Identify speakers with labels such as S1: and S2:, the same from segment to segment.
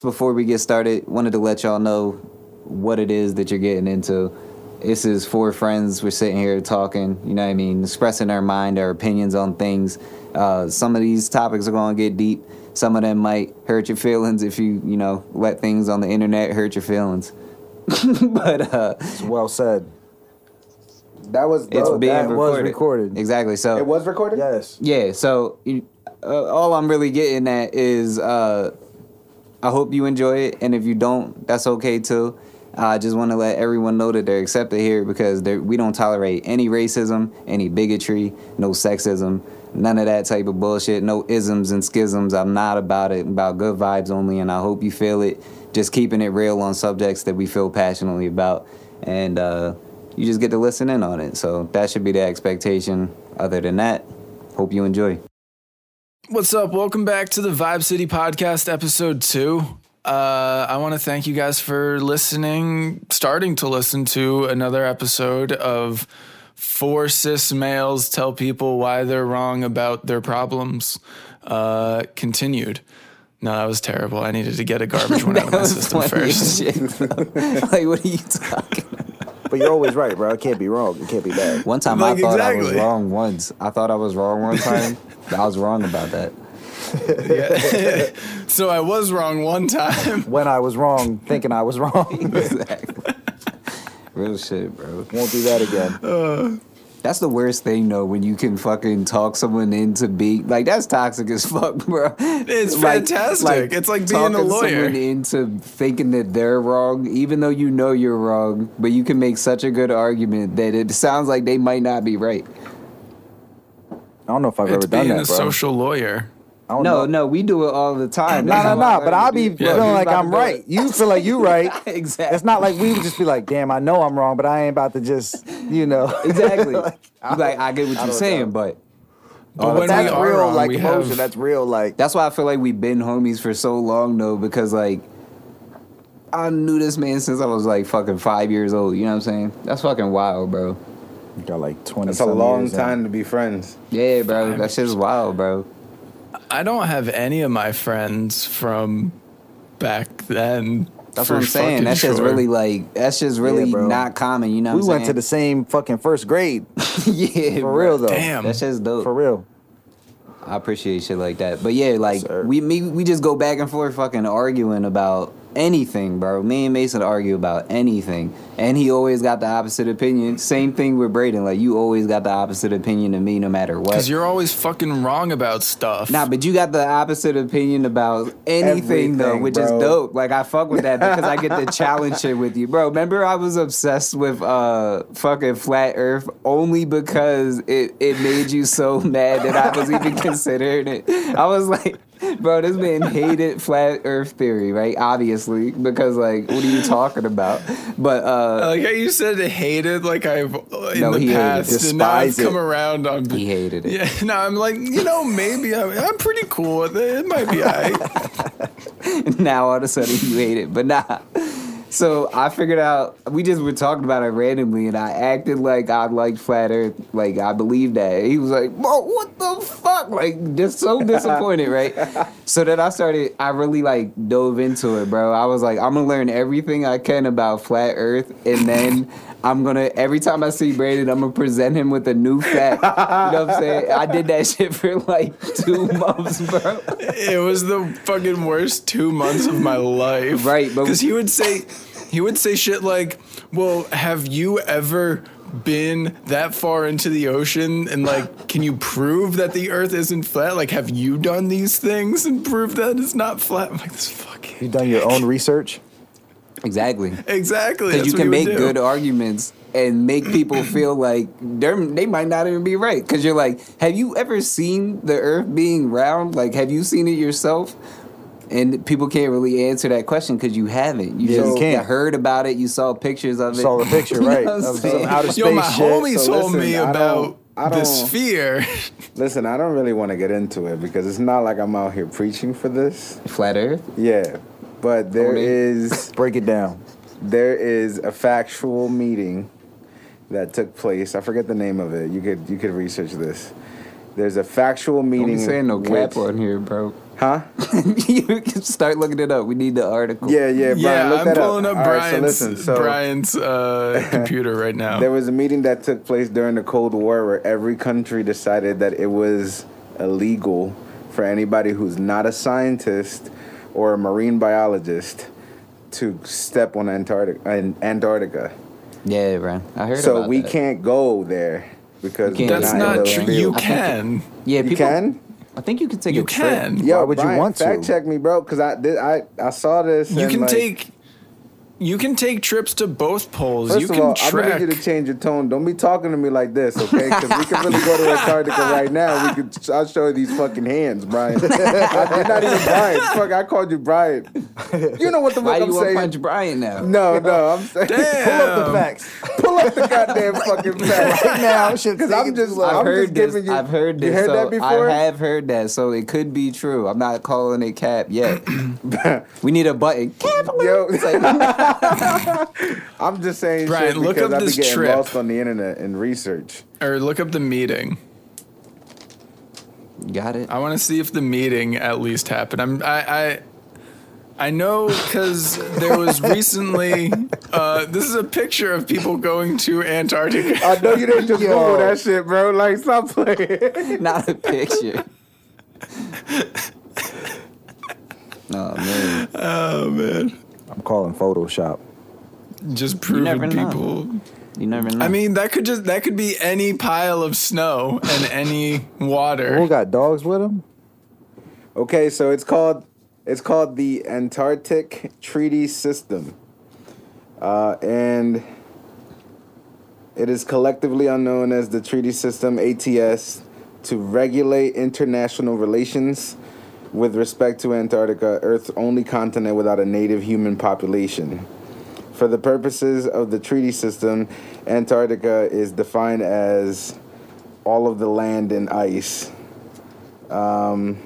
S1: before we get started, wanted to let y'all know what it is that you're getting into. This is four friends. We're sitting here talking, you know what I mean, expressing our mind, our opinions on things. Uh, some of these topics are going to get deep. Some of them might hurt your feelings if you, you know, let things on the internet hurt your feelings. but uh,
S2: It's well said.
S3: That was
S1: it's
S3: oh,
S1: being
S3: that
S1: recorded.
S2: was recorded.
S1: Exactly. So
S3: It was recorded.
S2: Yes.
S1: Yeah, so you- uh, all I'm really getting at is uh, I hope you enjoy it, and if you don't, that's okay too. I just want to let everyone know that they're accepted here because they're- we don't tolerate any racism, any bigotry, no sexism, none of that type of bullshit, no isms and schisms. I'm not about it, I'm about good vibes only, and I hope you feel it. Just keeping it real on subjects that we feel passionately about, and uh, you just get to listen in on it. So that should be the expectation. Other than that, hope you enjoy.
S4: What's up? Welcome back to the Vibe City Podcast, episode two. Uh, I want to thank you guys for listening, starting to listen to another episode of Four Cis Males Tell People Why They're Wrong About Their Problems. Uh, continued. No, that was terrible. I needed to get a garbage one out of my system
S1: Funny as
S4: first.
S1: shit, though. like, what are you talking? about?
S2: But you're always right, bro. It can't be wrong. It can't be bad.
S1: One time
S4: Like,
S1: I thought I was
S4: exactly.
S1: wrong once. I thought I was wrong one time. I was wrong about that.
S4: So I was wrong one time.
S2: When I was wrong, thinking I was wrong.
S1: Exactly. Real shit, bro.
S2: Won't do that again.
S1: That's the worst thing though when you can fucking talk someone into being like that's toxic as fuck, bro.
S4: It's fantastic. It's like being a
S1: talking
S4: lawyer.
S1: Someone into thinking that they're wrong, even though you know you're wrong, but you can make such a good argument that it sounds like they might not be right.
S2: I don't know if I've
S4: It's
S2: ever done
S4: being
S2: that,
S4: a
S2: bro.
S4: social lawyer.
S2: I don't
S1: No,
S2: know.
S1: no, we do it all the time.
S2: No,
S1: That's
S2: no,
S1: how I
S2: no. But
S1: learned
S2: I'll
S1: to
S2: be
S1: do it.
S4: Yeah.
S2: feeling like
S1: You're
S2: I'm
S1: about to
S2: right. You feel like you right.
S1: Exactly.
S2: It's not like we would just be like, damn, I know I'm wrong, but I ain't about to just, you know.
S1: exactly.
S2: Like,
S1: You like I get what
S2: don't
S1: you're saying, but
S4: But when
S2: Oh, that's
S4: we are
S2: real,
S4: wrong,
S2: like
S4: we
S2: emotion.
S4: have
S2: That's real, like.
S1: That's why I feel like we've been homies for so long though, because like I knew this man since I was like fucking five years old. You know what I'm saying? That's fucking wild, bro.
S2: Got like 20.
S3: It's a long time to be friends.
S1: Yeah, bro. That shit's wild, bro.
S4: I don't have any of my friends from back then.
S1: That's
S4: for
S1: what I'm saying.
S4: fucking
S1: That shit's
S4: sure.
S1: really like that's just really
S2: Yeah, bro.
S1: not common. You know
S2: We
S1: what I'm
S2: went to the
S1: saying?
S2: same fucking first grade.
S1: yeah,
S2: For real, though.
S4: Damn.
S1: That shit's dope.
S2: For real.
S1: I appreciate shit like that. But yeah, like
S2: Sir.
S1: we me, we just go back and forth fucking arguing about anything, bro. Me and Mason argue about anything. And he always got the opposite opinion. Same thing with Braden. Like you always got the opposite opinion to me no matter what.
S4: Because you're always fucking wrong about stuff.
S1: Nah, but you got the opposite opinion about anything though,
S3: Everything,
S1: which is
S3: bro.
S1: dope. Like I fuck with that because I get to challenge shit with you, bro. Remember I was obsessed with uh fucking flat Earth only because it it made you so mad that I was even considering it. I was like, bro, this man hated flat Earth theory, right? Obviously, because like, what are you talking about? But uh
S4: I like how you said hated, like I've uh, in
S1: No, he
S4: the
S1: hated
S4: past,
S1: it.
S4: and now I've
S2: Despise it.
S4: come around on.
S1: He hated it.
S4: Yeah, no, I'm like, you know, maybe I'm, I'm pretty cool with it. It might be I.
S1: now all of a sudden you hate it. But nah. So I figured out we just were talking about it randomly, and I acted like I liked flat Earth, like I believed that. He was like, "Whoa, what the fuck?" Like just so disappointed, right? So then I started, I really like dove into it, bro. I was like, I'm gonna learn everything I can about flat Earth, and then I'm gonna every time I see Braden, I'm gonna present him with a new fact. You know what I'm saying? I did that shit for like two months, bro.
S4: It was the fucking worst two months of my life.
S1: Right, but-
S4: because he would say, he would say shit like, "Well, have you ever?" been that far into the ocean and like can you prove that the earth isn't flat like have you done these things and proved that it's not flat i'm like this fucking
S2: You've done your own research.
S1: Exactly.
S4: exactly
S1: Because
S4: that's
S1: you can
S4: what he would
S1: make
S4: do.
S1: good arguments and make people feel like they're they might not even be right. Because you're like, have you ever seen the Earth being round? Like, have you seen it yourself? And people can't really answer that question because you haven't. You
S2: Yeah,
S1: just
S2: you can't.
S1: you heard about it. You saw pictures of it.
S2: Saw the picture, right?
S1: what I'm
S2: Of some
S1: saying?
S2: outer space
S4: Yo, my
S2: shit.
S4: homie
S3: so
S4: told
S3: listen,
S4: me
S3: I don't-
S4: about
S3: I
S4: the
S3: don't-
S4: sphere.
S3: Listen, I don't really want to get into it because it's not like I'm out here preaching for this.
S1: Flat Earth.
S3: Yeah, but there
S1: Tony.
S3: is
S2: Break it down.
S3: there is a factual meeting that took place. I forget the name of it. You could you could research this. There's a factual
S1: Don't
S3: meeting.
S1: be saying no cap
S3: which-
S1: on here, bro.
S3: Huh?
S1: you can start looking it up. We need the article.
S3: Yeah, yeah, Brian.
S4: yeah,
S3: look
S4: I'm
S3: that
S4: pulling up,
S3: All right,
S4: Brian's
S3: so listen, so
S4: Brian's uh, computer right now.
S3: there was a meeting that took place during the Cold War where every country decided that it was illegal for anybody who's not a scientist or a marine biologist to step on Antarctica. Antarctica.
S1: yeah, bro. I heard.
S3: So
S1: about
S3: we
S1: that.
S3: can't go there because
S1: You can't.
S3: we're
S4: That's
S1: I
S4: not
S3: in the
S4: true.
S3: field.
S4: You
S1: I think-
S4: can.
S1: Yeah,
S3: You
S1: people.
S3: can?
S1: I think you can take.
S4: You
S1: a trip.
S4: can.
S3: Yo,
S2: Why would you
S3: Brian,
S2: want to?
S3: Fact check me, bro, because I did. I I saw this.
S4: You
S3: and,
S4: can
S3: like,
S4: take. You can take trips to both poles.
S3: First
S4: you
S3: of
S4: can
S3: all, I'm
S4: trek.
S3: gonna need you to change your tone. Don't be talking to me like this, okay? Because we can really go to Antarctica right now. We could. I'll show you these fucking hands, Brian. I, you're not even Brian. Fuck, I called you Brian. You know what the
S1: Why
S3: fuck
S1: do
S3: I'm
S1: you want to
S3: saying?
S1: punch Brian now?
S3: No, no, I'm saying.
S4: Damn.
S2: Pull up the facts
S3: Pull up the goddamn fucking
S2: right
S3: fact.
S2: now. Shit,
S3: Because I'm just,
S1: I've
S3: I'm
S1: heard
S3: just
S1: this.
S3: giving you.
S1: I've heard this.
S3: You heard
S1: so
S3: that before?
S1: I have heard that. So it could be true. I'm not calling it cap yet. we need a button. Cap.
S3: Yo.
S1: It's like,
S3: I'm just saying
S4: Brian,
S3: shit
S4: look
S3: because
S4: up
S3: I be
S4: this
S3: getting
S4: trip.
S3: lost on the internet and research.
S4: or look up the meeting.
S1: got it.
S4: I want to see if the meeting at least happened. I'm I I, I know because there was recently. Uh, this is a picture of people going to Antarctica.
S3: I know you didn't just
S2: Yo.
S3: Google that shit, bro. Like, stop playing.
S1: Not a picture. oh man.
S4: Oh man,
S2: I'm calling Photoshop.
S4: just proving
S1: never know.
S4: people.
S1: You never know.
S4: I mean, that could just that could be any pile of snow and any
S2: Who
S4: water.
S2: got dogs with him?
S3: Okay, so it's called it's called the Antarctic Treaty System, uh, and it is collectively unknown as the Treaty System (ATS) to regulate international relations with respect to Antarctica, Earth's only continent without a native human population. For the purposes of the treaty system, Antarctica is defined as all of the land and ice Um,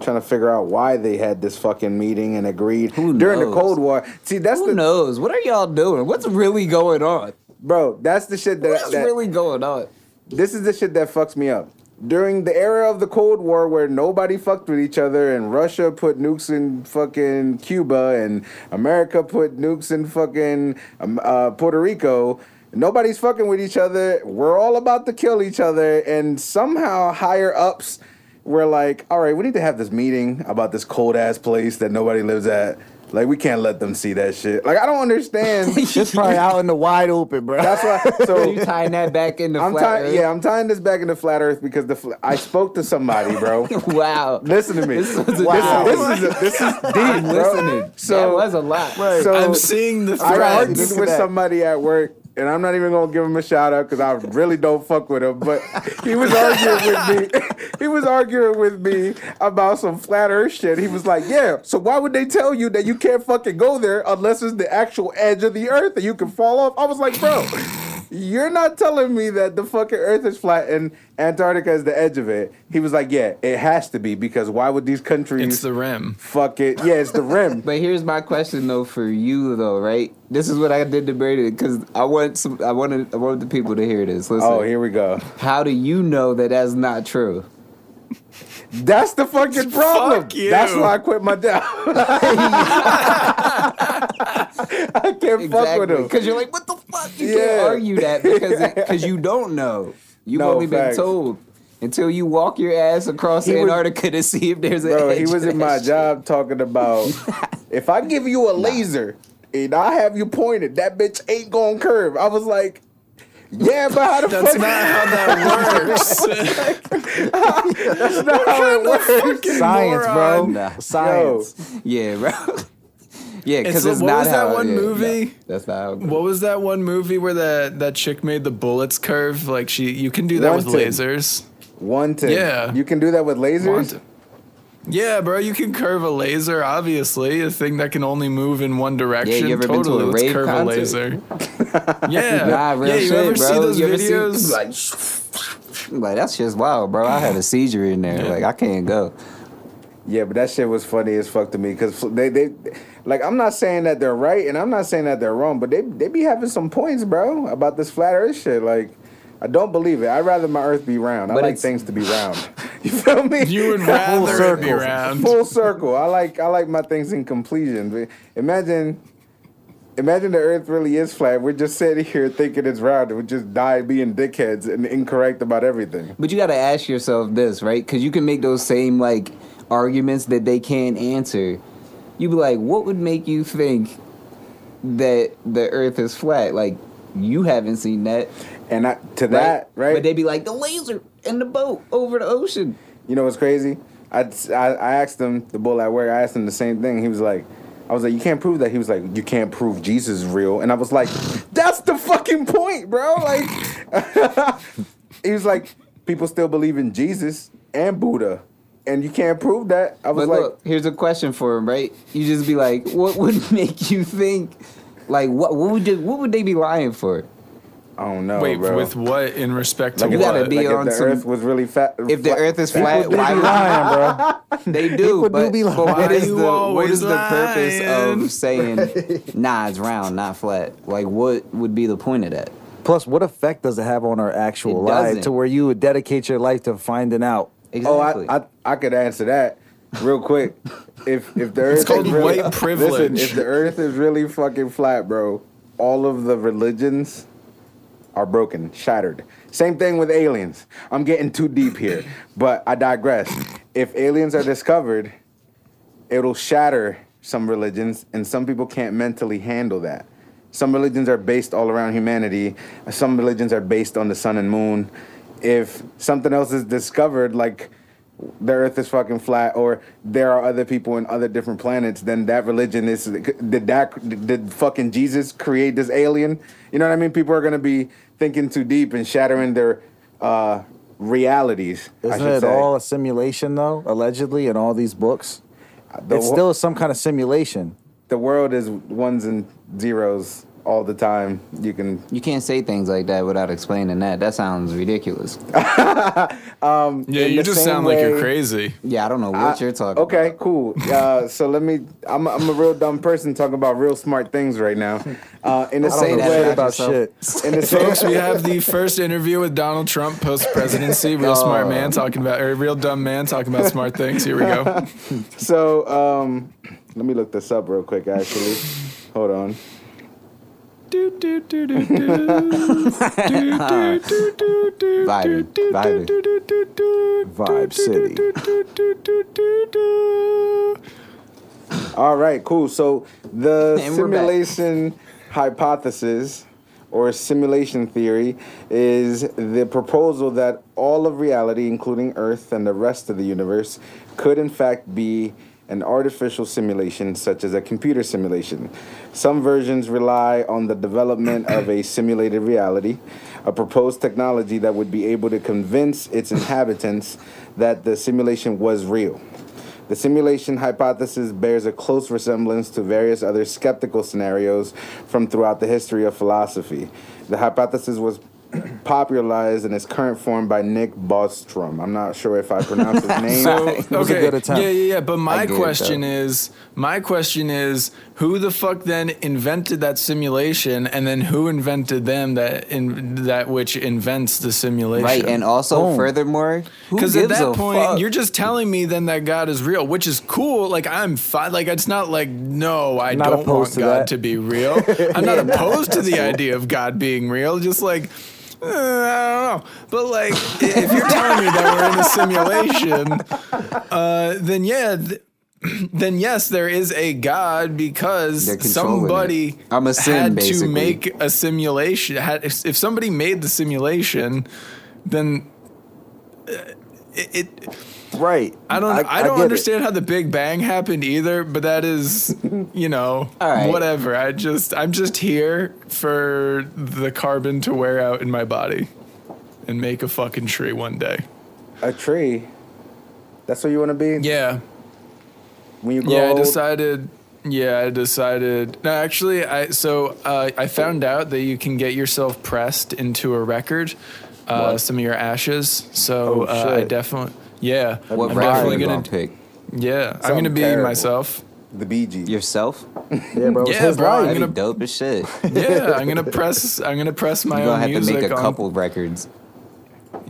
S3: trying to figure out why they had this fucking meeting and agreed
S1: Who
S3: during the
S1: knows?
S3: Cold War. See, that's
S1: Who
S3: the
S1: knows? What are y'all doing? What's really going on?
S3: bro. That's the shit that,
S1: What's
S3: that
S1: really going on?
S3: this is the shit that fucks me up. During the era of the Cold War, where nobody fucked with each other, and Russia put nukes in fucking Cuba, and America put nukes in fucking um, uh, Puerto Rico, nobody's fucking with each other. We're all about to kill each other, and somehow higher ups were like, "All right, we need to have this meeting about this cold ass place that nobody lives at. Like, we can't let them see that shit. Like, I don't understand.
S2: It's probably out in the wide open, bro.
S3: That's why. So
S1: You tying that back into
S3: I'm
S1: flat
S3: tying,
S1: Earth?
S3: yeah, I'm tying this back into flat Earth because the fl- I spoke to somebody, bro.
S1: Wow.
S3: Listen to me.
S1: This was a
S3: wow,
S1: job.
S3: this is a, this is deep,
S1: I'm
S3: bro.
S1: listening.
S3: So
S1: that was a lot.
S3: so
S4: I'm seeing the
S3: I argued
S4: threads.
S2: Listen
S3: with
S2: back.
S3: somebody at work, and I'm not even gonna give him a shout out because I really don't fuck with him. But he was arguing with me. He was arguing with me about some flat Earth shit. He was like, "Yeah, so why would they tell you that you can't fucking go there unless it's the actual edge of the Earth and you can fall off?" I was like, "Bro." You're not telling me that the fucking Earth is flat and Antarctica is the edge of it. He was like, "Yeah, it has to be because why would these countries
S4: It's the rim.
S3: fuck it? Yeah, it's the rim.
S1: But here's my question though for you though, right? This is what I did to Brady because I want some. I wanted. I want the people to hear this. Listen.
S3: oh, here we go.
S1: How do you know that that's not true?
S3: That's the fucking problem.
S4: Fuck you.
S3: That's why I quit my job. I can't fuck with him.
S1: Because you're like, what the fuck? You
S3: Yeah.
S1: can't argue that because because you don't know. You've
S3: No,
S1: only
S3: facts.
S1: been told until you walk your ass across
S3: He was-
S1: Antarctica to see if there's a.
S3: Bro, he
S1: edge
S3: was
S1: to
S3: in
S1: that
S3: my
S1: shit.
S3: job talking about if I give you a laser and I have you pointed, that bitch ain't gonna curve. I was like, yeah, but how the
S4: That's
S3: fuck?
S4: not how that works.
S3: that's not how it works.
S2: Science, bro.
S4: moron.
S1: Nah.
S2: Science.
S1: Yeah, bro. yeah, because
S4: It's-
S1: it's
S4: what
S1: not
S4: was that
S1: how it
S4: one
S1: is.
S4: movie?
S1: No, that's not. How it
S4: What was that one movie where that that chick made the bullets curve? Like she, you can do that with
S3: Wanted.
S4: lasers.
S3: One ten.
S4: Yeah.
S3: You can do that with lasers.
S4: Want- Yeah, bro, you can curve a laser. Obviously, a thing that can only move in one direction.
S1: ever been to a
S4: totally, let's
S1: rave
S4: curve
S1: concert?
S4: a laser. yeah,
S1: Nah, real
S4: yeah. You
S1: shit,
S4: ever
S1: bro.
S4: see those
S1: You ever see-
S4: videos?
S1: Like that's just wild, bro. I had a seizure in there. Like I can't go.
S3: Yeah, but that shit was funny as fuck to me because they they like I'm not saying that they're right and I'm not saying that they're wrong, but they they be having some points, bro, about this flat Earth shit. Like I don't believe it. I'd rather my Earth be round. I
S1: But
S3: like
S1: it's-
S3: things to be round. You feel me?
S4: You would rather it be
S2: circle.
S4: round.
S3: full circle. I like I like my things in completion. But Imagine, imagine the Earth really is flat. We're just sitting here thinking it's round. We just die being dickheads and incorrect about everything.
S1: But you got to ask yourself this, right? Because you can make those same like arguments that they can't answer. You be like, what would make you think that the Earth is flat? Like, you haven't seen that,
S3: And I, to that, right?
S1: But they be like, the laser and the boat over the ocean.
S3: You know what's crazy? I, I, I asked him, the bull at work, I asked him the same thing. He was like, I was like, you can't prove that. He was like, you can't prove Jesus is real. And I was like, that's the fucking point, bro. Like, he was like, people still believe in Jesus and Buddha. And you can't prove that. I was
S1: But
S3: like,
S1: look, here's a question for him, right? You just be like, what would make you think? Like, what what would they, what would they be lying for?
S3: I don't know,
S4: Wait,
S3: bro.
S4: with what in respect to
S3: like,
S1: You
S3: if-
S4: what?
S1: gotta be
S3: like,
S1: on
S3: if the
S1: some-
S3: earth was really fat.
S1: If the Earth is flat,
S2: They be
S1: why would
S2: lying, bro.
S1: They do,
S2: People do
S1: but,
S2: be
S1: but
S2: lying.
S1: what
S4: Why
S1: is
S4: you
S1: the what
S4: always
S1: is the purpose
S4: lying?
S1: of saying nah, it's round, not flat? Like, what would be the point of that?
S2: Plus, what effect does it have on our actual
S1: It
S2: life
S1: doesn't.
S2: to where you would dedicate your life to finding out?
S1: Exactly.
S3: Oh, I, I I could answer that real quick. If if the earth
S4: called
S3: is really,
S4: white privilege.
S3: Listen, if the earth is really fucking flat, bro, all of the religions are broken, shattered. Same thing with aliens. I'm getting too deep here, but I digress. If aliens are discovered, it'll shatter some religions, and some people can't mentally handle that. Some religions are based all around humanity. Some religions are based on the sun and moon. If something else is discovered, like the Earth is fucking flat, or there are other people in other different planets, then that religion is did that did fucking Jesus create this alien? You know what I mean? People are gonna be thinking too deep and shattering their uh, realities. I
S2: Isn't
S3: should
S2: it
S3: say.
S2: all a simulation, though? Allegedly, in all these books,
S3: The
S2: it's
S3: wh-
S2: still some kind of simulation.
S3: the world is ones and zeros all the time. You can
S1: you can't say things like that without explaining that. That sounds ridiculous.
S4: yeah,
S3: in
S4: you
S3: the
S4: just
S3: same
S4: sound like you're
S3: way-
S4: crazy.
S1: Yeah, I don't know what
S3: I-
S1: you're talking.
S3: Okay,
S1: about.
S3: cool. Uh, so let me. I'm a, I'm a real dumb person talking about real smart things right now. Uh, in the
S2: I don't
S3: same
S1: that
S2: know
S1: about
S2: shit
S3: way,
S2: about
S1: yourself.
S2: shit.
S3: in the same,
S4: Folks, we have the first interview with Donald Trump post presidency.
S2: Oh.
S4: Real smart man talking about, or real dumb man talking about smart things. Here we go.
S3: so um, let me look this up real quick. Actually, hold on.
S4: Do, do, do, do, do. Do, do, do, do, do,
S1: Vibing,
S4: do, do,
S1: vibing.
S4: do, do, do, do,
S2: Vibe
S4: do, do, do, do, do, do, do, do.
S3: All right, cool. So the
S1: And we're back.
S3: simulation hypothesis or simulation theory is the proposal that all of reality, including Earth and the rest of the universe, could in fact be an artificial simulation such as a computer simulation. Some versions rely on the development of a simulated reality, a proposed technology that would be able to convince its inhabitants that the simulation was real. The simulation hypothesis bears a close resemblance to various other skeptical scenarios from throughout the history of philosophy. The hypothesis was popularized in its current form by Nick Bostrom. I'm not sure if I pronounced his name.
S4: So
S2: a
S4: okay,
S2: good attempt.
S4: yeah, yeah, yeah. But my
S1: get it,
S4: question is, my question is, who the fuck then invented that simulation, and then who invented them that in that which invents the simulation?
S1: Right, and also
S2: Boom.
S1: furthermore, who
S4: Because
S1: gives
S4: at that
S1: a
S4: point,
S1: fuck?
S4: you're just telling me then that God is real, which is cool. Like I'm fine. Like it's not like no, I
S2: Not
S4: don't want
S2: opposed to
S4: God
S2: that.
S4: to be real. I'm not opposed to the idea of God being real. Just like eh, I don't know, but like if you're telling me that we're in a simulation, uh, then yeah. Th- then yes, there is a God
S1: They're
S4: because
S1: controlling it.
S4: somebody
S1: I'm a sin,
S4: had
S1: basically.
S4: to make a simulation. Had, if, if somebody made the simulation, then uh, it, it
S2: Right.
S4: I don't. I, don't
S2: get it.
S4: understand how the Big Bang happened either. But that is, you know,
S1: All right.
S4: whatever. I just, I'm just here for the carbon to wear out in my body, and make a fucking tree one day.
S3: A tree. That's what you want to be
S4: Yeah.
S3: when you grow
S4: Yeah. I
S3: old.
S4: decided. Yeah, I decided. No, actually, I so uh, I found out that you can get yourself pressed into a record, uh, some of your ashes. So
S3: Oh,
S4: uh, I
S3: shit.
S4: definitely. Yeah.
S1: what
S4: I'm
S1: record
S4: definitely
S1: you
S4: gonna.
S1: gonna pick?
S4: Yeah, I'm
S3: Something
S4: gonna be
S3: terrible.
S4: myself.
S3: the Bee Gees.
S1: yourself.
S2: Yeah, bro. It's
S4: Yeah,
S2: his
S4: bro, I'm
S2: life.
S1: That'd be
S4: gonna-
S1: dope as shit. You're
S4: Yeah, I'm gonna press. I'm gonna press my
S1: gonna
S4: own
S1: have to
S4: music.
S1: make a
S4: on-
S1: couple records.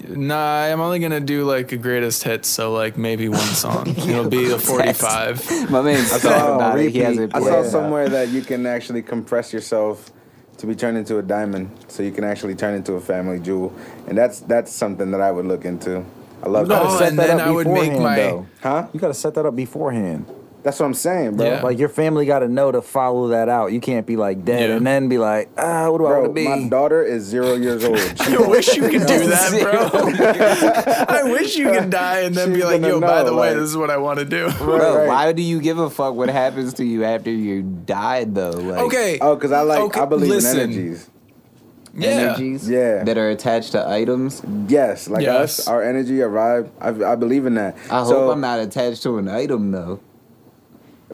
S4: Nah, I'm only gonna do like a greatest hit, so like maybe one song. It'll be a 45.
S1: My man's
S3: I
S1: sad
S3: saw,
S1: about it. He hasn't
S3: Oh, I
S1: played.
S3: saw
S2: Yeah.
S3: somewhere that you can actually compress yourself to be turned into a diamond, so you can actually turn into a family jewel, and that's that's something that I would look into. I love
S2: You gotta
S4: Oh,
S3: that,
S2: set
S4: and
S2: that
S4: then
S2: up
S4: I would make
S2: beforehand,
S4: my-
S2: though.
S3: huh?
S2: You gotta set that up beforehand,
S3: That's what I'm saying, bro.
S2: bro.
S4: Yeah.
S2: Like your family gotta know to follow that out. You can't be like dead
S4: Yeah.
S2: and then be like, ah, what do I
S3: Bro,
S2: want to be?
S3: my daughter is zero years old. She-
S4: I wish you could do that,
S1: Zero.
S4: bro. I wish you could die and then
S3: She's
S4: be like,
S3: gonna
S4: yo, by
S3: know,
S4: the way,
S3: like-
S4: this is what I want to do.
S1: Bro,
S3: Right.
S1: why do you give a fuck what happens to you after you died though? Like
S4: Okay.
S3: oh, because I like
S4: Okay,
S3: I believe
S4: listen.
S3: in energies.
S4: yeah.
S1: energies
S3: Yeah.
S1: that are attached to items.
S3: Yes, like
S4: Yes.
S3: us, our energy, our vibe. I, I believe in that.
S1: I
S3: So-
S1: hope I'm not attached to an item though.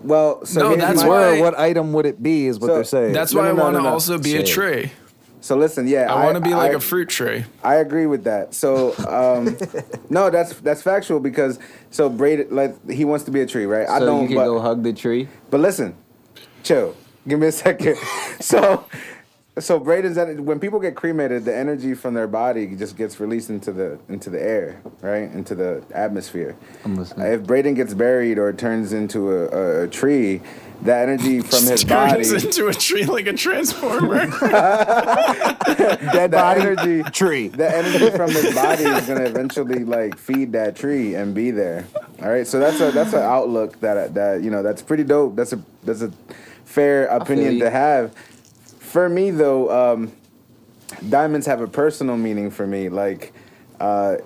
S3: Well, so
S4: No,
S3: here's
S4: that's
S2: If
S3: my-
S2: you were,
S4: why-
S2: what item would it be? Is what
S3: So,
S2: they're saying.
S4: That's
S3: No,
S4: why
S3: no, no,
S4: I want to
S3: no, no.
S4: also be
S1: Shit.
S4: a tree.
S3: So listen, yeah,
S4: I, want to be like
S3: a
S4: a fruit tree.
S3: I agree with that. So, um, no, that's that's factual because so Braid like he wants to be a tree, right? I
S1: so
S3: don't.
S1: you can
S3: but,
S1: go hug the tree.
S3: but listen, chill. Give me a second. so, so Braden's en- when people get cremated, the energy from their body just gets released into the into the air, right? Into the atmosphere. Uh,
S1: I'm listening.
S3: If Braden gets buried or turns into a, a, a tree, the energy from his body.
S4: Turns into a tree like a transformer.
S2: dead
S3: the
S2: body
S3: energy-
S2: tree.
S3: the energy from his body is gonna eventually like feed that tree and be there. All right, so that's a that's an outlook that that you know that's pretty dope. That's a that's a fair opinion
S1: you.
S3: to have. For me though, um, diamonds have a personal meaning for me. Like. Uh,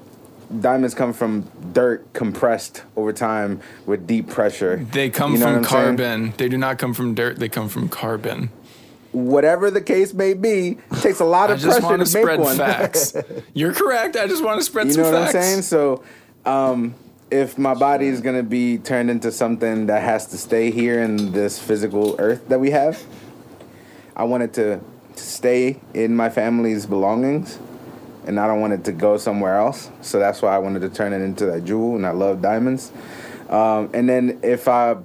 S3: Diamonds come from dirt compressed over time with deep pressure.
S4: they come
S3: You know
S4: from
S3: what I'm saying?
S4: carbon. They do not come from dirt. They come from carbon.
S3: Whatever the case may be, takes a lot
S4: I
S3: of
S4: just
S3: pressure
S4: want
S3: to
S4: to spread
S3: make one.
S4: facts. You're correct. I just want to spread
S3: You
S4: some
S3: know what
S4: facts.
S3: I'm saying? So, um, if my body is gonna be turned into something that has to stay here in this physical earth that we have, I want it to, to stay in my family's belongings, and I don't want it to go somewhere else. So that's why I wanted to turn it into that jewel, and I love diamonds. Um, and then if I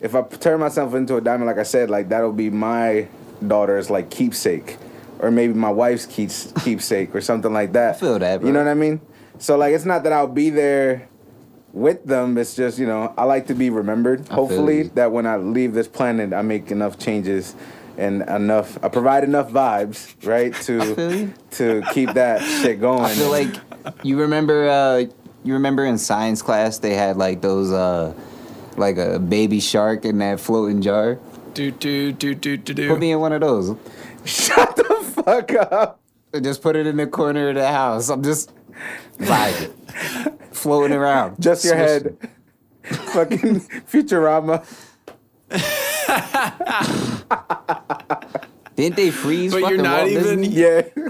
S3: if I turn myself into a diamond, like I said, like that'll be my daughter's like keepsake, or maybe my wife's keeps, keepsake, or something like that.
S1: feel that,
S3: You know
S1: bro.
S3: what I mean? So like, it's not that I'll be there with them. It's just you know, I like to be remembered.
S1: feel
S3: Hopefully,
S1: you.
S3: that when I leave this planet, I make enough changes and enough. I provide enough vibes, right,
S1: feel you.
S3: to to keep that shit going.
S1: I feel like you remember uh you remember in science class they had like those uh like a baby shark in that floating jar.
S4: Do do do do do do.
S1: Put me in one of those.
S3: shut the fuck up.
S1: And Just put it in the corner of the house. I'm just vibing. floating around.
S3: Just your
S1: Swishing.
S3: head. Fucking Futurama.
S1: Didn't they freeze?
S4: But you're
S1: fucking
S4: not
S1: Walt
S4: even-
S1: Disney?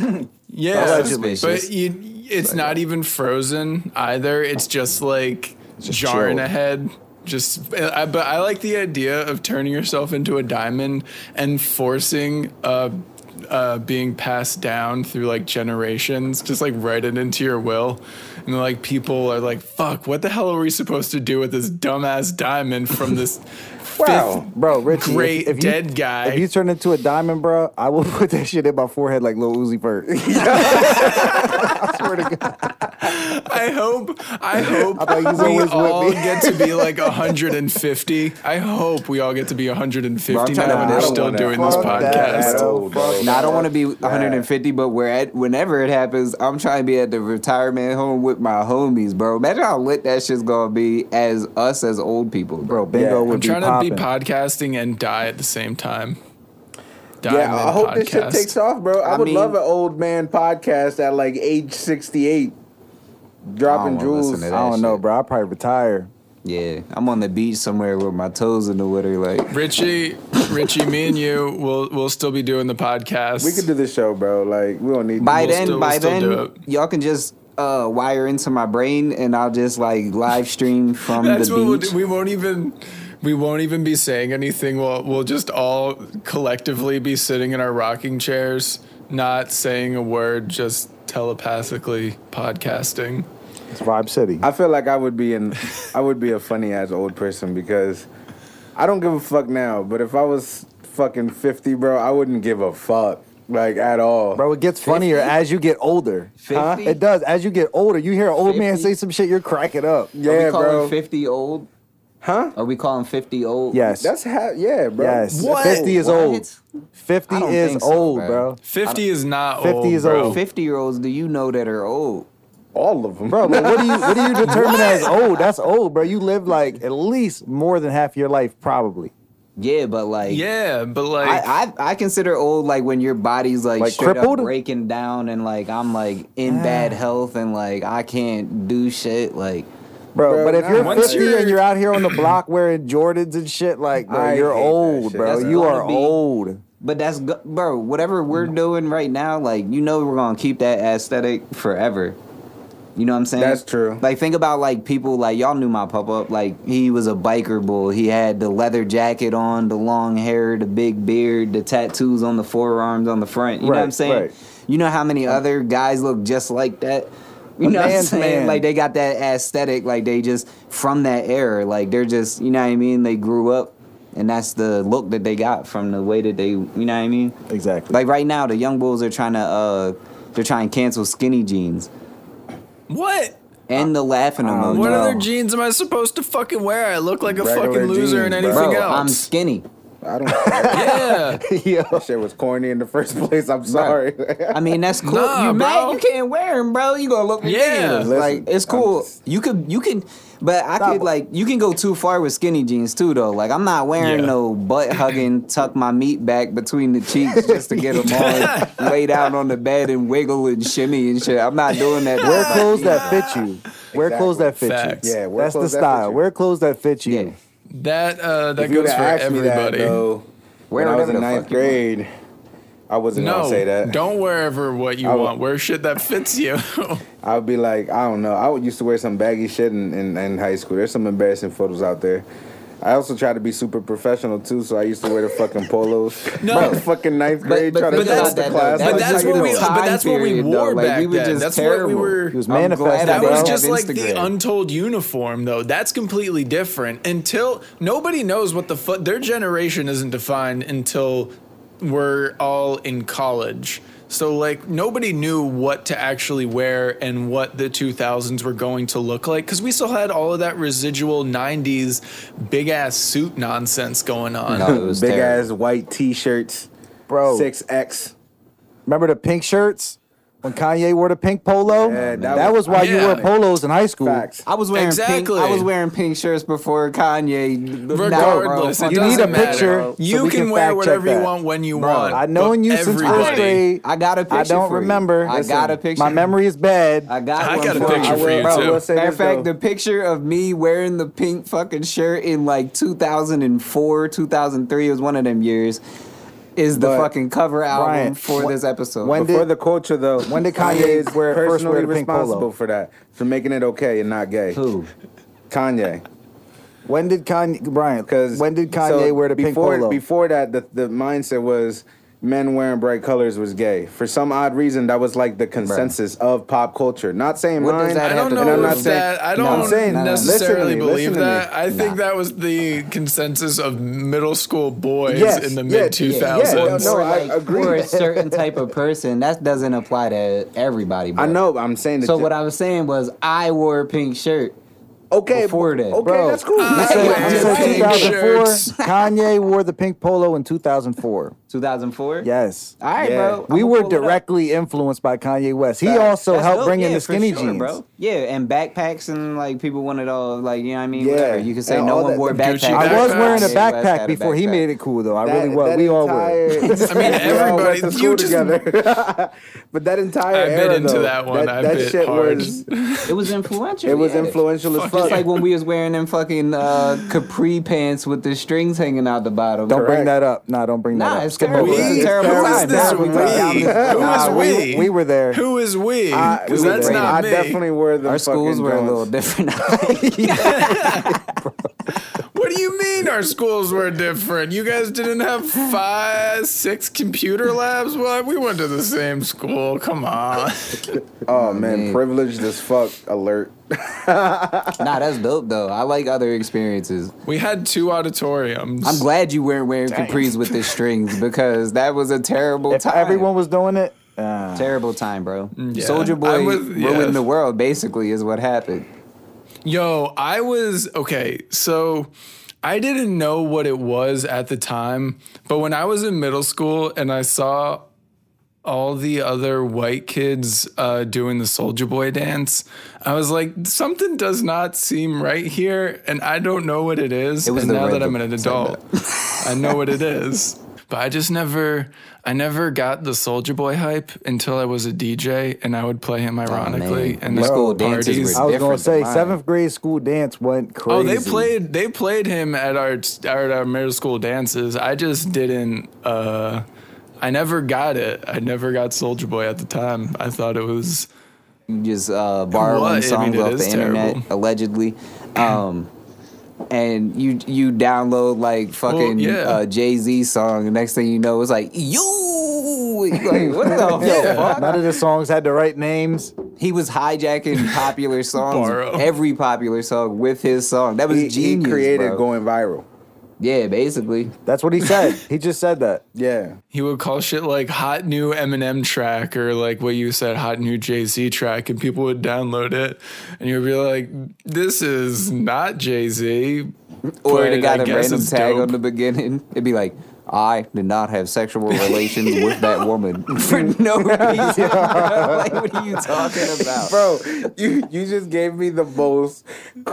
S3: Yeah.
S4: Yeah,
S1: Allegedly.
S4: but you, it's not even frozen either. It's just like jar in
S2: chilled.
S4: a head. Just, I, but I like the idea of turning yourself into a diamond and forcing uh, uh, being passed down through like generations. Just like write it into your will, and like people are like, "Fuck, what the hell are we supposed to do with this dumbass diamond from this?"
S3: Wow.
S2: Bro, Richie, if-
S4: Great
S2: if you-
S4: dead guy.
S2: If you turn into a diamond, bro, I will put that shit in my forehead like Lil Uzi Vert. I swear to God.
S4: I hope I hope
S2: thought you was
S4: we
S2: always with
S4: all
S2: me.
S4: get to be like 150. I hope we we all get to be 150
S1: Bro, I'm
S4: now
S1: trying to
S4: when
S1: do- I
S4: we're
S1: don't
S4: still
S3: wanna-
S4: doing
S3: fuck
S4: this
S2: that,
S4: podcast.
S2: bro.
S1: Now I don't want to be 150, but where at, whenever it happens, I'm trying to be at the retirement home with my homies, bro. Imagine how lit that shit's gonna be as us as old people, bro.
S2: Bro, bingo
S3: Yeah.
S2: would
S4: I'm
S2: be
S4: trying to
S2: popping.
S4: be podcasting and die at the same time.
S3: Yeah, I
S4: Diamond
S3: hope this shit takes off, bro. I,
S1: I
S3: would
S1: mean-
S3: love an old man podcast at like age 68, dropping
S1: I don't wanna listen
S3: jewels.
S1: to
S2: I
S1: that
S2: don't know,
S1: shit.
S2: bro. I probably retire.
S1: Yeah, I'm on the beach somewhere with my toes in the water, like.
S4: Richie, Richie, me and you will will still be doing the podcast.
S3: We could do this show, bro. Like, we don't need
S1: By
S4: We'll
S1: then,
S4: still-
S1: by
S4: we'll still do
S1: then,
S4: it.
S1: y'all can just uh, wire into my brain, and I'll just like live stream from the
S4: That's
S1: beach.
S4: what we'll do. we won't even we won't even be saying anything. We'll we'll just all collectively be sitting in our rocking chairs, not saying a word, just telepathically podcasting.
S2: It's Vibe City.
S3: I feel like I would be in I would be a funny ass old person because I don't give a fuck now, but if I was fucking 50, bro, I wouldn't give a fuck. Like at all.
S2: Bro, it gets funnier as you get older.
S1: 50?
S2: It does. As you get older, you hear an old man
S1: 50?
S2: say some shit, you're cracking up.
S1: Are
S3: yeah,
S1: we calling
S3: bro.
S1: 50 old?
S3: Huh?
S1: Are we calling 50 old?
S2: Yes.
S3: That's how yeah, bro.
S2: yes.
S4: What?
S2: 50 is
S1: What?
S2: old. 50
S1: I don't
S2: is
S1: think so,
S2: old,
S1: bro.
S2: bro.
S4: 50 is not
S2: 50
S4: old.
S2: is
S4: bro.
S2: old.
S1: 50 year olds do you know that are old?
S3: All of them.
S2: Bro, but what do you what do you determine as old? That's old, bro. You live like at least more than half your life, probably.
S1: Yeah, but like.
S4: Yeah, but like,
S1: I, I I consider old like when your body's like,
S2: Like
S1: straight
S2: crippled?
S1: up breaking down and like I'm like in bad health and like I can't do shit like
S2: Bro,
S3: Bro,
S2: but if
S3: nah.
S2: you're
S4: Once
S2: 50
S4: you're-
S2: and you're out here on the block wearing Jordans and shit, like, bro,
S3: I
S2: you're
S3: hate that
S2: old,
S3: shit.
S2: bro.
S1: That's
S2: You
S1: gonna
S2: are
S1: be-
S2: old.
S1: But that's go- bro. Whatever we're doing right now, like you know, we're gonna keep that aesthetic forever. You know what I'm saying?
S3: That's true.
S1: Like think about like people like y'all knew my pop up. Like he was a biker bull. He had the leather jacket on, the long hair, the big beard, the tattoos on the forearms on the front. You know what I'm
S2: Right,
S1: saying?
S2: right.
S1: You know how many other guys look just like that. You
S2: A
S1: know what I'm
S2: man's
S1: saying?
S2: man.
S1: Like they got that aesthetic. Like they just from that era. Like they're just you know what I mean. They grew up. And that's the look that they got from the way that they, you know what I mean?
S2: Exactly.
S1: Like right now, the young bulls are trying to uh, they're trying to cancel skinny jeans
S4: what?
S1: and the laughing emoji.
S4: What
S1: bro.
S4: other jeans am I supposed to fucking wear? I look like a
S3: Regular
S4: fucking loser in
S3: jeans,
S4: anything
S3: bro.
S1: Bro, I'm
S4: else.
S1: skinny.
S3: I don't that
S4: yeah.
S2: Yo.
S3: shit was corny in the first place. I'm sorry.
S1: I mean, that's cool.
S4: Nah,
S1: you
S4: bro.
S1: mad? You can't wear them, bro. You gonna look ridiculous.
S4: Yeah.
S3: Listen,
S1: like it's
S3: I'm
S1: cool.
S3: just-
S1: You could, you can, but I
S2: Stop.
S1: could like you can go too far with skinny jeans too, though. Like I'm not wearing
S4: Yeah.
S1: no butt hugging, tuck my meat back between the cheeks just to get them on, lay down on the bed and wiggle and shimmy and shit. I'm not doing that.
S2: Wear clothes that fit you. Wear clothes that fit
S4: Facts.
S2: you.
S3: Yeah, wear
S2: That's the
S3: clothes that fit
S2: style.
S3: you.
S2: Wear clothes that fit you.
S1: Yeah.
S4: That uh, that
S3: If you
S4: goes
S3: would've
S4: for
S3: asked me
S4: everybody.
S3: That, though,
S1: Wear
S3: when I was
S1: whatever
S3: in
S1: the
S3: ninth
S1: fuck you want.
S3: grade, I wasn't
S4: no,
S3: gonna say that.
S4: don't wear ever what you
S3: I would-
S4: want. Wear shit that fits you.
S3: I would be like, I don't know. I would- used to wear some baggy shit in, in, in high school. There's some embarrassing photos out there. I also tried to be super professional too, so I used to wear the fucking polos.
S4: No.
S3: Bro, fucking ninth grade,
S1: but
S3: trying
S1: think
S3: to
S4: about
S3: pass the
S4: that,
S1: though.
S3: class.
S1: That
S4: but
S1: was
S4: that's
S1: like
S4: what
S1: a
S4: we.
S1: time
S4: But that's what we
S1: period, though.
S4: wore
S1: Like,
S4: back
S1: we were
S4: then.
S1: just
S4: That's what we
S1: terrible.
S4: were.
S2: He was
S1: I'm glad that
S2: manifesting.
S4: that
S1: they
S4: was
S1: have
S4: just like the
S1: Instagram.
S4: untold uniform though that's completely different until nobody knows what the fuck their generation isn't defined until we're all in college so like nobody knew what to actually wear and what the 2000s were going to look like because we still had all of that residual 90s big ass suit nonsense going on
S1: No, it was
S3: Big
S1: terrible.
S3: ass white t-shirts,
S2: Bro,
S3: six X.
S2: remember the pink shirts? When Kanye wore the pink polo?
S3: Yeah,
S2: that,
S3: that
S2: was,
S3: was-
S2: why you wore
S4: Yeah.
S2: polos in high school.
S3: Facts.
S1: I was wearing
S4: Exactly.
S1: pink. I was wearing pink shirts before Kanye. Now, bro,
S4: Regardless, it
S2: You need a
S4: doesn't matter.
S2: picture so
S4: You
S2: we
S4: can,
S2: can
S4: wear
S2: fact check
S4: whatever you
S2: that.
S4: want when you
S2: Bro,
S4: want.
S2: I known
S4: but
S2: you since first
S4: everybody-
S2: grade.
S1: I got a picture.
S2: I don't
S1: for you.
S2: remember.
S1: I
S2: Listen,
S1: got a picture.
S2: My memory is bad.
S1: I got.
S4: I
S1: one
S4: got a
S1: for
S4: picture
S1: you.
S4: for you
S3: bro, I
S4: too.
S3: will say
S1: Matter
S3: this
S1: of fact,
S3: though.
S1: the picture of me wearing the pink fucking shirt in like 2004, 2003 it was one of them years, is the
S3: But,
S1: fucking cover album
S2: Ryan,
S1: for
S2: wh-
S1: this episode.
S2: when
S3: Before
S2: did-
S3: the culture though,
S2: when did Kanye wear- first wear
S3: personally
S2: the pink polo?
S3: responsible for that for making it okay and not gay?
S1: Who?
S3: Kanye.
S2: when did Kanye Brian?
S3: Because
S2: when did Kanye wear the pink
S3: before,
S2: polo?
S3: Before that, the, the mindset was men wearing bright colors was gay. For some odd reason, that was like the consensus of pop culture. Not saying
S1: What does
S3: mine.
S1: that
S4: I
S1: have
S4: don't
S1: to
S4: know
S1: do
S3: and I'm
S4: if
S3: not
S4: that.
S3: saying-
S4: I
S3: No,
S4: don't
S3: I'm saying- no, no, no. Listen to
S4: necessarily
S3: me,
S4: believe
S3: listen to
S4: that.
S3: me.
S4: I think
S1: Nah.
S4: that was the consensus of middle school boys
S3: Yes,
S4: in the
S3: yeah,
S4: mid two thousands.
S3: yeah, No,
S1: or
S3: I
S1: like,
S3: agree.
S1: Or a certain type of person that doesn't apply to everybody. Bro.
S3: I know. I'm saying. That
S1: So what I was saying was, I wore a pink shirt.
S3: okay
S1: before
S3: but-
S1: that,
S3: Okay,
S2: bro.
S3: that's cool.
S4: I
S2: You said-
S4: wear
S2: you said
S4: pink
S2: 2004.
S4: shirts.
S2: Kanye wore the pink polo in 2004.
S1: 2004.
S2: Yes.
S1: All right,
S3: Yeah.
S1: bro.
S2: we
S1: I'ma
S2: were
S1: pull it up.
S2: directly influenced by Kanye West. He
S3: Facts.
S2: also
S1: That's
S2: helped
S1: dope,
S2: bring in
S1: yeah,
S2: the
S1: for
S2: skinny
S1: sure,
S2: jeans.
S1: Yeah, and backpacks and like people wanted all like you know what I mean.
S3: Yeah,
S1: Whatever. You could say
S3: and
S1: no
S3: all
S1: one
S3: that-
S1: wore
S3: the
S1: backpacks.
S4: Gucci
S2: I was
S4: Backpacks.
S2: wearing a
S1: Kanye West
S2: backpack
S1: had a
S2: before he
S1: backpack.
S2: made it cool, though. I
S3: That-
S2: really was.
S3: that
S2: We all were.
S3: entire- we all
S4: everybody-
S3: went to
S4: you
S3: school
S4: just-
S3: together. but that entire
S4: I bit
S3: era,
S4: into
S3: though,
S4: that one.
S3: That,
S4: I
S3: that
S4: bit
S3: shit
S4: hard.
S3: was
S1: It was influential.
S3: it was
S1: yeah.
S3: influential as
S1: Just
S3: fuck.
S1: like when we was wearing them fucking uh, capri pants with the strings hanging out the bottom.
S2: Don't bring
S3: Correct.
S2: that up. Nah, don't bring that
S1: Nah,
S2: up.
S1: it's
S2: Skip
S1: terrible.
S2: over
S4: We?
S2: that.
S1: It's a terrible
S4: Who is
S1: time.
S4: this
S1: Nah, we
S4: we?
S1: took down this-
S4: Who is
S1: Nah,
S2: we-
S4: we?
S2: we were there.
S4: Who is we?
S3: I, we
S4: Because
S3: were
S4: that's
S3: there.
S4: not
S3: I
S4: me.
S3: definitely were the
S1: Our schools
S3: fucking
S1: were a
S3: Jones.
S1: little different.
S4: What do you mean our schools were different. You guys didn't have five, six computer labs. Well, we went to the same school. Come on.
S3: Oh man, privileged as fuck alert.
S1: Nah, that's dope though. I like other experiences.
S4: We had two auditoriums.
S1: I'm glad you weren't wearing capris with the strings because that was a terrible
S2: If
S1: time.
S2: everyone was doing it, uh,
S1: terrible time, bro.
S2: Mm,
S4: yeah.
S1: Soldier
S4: I
S1: Boy
S4: was- yeah.
S1: ruined the world. Basically, is what happened.
S4: Yo, I was okay. So I didn't know what it was at the time, but when I was in middle school and I saw all the other white kids uh, doing the Soldier Boy dance, I was like, something does not seem right here, and I don't know what it is.
S1: was
S4: and
S1: the
S4: now
S1: red
S4: that I'm
S1: that
S4: an adult, I know what it is. But I just never, I never got the Soldier Boy hype until I was a DJ, and I would play him ironically.
S1: Oh, man.
S4: and
S1: Your
S4: the
S1: school dances were
S2: I was gonna
S1: different
S2: say
S1: than mine.
S2: seventh grade school dance went crazy.
S4: Oh, they played they played him at our at our middle school dances. I just didn't. Uh, I never got it. I never got Soldier Boy at the time. I thought it was
S1: You just uh, borrowing
S4: was. I mean,
S1: songs
S4: it
S1: off
S4: is
S1: the internet
S4: terrible.
S1: allegedly, um, and you you download like fucking
S4: yeah.
S1: uh, Jay Z song. The next thing you know, it's like you like what the fuck?
S2: None of the songs had the right names.
S1: He was hijacking popular songs,
S4: Borrow.
S1: every popular song with his song. That was
S3: He, he
S1: genius,
S3: created
S1: bro.
S3: going viral.
S1: yeah, basically.
S2: That's what he said. he just said that.
S3: Yeah.
S4: he would call shit like hot new Eminem track or like what you said hot new Jay Z track, and people would download it, and you'd be like, "This is not Jay Z."
S1: Or it got a random tag on the beginning. It'd be like, I did not have sexual relations with that woman for no reason. like, what are you talking about?
S3: Bro, you, you just gave me the most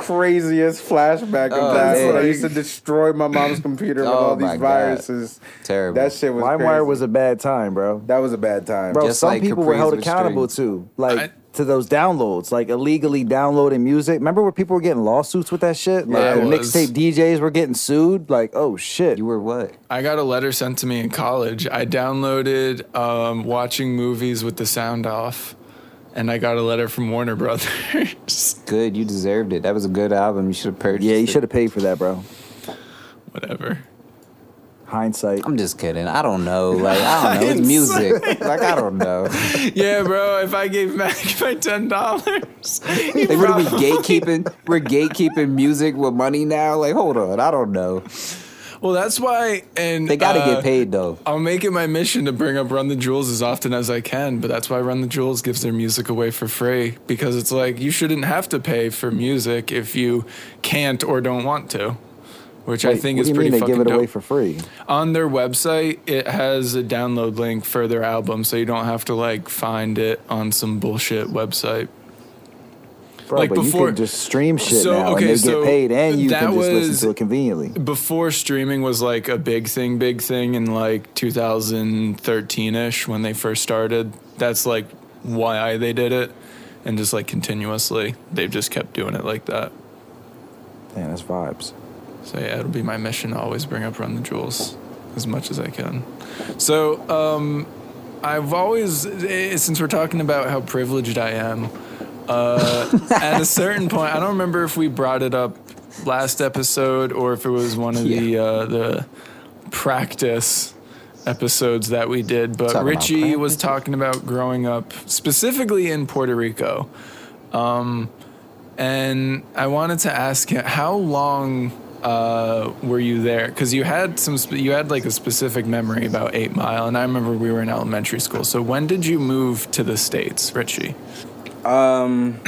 S3: craziest flashback of
S1: Oh,
S3: that.
S1: man.
S3: when I used to destroy my mom's computer with
S1: Oh,
S3: all
S1: my
S3: these
S1: God.
S3: viruses.
S1: Terrible.
S3: That shit was
S2: LimeWire
S3: crazy.
S2: was a bad time, bro.
S3: that was a bad time.
S2: Bro,
S1: Just
S2: some
S1: like
S2: people were
S1: Capris
S2: held
S1: with
S2: accountable to, like
S4: I-
S2: to those downloads, like illegally downloading music. Remember where people were getting lawsuits with that shit? Like
S4: Yeah,
S2: the
S4: it was.
S2: mixtape DJs were getting sued. Like, oh shit.
S1: You were what?
S4: I got a letter sent to me in college. I downloaded um, watching movies with the sound off, and I got a letter from Warner Brothers.
S1: Good. You deserved it. That was a good album. You should have purchased
S2: yeah, you
S1: it.
S2: should have paid for that, bro.
S4: Whatever.
S2: Hindsight.
S1: I'm just kidding. I don't know. Like, I don't know. It's music. Like, I don't know.
S4: Yeah, bro. If I gave Mac my ten dollars,
S1: Like, what are we gatekeeping? We're gatekeeping music with money now? Like, hold on. I don't know.
S4: well, that's why. And
S1: They got to
S4: uh,
S1: get paid, though.
S4: I'll make it my mission to bring up Run the Jewels as often as I can, but that's why Run the Jewels gives their music away for free because it's like you shouldn't have to pay for music if you can't or don't want to, which I
S2: Wait,
S4: think
S2: what
S4: is
S2: do you
S4: pretty
S2: mean they
S4: fucking
S2: give it
S4: dope.
S2: away for free?
S4: on their website it has a download link for their album so you don't have to like find it on some bullshit website
S2: Bro,
S4: Like
S2: but
S4: before-
S2: you can just stream shit
S4: So,
S2: now
S4: okay,
S2: and they
S4: so
S2: get paid and you
S4: that
S2: can just
S4: was-
S2: listen to it conveniently.
S4: before streaming was like a big thing big thing in like 2013ish when they first started that's like why they did it and just like continuously they've just kept doing it like that
S2: Damn, that's vibes.
S4: So yeah, it'll be my mission to always bring up Run the Jewels as much as I can. So um, I've always, eh, since we're talking about how privileged I am, uh, at a certain point, I don't remember if we brought it up last episode or if it was one of the
S1: Yeah.
S4: uh, the practice episodes that we did, but
S1: Talking about
S4: Richie was talking about growing up specifically in Puerto Rico. Um, and I wanted to ask him how long uh, were you there? Because you had some, sp- you had like a specific memory about Eight Mile, and I remember we were in elementary school. So when did you move to the states, Richie?
S3: Um,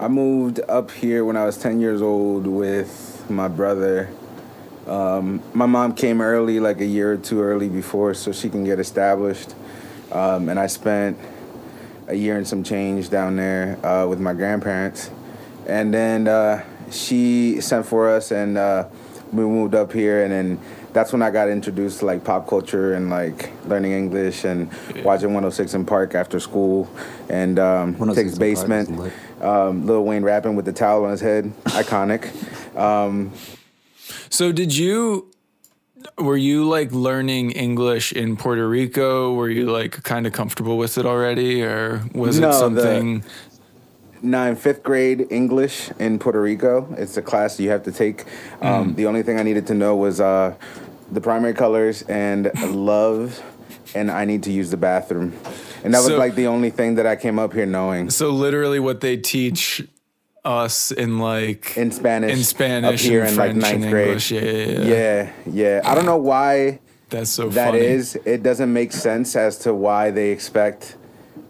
S3: I moved up here when I was 10 years old with my brother. Um, my mom came early, like a year or two early before, so she can get established. Um, and I spent a year and some change down there uh, with my grandparents. And then uh, she sent for us, and uh, we moved up here. And then that's when I got introduced to like pop culture and like learning English and watching 106 in Park after school and um,
S1: 106
S3: Tick's
S1: in Park is
S3: basement.
S1: lit.
S3: Um, Lil Wayne rapping with the towel on his head, iconic. Um,
S4: So did you were you like learning English in Puerto Rico? Were you like kind of comfortable with it already or was
S3: No,
S4: it
S3: the-
S4: something
S3: nine fifth grade English in Puerto Rico. It's a class you have to take. Um,
S4: Mm.
S3: The only thing I needed to know was uh, the primary colors and love, and I need to use the bathroom. And that
S4: So-
S3: was like the only thing that I came up here knowing
S4: So literally, what they teach us in like
S3: in Spanish.
S4: in Spanish
S3: up here
S4: and
S3: in
S4: French
S3: like ninth
S4: and
S3: grade.
S4: English. Yeah, yeah, yeah.
S3: yeah, yeah. I don't know why.
S4: That's so
S3: That
S4: funny.
S3: is, It doesn't make sense as to why they expect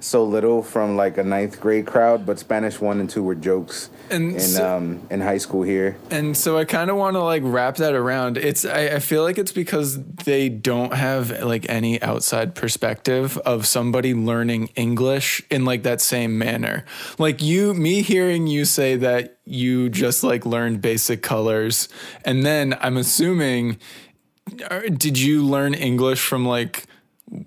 S3: so little from like a ninth grade crowd, but Spanish one and two were jokes
S4: And
S3: in
S4: so-
S3: um in high school here.
S4: And so I kind of want to like wrap that around. It's I, I feel like it's because they don't have like any outside perspective of somebody learning English in like that same manner. Like you, me hearing you say that you just like learned basic colors, and then I'm assuming, uh, did you learn English from like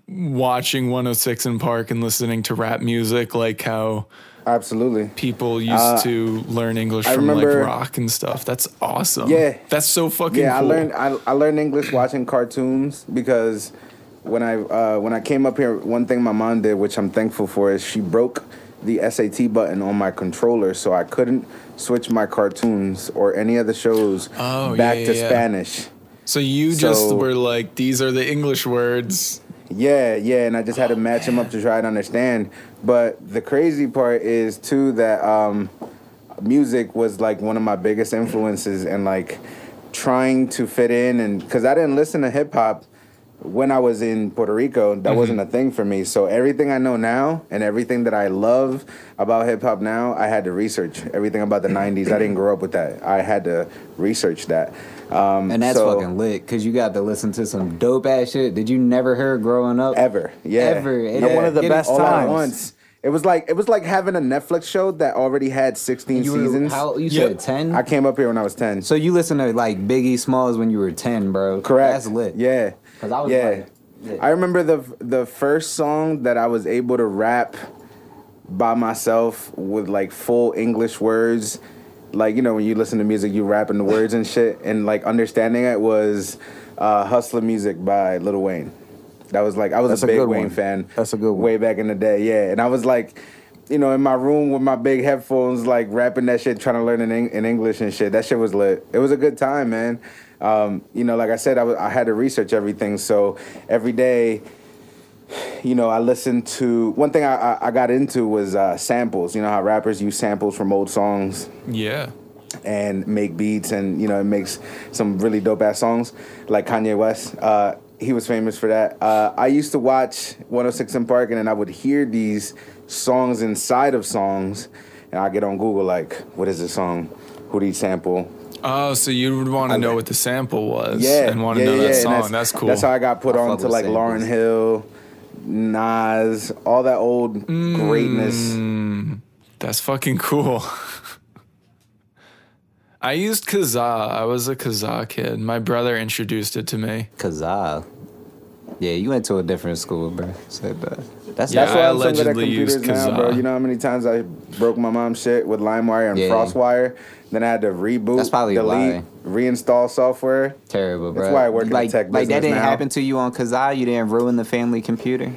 S4: watching 106 in Park and listening to rap music, like how?
S3: Absolutely.
S4: people used to learn English
S3: Uh, I
S4: from
S3: remember-
S4: like rock and stuff. That's awesome.
S3: Yeah.
S4: That's so fucking
S3: yeah,
S4: cool.
S3: I learned I, I learned English watching cartoons because when I uh, when I came up here, one thing my mom did, which I'm thankful for, is she broke the SAT button on my controller, so I couldn't switch my cartoons or any other shows
S4: Oh, yeah,
S3: back
S4: yeah,
S3: to
S4: yeah.
S3: Spanish.
S4: so you just
S3: So-
S4: were like, these are the English words.
S3: Yeah, yeah, and I just had to match him up to try to understand. But the crazy part is too that um, music was like one of my biggest influences, and like trying to fit in, and because I didn't listen to hip hop when I was in Puerto Rico, that
S1: Mm-hmm.
S3: wasn't a thing for me. So everything I know now and everything that I love about hip hop now, I had to research everything about the '90s. I didn't grow up with that. I had to research that. Um,
S1: And that's
S3: so-
S1: fucking lit because you got to listen to some dope ass shit that you never heard growing up.
S3: ever. Yeah,
S1: Ever.
S3: Yeah.
S1: And
S2: one of the
S1: getting
S2: best
S3: all at
S2: times.
S3: once. It was like it was like having a Netflix show that already had 16
S1: You were,
S3: seasons.
S1: how, you
S4: Yep.
S1: said 10?
S3: I came up here when I was 10.
S1: So you listen to like Biggie Smalls when you were ten, bro.
S3: Correct.
S1: That's lit.
S3: Yeah.
S1: 'Cause I was
S3: yeah.
S1: like- yeah.
S3: I remember the the first song that I was able to rap by myself with like full English words. Like, you know, when you listen to music, you rapping the words and shit and like understanding it was uh Hustler Music by Lil Wayne. That was like I was
S2: That's
S3: a
S2: a
S3: big
S2: good
S3: Wayne
S2: one.
S3: fan.
S2: That's a good one.
S3: Way back in the day, yeah. And I was like, you know, in my room with my big headphones, like rapping that shit, trying to learn in, Eng- in English and shit. That shit was lit. It was a good time, man. Um, you know, like I said, I wa- I had to research everything. So every day, you know, I listened to one thing I, I, I got into was uh, samples. You know how rappers use samples from old songs
S4: Yeah.
S3: and make beats and you know it makes some really dope ass songs like Kanye West. Uh, he was famous for that. Uh, I used to watch 106 in Park and then I would hear these songs inside of songs, and I get on Google like, what is this song? Who did he sample?
S4: Oh, so you would want to know
S3: like-
S4: what the sample was
S3: Yeah,
S4: and want to
S3: yeah,
S4: know
S3: yeah,
S4: that
S3: yeah, and
S4: song. That's, cool.
S3: That's how I got put
S1: I
S3: on
S1: fuck
S3: to
S1: with
S3: like
S1: samples.
S3: Lauren Hill, Nas, all that old
S4: Mm.
S3: greatness.
S4: That's fucking cool. I used Kazaa. I was a Kazaa kid. My brother introduced it to me.
S1: Cause I, yeah, you went to a different school, bro. Said that. That's
S4: Yeah,
S3: That's why
S4: I
S3: I'm so good at
S4: allegedly use
S3: computers now, bro.
S4: Kazaa.
S3: You know how many times I broke my mom's shit with LimeWire and
S1: Yeah.
S3: FrostWire? Then I had to reboot,
S1: That's probably why.
S3: delete, reinstall software.
S1: terrible, bro.
S3: That's why I work in the
S1: like,
S3: tech
S1: Like that
S3: business
S1: didn't
S3: now.
S1: happen to you on Kazaa. You didn't ruin the family computer.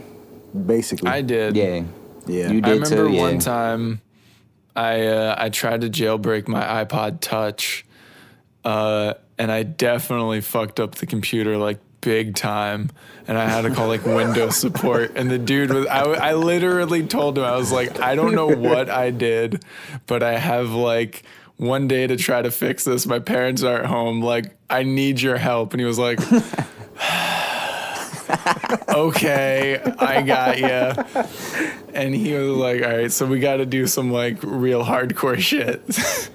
S2: Basically.
S4: I did.
S1: Yeah,
S2: yeah.
S1: you
S4: I
S1: did
S4: remember
S1: too.
S4: one
S1: yeah.
S4: time I uh, I tried to jailbreak my iPod Touch, uh, and I definitely fucked up the computer like big time. And I had to call like Windows support. And the dude was I, I literally told him I was like I don't know what I did, but I have like. One day to try to fix this. My parents aren't home. Like, I need your help. And he was like, okay, I got you. And he was like, all right, so we got to do some like real hardcore shit.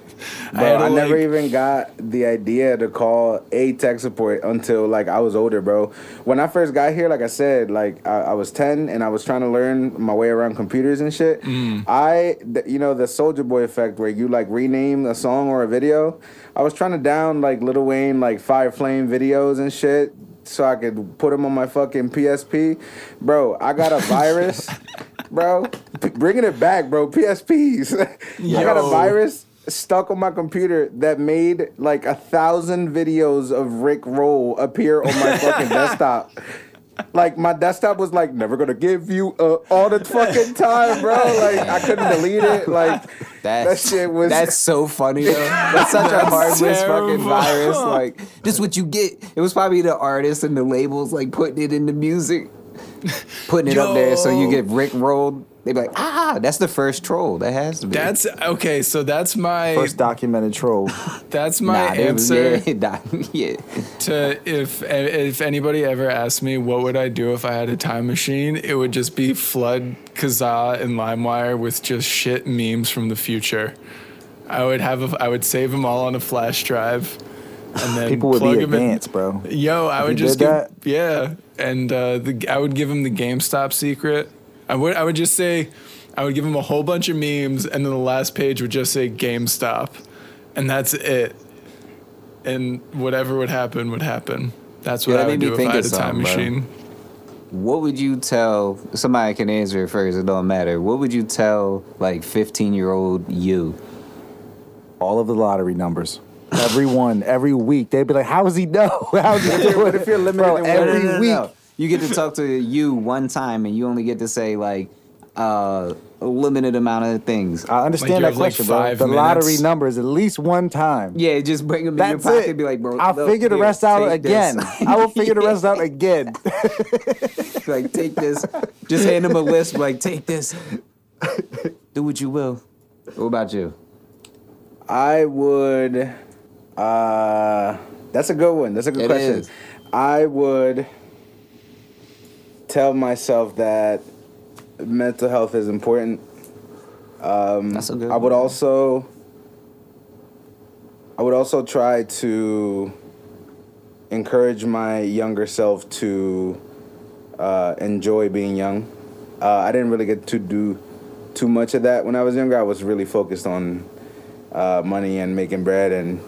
S4: I,
S3: Bro,
S4: had
S3: I,
S4: to,
S3: never
S4: like-
S3: even got the idea to call a tech support until like I was older, bro. When I first got here, like I said, like I, I was ten and I was trying to learn my way around computers and shit.
S4: Mm.
S3: I, th- you know, the Soldier Boy effect where you like rename a song or a video. I was trying to down like Lil Wayne like Fire Flame videos and shit. So I could put them on my fucking PSP, bro. I got a virus, bro. P- bringing it back, bro. PSPs. I got a
S4: Yo.
S3: virus virus stuck on my computer that made like a thousand videos of Rick Roll appear on my fucking desktop. Like my desktop was like never gonna give you uh, all the fucking time, bro. Like I couldn't delete it. Like
S1: That's,
S3: that shit was
S1: That's so funny though. That's such a harmless fucking
S4: terrible.
S1: virus. Like, this what you get. It was probably the artists and the labels like putting it in the music, putting it up there so you
S4: Yo.
S1: get rickrolled. They be like, ah, that's the first troll. That has to be.
S4: That's okay. So that's my
S2: First documented troll.
S4: that's
S1: Nah,
S4: my
S1: they was-
S4: answer
S1: yeah, nah, yeah.
S4: to if if anybody ever asked me what would I do if I had a time machine, it would just be flood Kazaa and LimeWire with just shit memes from the future. I would have a, I would save them all on a flash drive, and then
S2: People would
S4: plug
S2: be
S4: 'em in.
S2: advanced, bro.
S4: Yo, I would
S2: you
S4: just
S2: did
S4: give,
S2: that?
S4: yeah, and uh, the, I would give him the GameStop secret. I would I would just say I would give him a whole bunch of memes, and then the last page would just say GameStop, and that's it. And whatever would happen would happen. That's what
S1: Yeah, that
S4: I
S1: made
S4: would
S1: me
S4: do if I
S1: think
S4: had
S1: of
S4: a time
S1: something, bro.
S4: machine.
S1: What would you tell somebody can answer it first, it don't matter. What would you tell like fifteen year old you?
S2: All of the lottery numbers. Every one, every week. They'd be like, how does he know? How's he doing
S3: What if you're limited
S2: Bro,
S3: in one-
S2: Oh, every
S1: No, no, no,
S2: week.
S1: no. You get to talk to you one time, and you only get to say like uh, a limited amount of things. Uh,
S2: I understand
S4: you
S2: that
S4: have, like,
S2: question,
S4: five
S2: bro. The lottery
S4: minutes.
S2: numbers at least one time.
S1: yeah, just bring them in your
S2: That's
S1: pocket.
S2: it.
S1: And be like, bro,
S2: I'll
S1: look,
S2: figure the
S1: here,
S2: rest out
S1: take
S2: again.
S1: this.
S2: I will figure the rest out again.
S1: like, take this. Just hand them a list. Like, take this. Do what you will. What about you?
S3: I would. Uh, that's a good one. That's a good
S1: It
S3: question.
S1: is.
S3: I would tell myself that mental health is important.
S1: That's a good.
S3: Mm, I would
S1: one.
S3: also. I would also try to encourage my younger self to uh, enjoy being young. Uh, I didn't really get to do too much of that when I was younger. I was really focused on uh, money and making bread and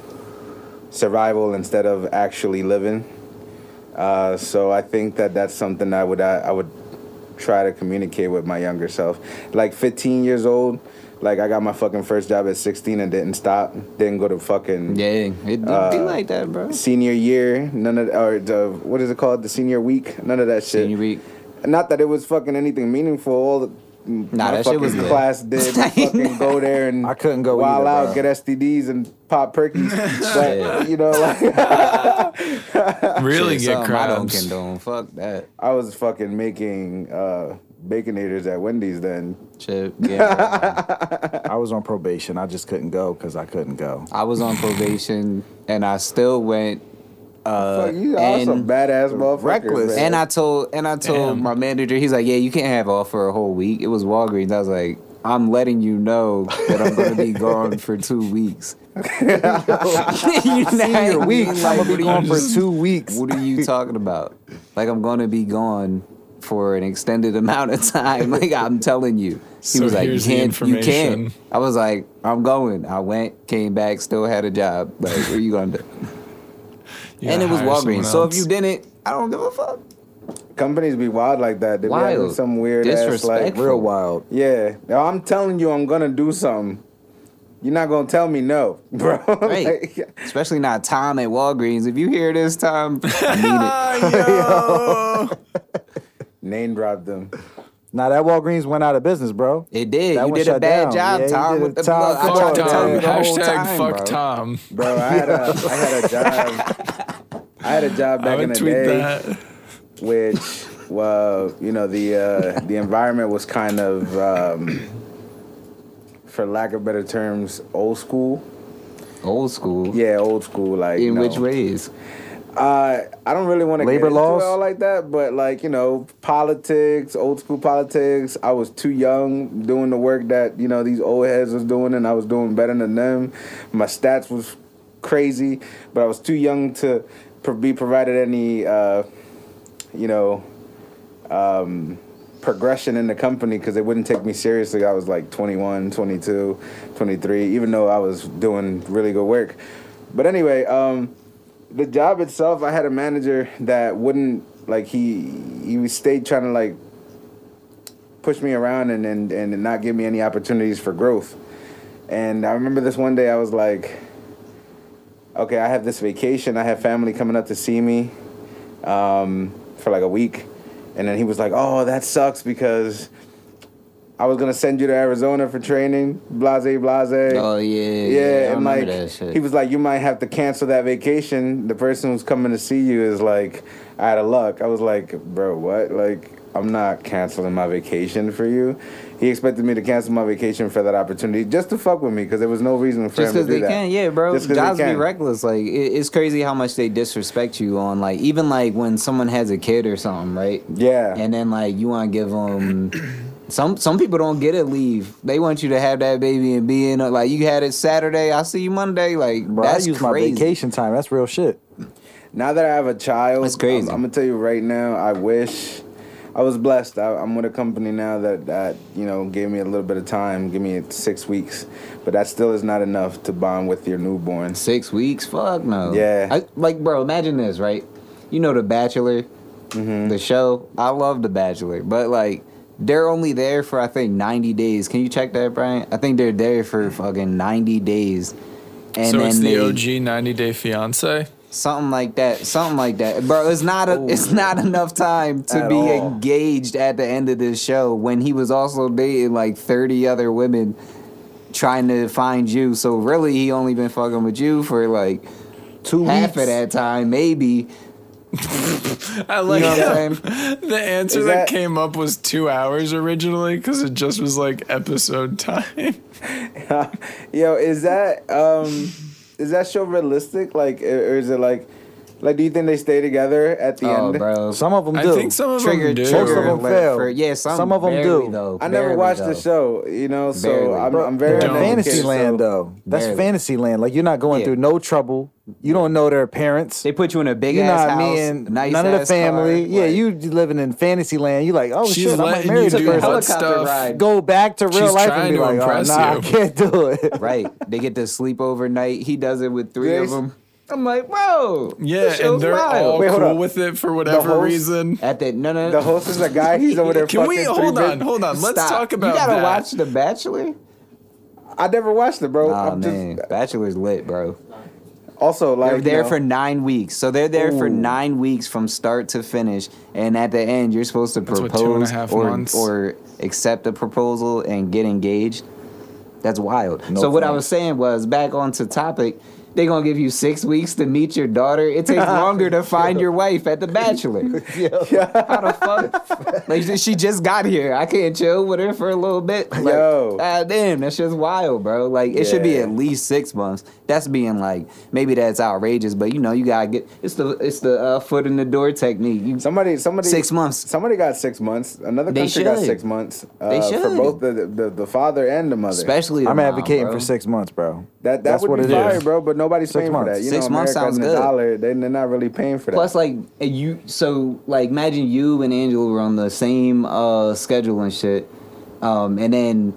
S3: survival instead of actually living. Uh, so I think that that's something I would I, I would try to communicate with my younger self. Like 15 years old, like I got my fucking first job at 16 and didn't stop, didn't go to fucking
S1: Yeah, it
S3: Uh,
S1: be like that, bro.
S3: senior year, none of or the, what is it called, the senior week, none of that shit.
S1: Senior week.
S3: Not that it was fucking anything meaningful. All the my
S1: that shit was
S3: fucking
S1: good.
S3: class did was fucking go there and
S2: I couldn't go
S3: wild
S2: either,
S3: out,
S2: bro.
S3: get STDs and pop perkies. but
S1: Yeah.
S3: you know, like
S4: Really
S1: It's
S4: get
S1: something I don't
S4: crabs.
S1: condone. Fuck that
S3: I was fucking making uh, baconators at Wendy's then.
S1: shit. Yeah.
S2: I was on probation. I just couldn't go because I couldn't go.
S1: I was on probation and I still went. Uh,
S3: Fuck, you are
S1: and,
S3: some badass motherfuckers.
S2: reckless.
S3: man.
S1: and I told and I told
S4: Damn.
S1: my manager, he's like, "Yeah, you can't have off for a whole week." It was Walgreens. I was like, "I'm letting you know that I'm going to be gone for two weeks." you
S2: Senior week, I'm gonna be gone for two weeks.
S1: What are you talking about? Like I'm going to be gone for an extended amount of time. Like I'm telling you. He
S4: So
S1: was like, "You
S4: here's the
S1: can't. You
S4: information.
S1: can't." I was like, "I'm going." I went, came back, still had a job. Like, what are you going to do?
S4: You
S1: and it
S4: gotta
S1: was
S4: hire someone
S1: Walgreens. So if
S4: else.
S1: you didn't, I don't give a fuck.
S3: Companies be wild like that. They be having
S1: Wild.
S3: some weird ass like
S1: Disrespectful.
S2: Real wild.
S3: Yeah. Now I'm telling you I'm gonna do something. You're not gonna tell me no, bro.
S1: Right.
S3: Like,
S1: Especially not Tom at Walgreens. If you hear this, Tom, I need it.
S3: name drop them.
S2: Now that Walgreens went out of business, bro.
S1: It did.
S2: That
S1: you
S2: one
S1: did a
S2: shut
S1: bad
S2: down.
S1: job,
S2: Yeah, you
S1: Tom,
S2: did
S1: with
S2: it,
S1: the
S2: Tom.
S1: plug. I
S2: Fuck
S1: tried
S4: Fuck
S1: to
S2: Tom.
S1: tell you
S4: Tom.
S1: the whole
S4: Hashtag
S1: time,
S4: fuck
S1: bro.
S4: Tom.
S3: Bro, I had a I had a job. I had a job
S4: I
S3: back in
S4: would
S3: the
S4: tweet
S3: day.
S4: that.
S3: which well you know the uh, the environment was kind of um, for lack of better terms old school
S1: Old school.
S3: yeah old school like
S1: In
S3: no.
S1: which ways?
S3: uh, I don't really want to
S2: Labor
S3: get
S2: laws?
S3: into it all like that but like you know politics old school politics I was too young doing the work that you know these old heads was doing and I was doing better than them my stats was crazy but I was too young to pro- be provided any uh, you know um, progression in the company because they wouldn't take me seriously. I was like 21, 22, 23, even though I was doing really good work. But anyway, um, the job itself, I had a manager that wouldn't like he he stayed trying to like push me around and and, and not give me any opportunities for growth. And I remember this one day I was like, okay, I have this vacation. I have family coming up to see me um, for like a week And then he was like, "Oh, that sucks because I was gonna send you to Arizona for training, blase blase."
S1: Oh yeah, yeah. I
S3: Yeah, and
S1: remember
S3: like
S1: that shit.
S3: he was like, "You might have to cancel that vacation." The person who's coming to see you is like, out of luck. I was like, "Bro, what? Like, I'm not canceling my vacation for you." He expected me to cancel my vacation for that opportunity just to fuck with me because there was no reason for
S1: just
S3: him
S1: because
S3: to do
S1: they
S3: that.
S1: can, yeah, bro.
S3: Just 'cause they
S1: Guys be
S3: can.
S1: reckless. Like it, it's crazy how much they disrespect you on like even like when someone has a kid or something, right?
S3: Yeah.
S1: And then like you want to give them. Some some people don't get a leave. They want you to have that baby and be in it. Like you had it Saturday, I see you Monday. Like
S2: Bro,
S1: that's
S2: I use
S1: crazy.
S2: my vacation time. That's real shit.
S3: Now that I have a child,
S1: That's crazy.
S3: I'm, I'm gonna tell you right now. I wish I was blessed. I, I'm with a company now that that you know gave me a little bit of time, give me six weeks, but that still is not enough to bond with your newborn.
S1: Six weeks? Fuck no.
S3: Yeah.
S1: I, like, bro, imagine this, right? You know The Bachelor, the show. I love The Bachelor, but like, they're only there for I think ninety days. Can you check that, Brian? I think they're there for fucking ninety days, and
S4: so
S1: then
S4: it's the
S1: they,
S4: OG 90 Day Fiance.
S1: something like that, something like that, bro. It's not a, it's not enough time to
S3: At
S1: be
S3: all.
S1: engaged at the end of this show when he was also dating like thirty other women, trying to find you. So really, he only been fucking with you for like two half of that time, maybe.
S4: I
S1: You
S4: like
S1: know what
S4: how
S1: I'm saying?
S4: the answer
S3: Is
S4: that,
S3: that-
S4: came up was two hours originally because it just was like episode time.
S3: Yo, is that um, is that show realistic? Like, or or is it like, like, do you think they stay together at the
S1: Oh,
S3: end?
S1: bro.
S2: Some of them
S4: I
S2: do.
S4: think some of
S1: Trigger,
S4: them do.
S2: Most of
S1: trigger
S2: them
S1: alert
S2: fail.
S1: For, yeah, some,
S2: Some of 'em
S1: barely,
S2: do.
S1: Though,
S3: I never
S1: Barely,
S3: watched
S1: though.
S3: the show, you know, so
S1: Barely.
S3: I'm,
S1: Bro,
S3: I'm very
S2: That's
S4: Don't.
S3: uneducated,
S2: fantasy land,
S3: so-
S2: though. That's
S1: Barely.
S2: fantasy land. Like you're not going
S1: Yeah.
S2: through no trouble. You don't know their parents.
S1: They put you in a big
S2: You're
S1: ass
S2: not
S1: house,
S2: meeing
S1: nice
S2: none of the
S1: ass car,
S2: family. yeah,
S1: like-
S2: you living in fantasy land. You like, oh
S4: She's
S2: shit, I might
S4: letting
S2: marry
S4: you
S2: this
S4: do
S2: person.
S4: hot
S1: Helicopter
S4: stuff.
S1: ride.
S2: Go back to real
S4: She's
S2: life
S4: trying
S2: and be
S4: to
S2: like, oh,
S4: impress
S2: nah,
S4: you."
S2: I can't do it.
S1: Right. They get to sleep overnight. He does it with three of
S3: Yes.
S1: them. I'm like, whoa.
S4: Yeah,
S1: this
S4: and
S1: show's
S4: they're
S1: wild.
S4: all
S3: Wait, hold
S4: cool
S3: up.
S4: with it for whatever
S3: host-
S4: reason.
S1: at that. No, no, no.
S3: The host is a guy. He's over there.
S4: Can we
S3: fucking three
S4: hold on?
S3: bitches.
S4: Hold on. Let's
S1: Stop.
S4: talk about
S1: You gotta
S4: that.
S1: watch The Bachelor.
S3: I never watched it, bro.
S1: Oh
S3: I'm
S1: man,
S3: just
S1: Bachelor's lit, bro.
S3: also like
S1: They're
S3: you
S1: there
S3: know,
S1: for nine weeks, so they're there for
S3: Ooh.
S1: nine weeks from start to finish. And at the end, you're supposed to
S4: That's what, two and a
S1: propose
S4: half
S1: or,
S4: months?
S1: or accept a proposal and get engaged. That's wild.
S2: No
S1: so what I
S2: thanks.
S1: was saying was back onto topic. They're gonna give you six weeks to meet your daughter. It takes longer to find your wife at the Bachelor. How the fuck? like she just got here. I can't chill with her for a little bit. Like,
S3: Yo.
S1: ah, damn, that's just wild, bro. Like it should be
S3: Yeah.
S1: at least six months. That's being like maybe that's outrageous, but you know you gotta get it's the it's the uh, foot in the door technique. You
S3: Somebody, somebody,
S1: Six months.
S3: Somebody got six months. Another
S1: They
S3: country got
S1: should.
S3: six months. Uh,
S1: They
S3: for
S1: should.
S3: both the, the the father and the mother.
S1: especially the
S2: I'm
S1: mom,
S2: advocating
S1: bro.
S2: for six months, bro.
S3: that that
S2: That's
S3: would
S2: what
S3: be
S2: it
S3: fire,
S2: is.
S3: bro. But nobody's
S2: Six
S3: paying for
S2: months.
S3: that. You
S1: Six
S3: know,
S1: months
S3: America
S1: sounds
S3: and the
S1: good.
S3: dollar, they, they're not really paying for that.
S1: Plus, like you, so like imagine you and Angela were on the same uh, schedule and shit, um, and then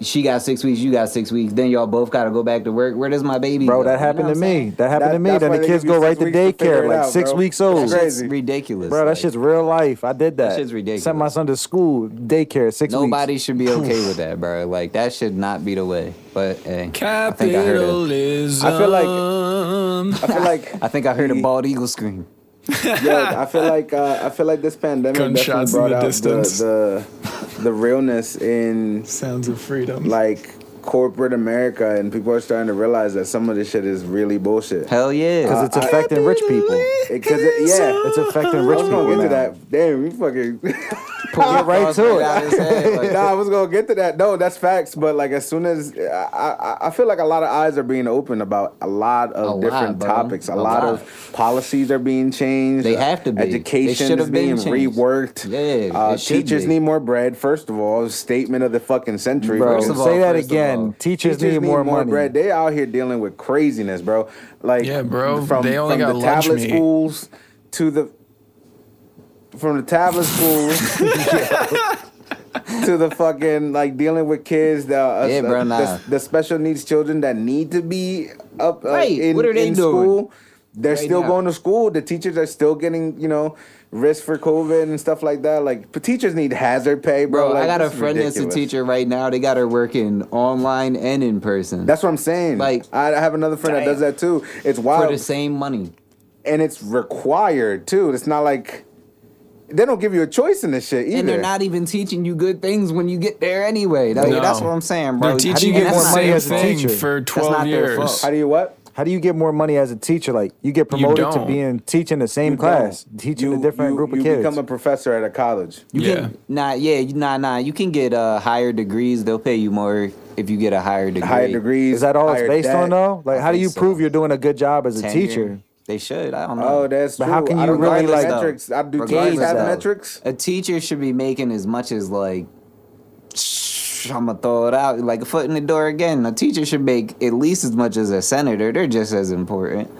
S1: she got six weeks, you got six weeks. Then y'all both got to go back to work. Where does my baby? go?
S2: Bro,
S1: You
S2: that
S1: know
S2: happened
S1: what
S2: to
S1: I'm
S2: me.
S1: saying?
S2: That happened
S3: That-
S2: to me.
S3: that's
S2: Then
S3: why
S2: the
S3: they
S2: kids
S3: give
S2: go
S3: you
S2: right
S3: six
S2: to
S3: weeks to
S2: daycare,
S3: figure it
S2: like
S3: out,
S2: six
S3: bro.
S2: weeks
S3: That's
S2: old.
S1: That shit's
S3: Crazy.
S1: ridiculous,
S2: Bro,
S1: like,
S2: that shit's real life. I did that.
S1: shit's ridiculous.
S2: Sent my son to school, daycare, six
S1: Nobody
S2: weeks.
S1: should be okay with that, bro. Like that should not be the way. But hey, I think I heard a,
S4: Capitalism.
S3: I feel
S4: like
S3: like- I feel like
S1: I think I heard a bald eagle scream.
S3: yo, I feel like uh, I feel like this pandemic
S4: Gunshots in
S3: definitely brought
S4: the
S3: out
S4: distance.
S3: the the the realness in
S4: sounds of freedom.
S3: like corporate America, and people are starting to realize that some of this shit is really bullshit.
S1: Hell yeah,
S2: Because it's affecting rich people.
S3: Because it, yeah,
S2: It's affecting
S3: I
S2: rich
S3: was gonna
S2: people
S3: get to
S2: now.
S3: that. Damn, we fucking.
S1: Pull your
S2: Get right
S1: thoughts
S2: to it.
S1: out of his head, like-
S3: nah, I was gonna get to that. No, that's facts. But like, as soon as I, I, I feel like a lot of eyes are being opened about a lot of
S1: A lot,
S3: different
S1: bro.
S3: topics.
S1: A
S3: A,
S1: lot.
S3: lot, of policies are being changed.
S1: They have to be. They
S3: Education
S1: should
S3: is
S1: have been
S3: being
S1: changed.
S3: reworked.
S1: Yeah,
S3: uh,
S1: it should
S3: teachers
S1: be.
S3: need more bread. First of all, statement of the fucking century.
S2: Bro,
S1: First
S3: Because
S1: of all,
S2: say that
S1: first of all.
S2: again. Teachers, need, more, money.
S3: bread. They out here dealing with craziness, bro. Like
S4: Yeah, bro, they only
S3: from
S4: got
S3: the
S4: lunch
S3: tablet
S4: meat.
S3: schools to the from the tablet schools to the fucking like dealing with kids that uh,
S1: Yeah,
S3: uh,
S1: bro, nah.
S3: the, the special needs children that need to be up uh,
S1: Right,
S3: in,
S1: what are they doing?
S3: in school. They're
S1: Right
S3: still
S1: now.
S3: going to school. The teachers are still getting, you know, risk for COVID and stuff like that. Like p- teachers need hazard pay, bro.
S1: Bro,
S3: Like,
S1: I got a
S3: this is
S1: friend that's
S3: ridiculous.
S1: a teacher right now. They got her working online and in person
S3: That's what I'm saying.
S1: Like-
S3: Like I I have another friend that does that too. It's
S1: for
S3: wild
S1: the same money.
S3: and it's required too. It's not like They don't give you a choice in this shit either.
S1: And they're not even teaching you good things when you get there anyway. Like,
S4: No.
S1: That's what I'm saying, bro.
S4: They're
S2: you
S4: teaching
S2: get
S4: you the
S1: and
S2: more
S1: that's
S2: money
S4: same
S2: as a
S4: thing
S2: teacher?
S4: for
S1: That's
S4: 12
S1: not their
S4: years.
S1: fault.
S3: How do you what?
S2: How do you get more money as a teacher? Like you get promoted to
S4: don't.
S2: being teaching the same class,
S3: don't.
S2: teaching
S3: You-
S2: a different
S3: you-
S2: group of
S3: you
S2: kids.
S3: become a professor at a college.
S1: You
S4: Yeah.
S1: Can, nah, yeah, you- nah, nah. You can get uh, higher degrees. They'll pay you more if you get a higher degree.
S3: Higher degrees.
S2: Is that all it's
S3: higher
S2: based
S3: debt.
S2: on though? Like,
S1: I
S2: how do
S1: think
S2: you
S1: so.
S2: prove you're doing a good job as a
S1: Tenure.
S2: teacher?
S1: They should. I don't know.
S3: Oh, that's
S2: But
S3: true.
S2: how can
S3: I
S2: you
S3: don't
S2: really,
S3: have the
S2: like,
S3: metrics? I do teams
S1: Regardless,
S3: have
S1: though,
S3: metrics?
S1: A teacher should be making as much as like I'm gonna throw it out like a foot in the door again. A teacher should make at least as much as a senator. They're just as important.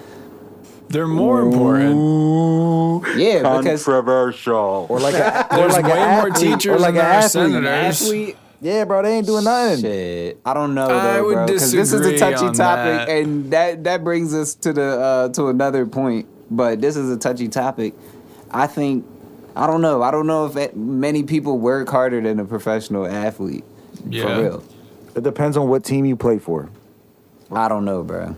S4: They're more important.
S1: Yeah, because
S2: Or like, a, or
S4: There's
S2: like
S4: way
S2: an
S4: more
S2: athlete, or
S4: teachers
S2: like
S4: than
S2: an
S4: there are
S2: athlete.
S4: senators.
S1: athlete.
S2: Yeah, bro, they ain't doing nothing.
S1: Shit, I don't know though,
S4: I would
S1: bro. Because this is a
S4: disagree
S1: touchy
S4: on
S1: topic,
S4: that.
S1: and that that brings us to the uh, to another point. But this is a touchy topic. I think I don't know. I don't know if that many people work harder than a professional athlete.
S4: Yeah.
S1: For real,
S2: It depends on what team you play for.
S1: I don't know, bro.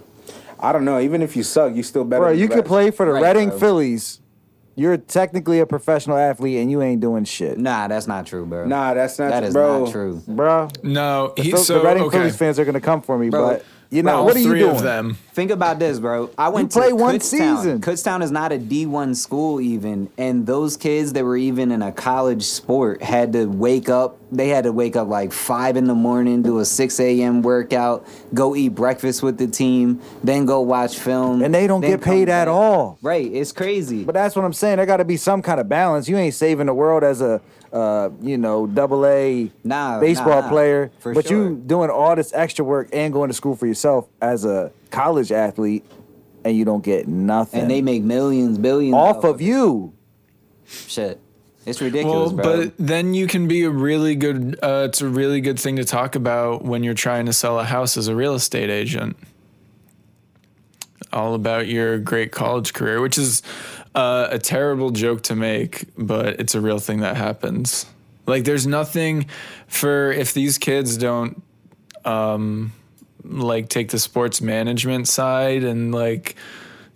S3: I don't know. Even if you suck, you still better.
S2: Bro,
S3: than
S2: you
S3: the
S2: could
S3: rest.
S2: play for the
S1: Right,
S2: Reading
S1: bro.
S2: Phillies. You're technically a professional athlete and you ain't doing shit.
S1: Nah, that's not true, bro.
S3: Nah, that's not
S1: that
S3: true,
S1: is
S3: bro.
S1: not true.
S2: Bro,
S4: No, he,
S2: Phil-
S4: so
S2: the Reading
S4: okay.
S2: Phillies fans are gonna come for me,
S1: Bro,
S2: but you
S4: Bro,
S2: know
S4: all
S2: what are you
S4: three
S2: doing?
S4: of them.
S1: Think about this, bro. I went
S2: play
S1: to
S2: one
S1: Kutztown.
S2: season.
S1: Kutztown is not a D1 school even, and those kids that were even in a college sport had to wake up. They had to wake up like five in the morning, do a six a.m. workout, go eat breakfast with the team, then go watch film,
S2: And they don't
S1: then
S2: get paid
S1: come
S2: at
S1: back.
S2: all.
S1: Right? It's crazy.
S2: But that's what I'm saying. There got to be some kind of balance. You ain't saving the world as a, uh, you know, double A
S1: Nah,
S2: baseball
S1: nah, nah.
S2: player.
S1: For
S2: but
S1: sure.
S2: you doing all this extra work and going to school for yourself as a college athlete, and you don't get nothing.
S1: and they make millions, billions
S2: off of you.
S1: shit. It's ridiculous,
S4: Well,
S1: bro.
S4: but then you can be a really good. Uh, it's a really good thing to talk about when you're trying to sell a house as a real estate agent. All about your great college career, which is uh, a terrible joke to make, but it's a real thing that happens. Like, there's nothing for if these kids don't um, like take the sports management side and like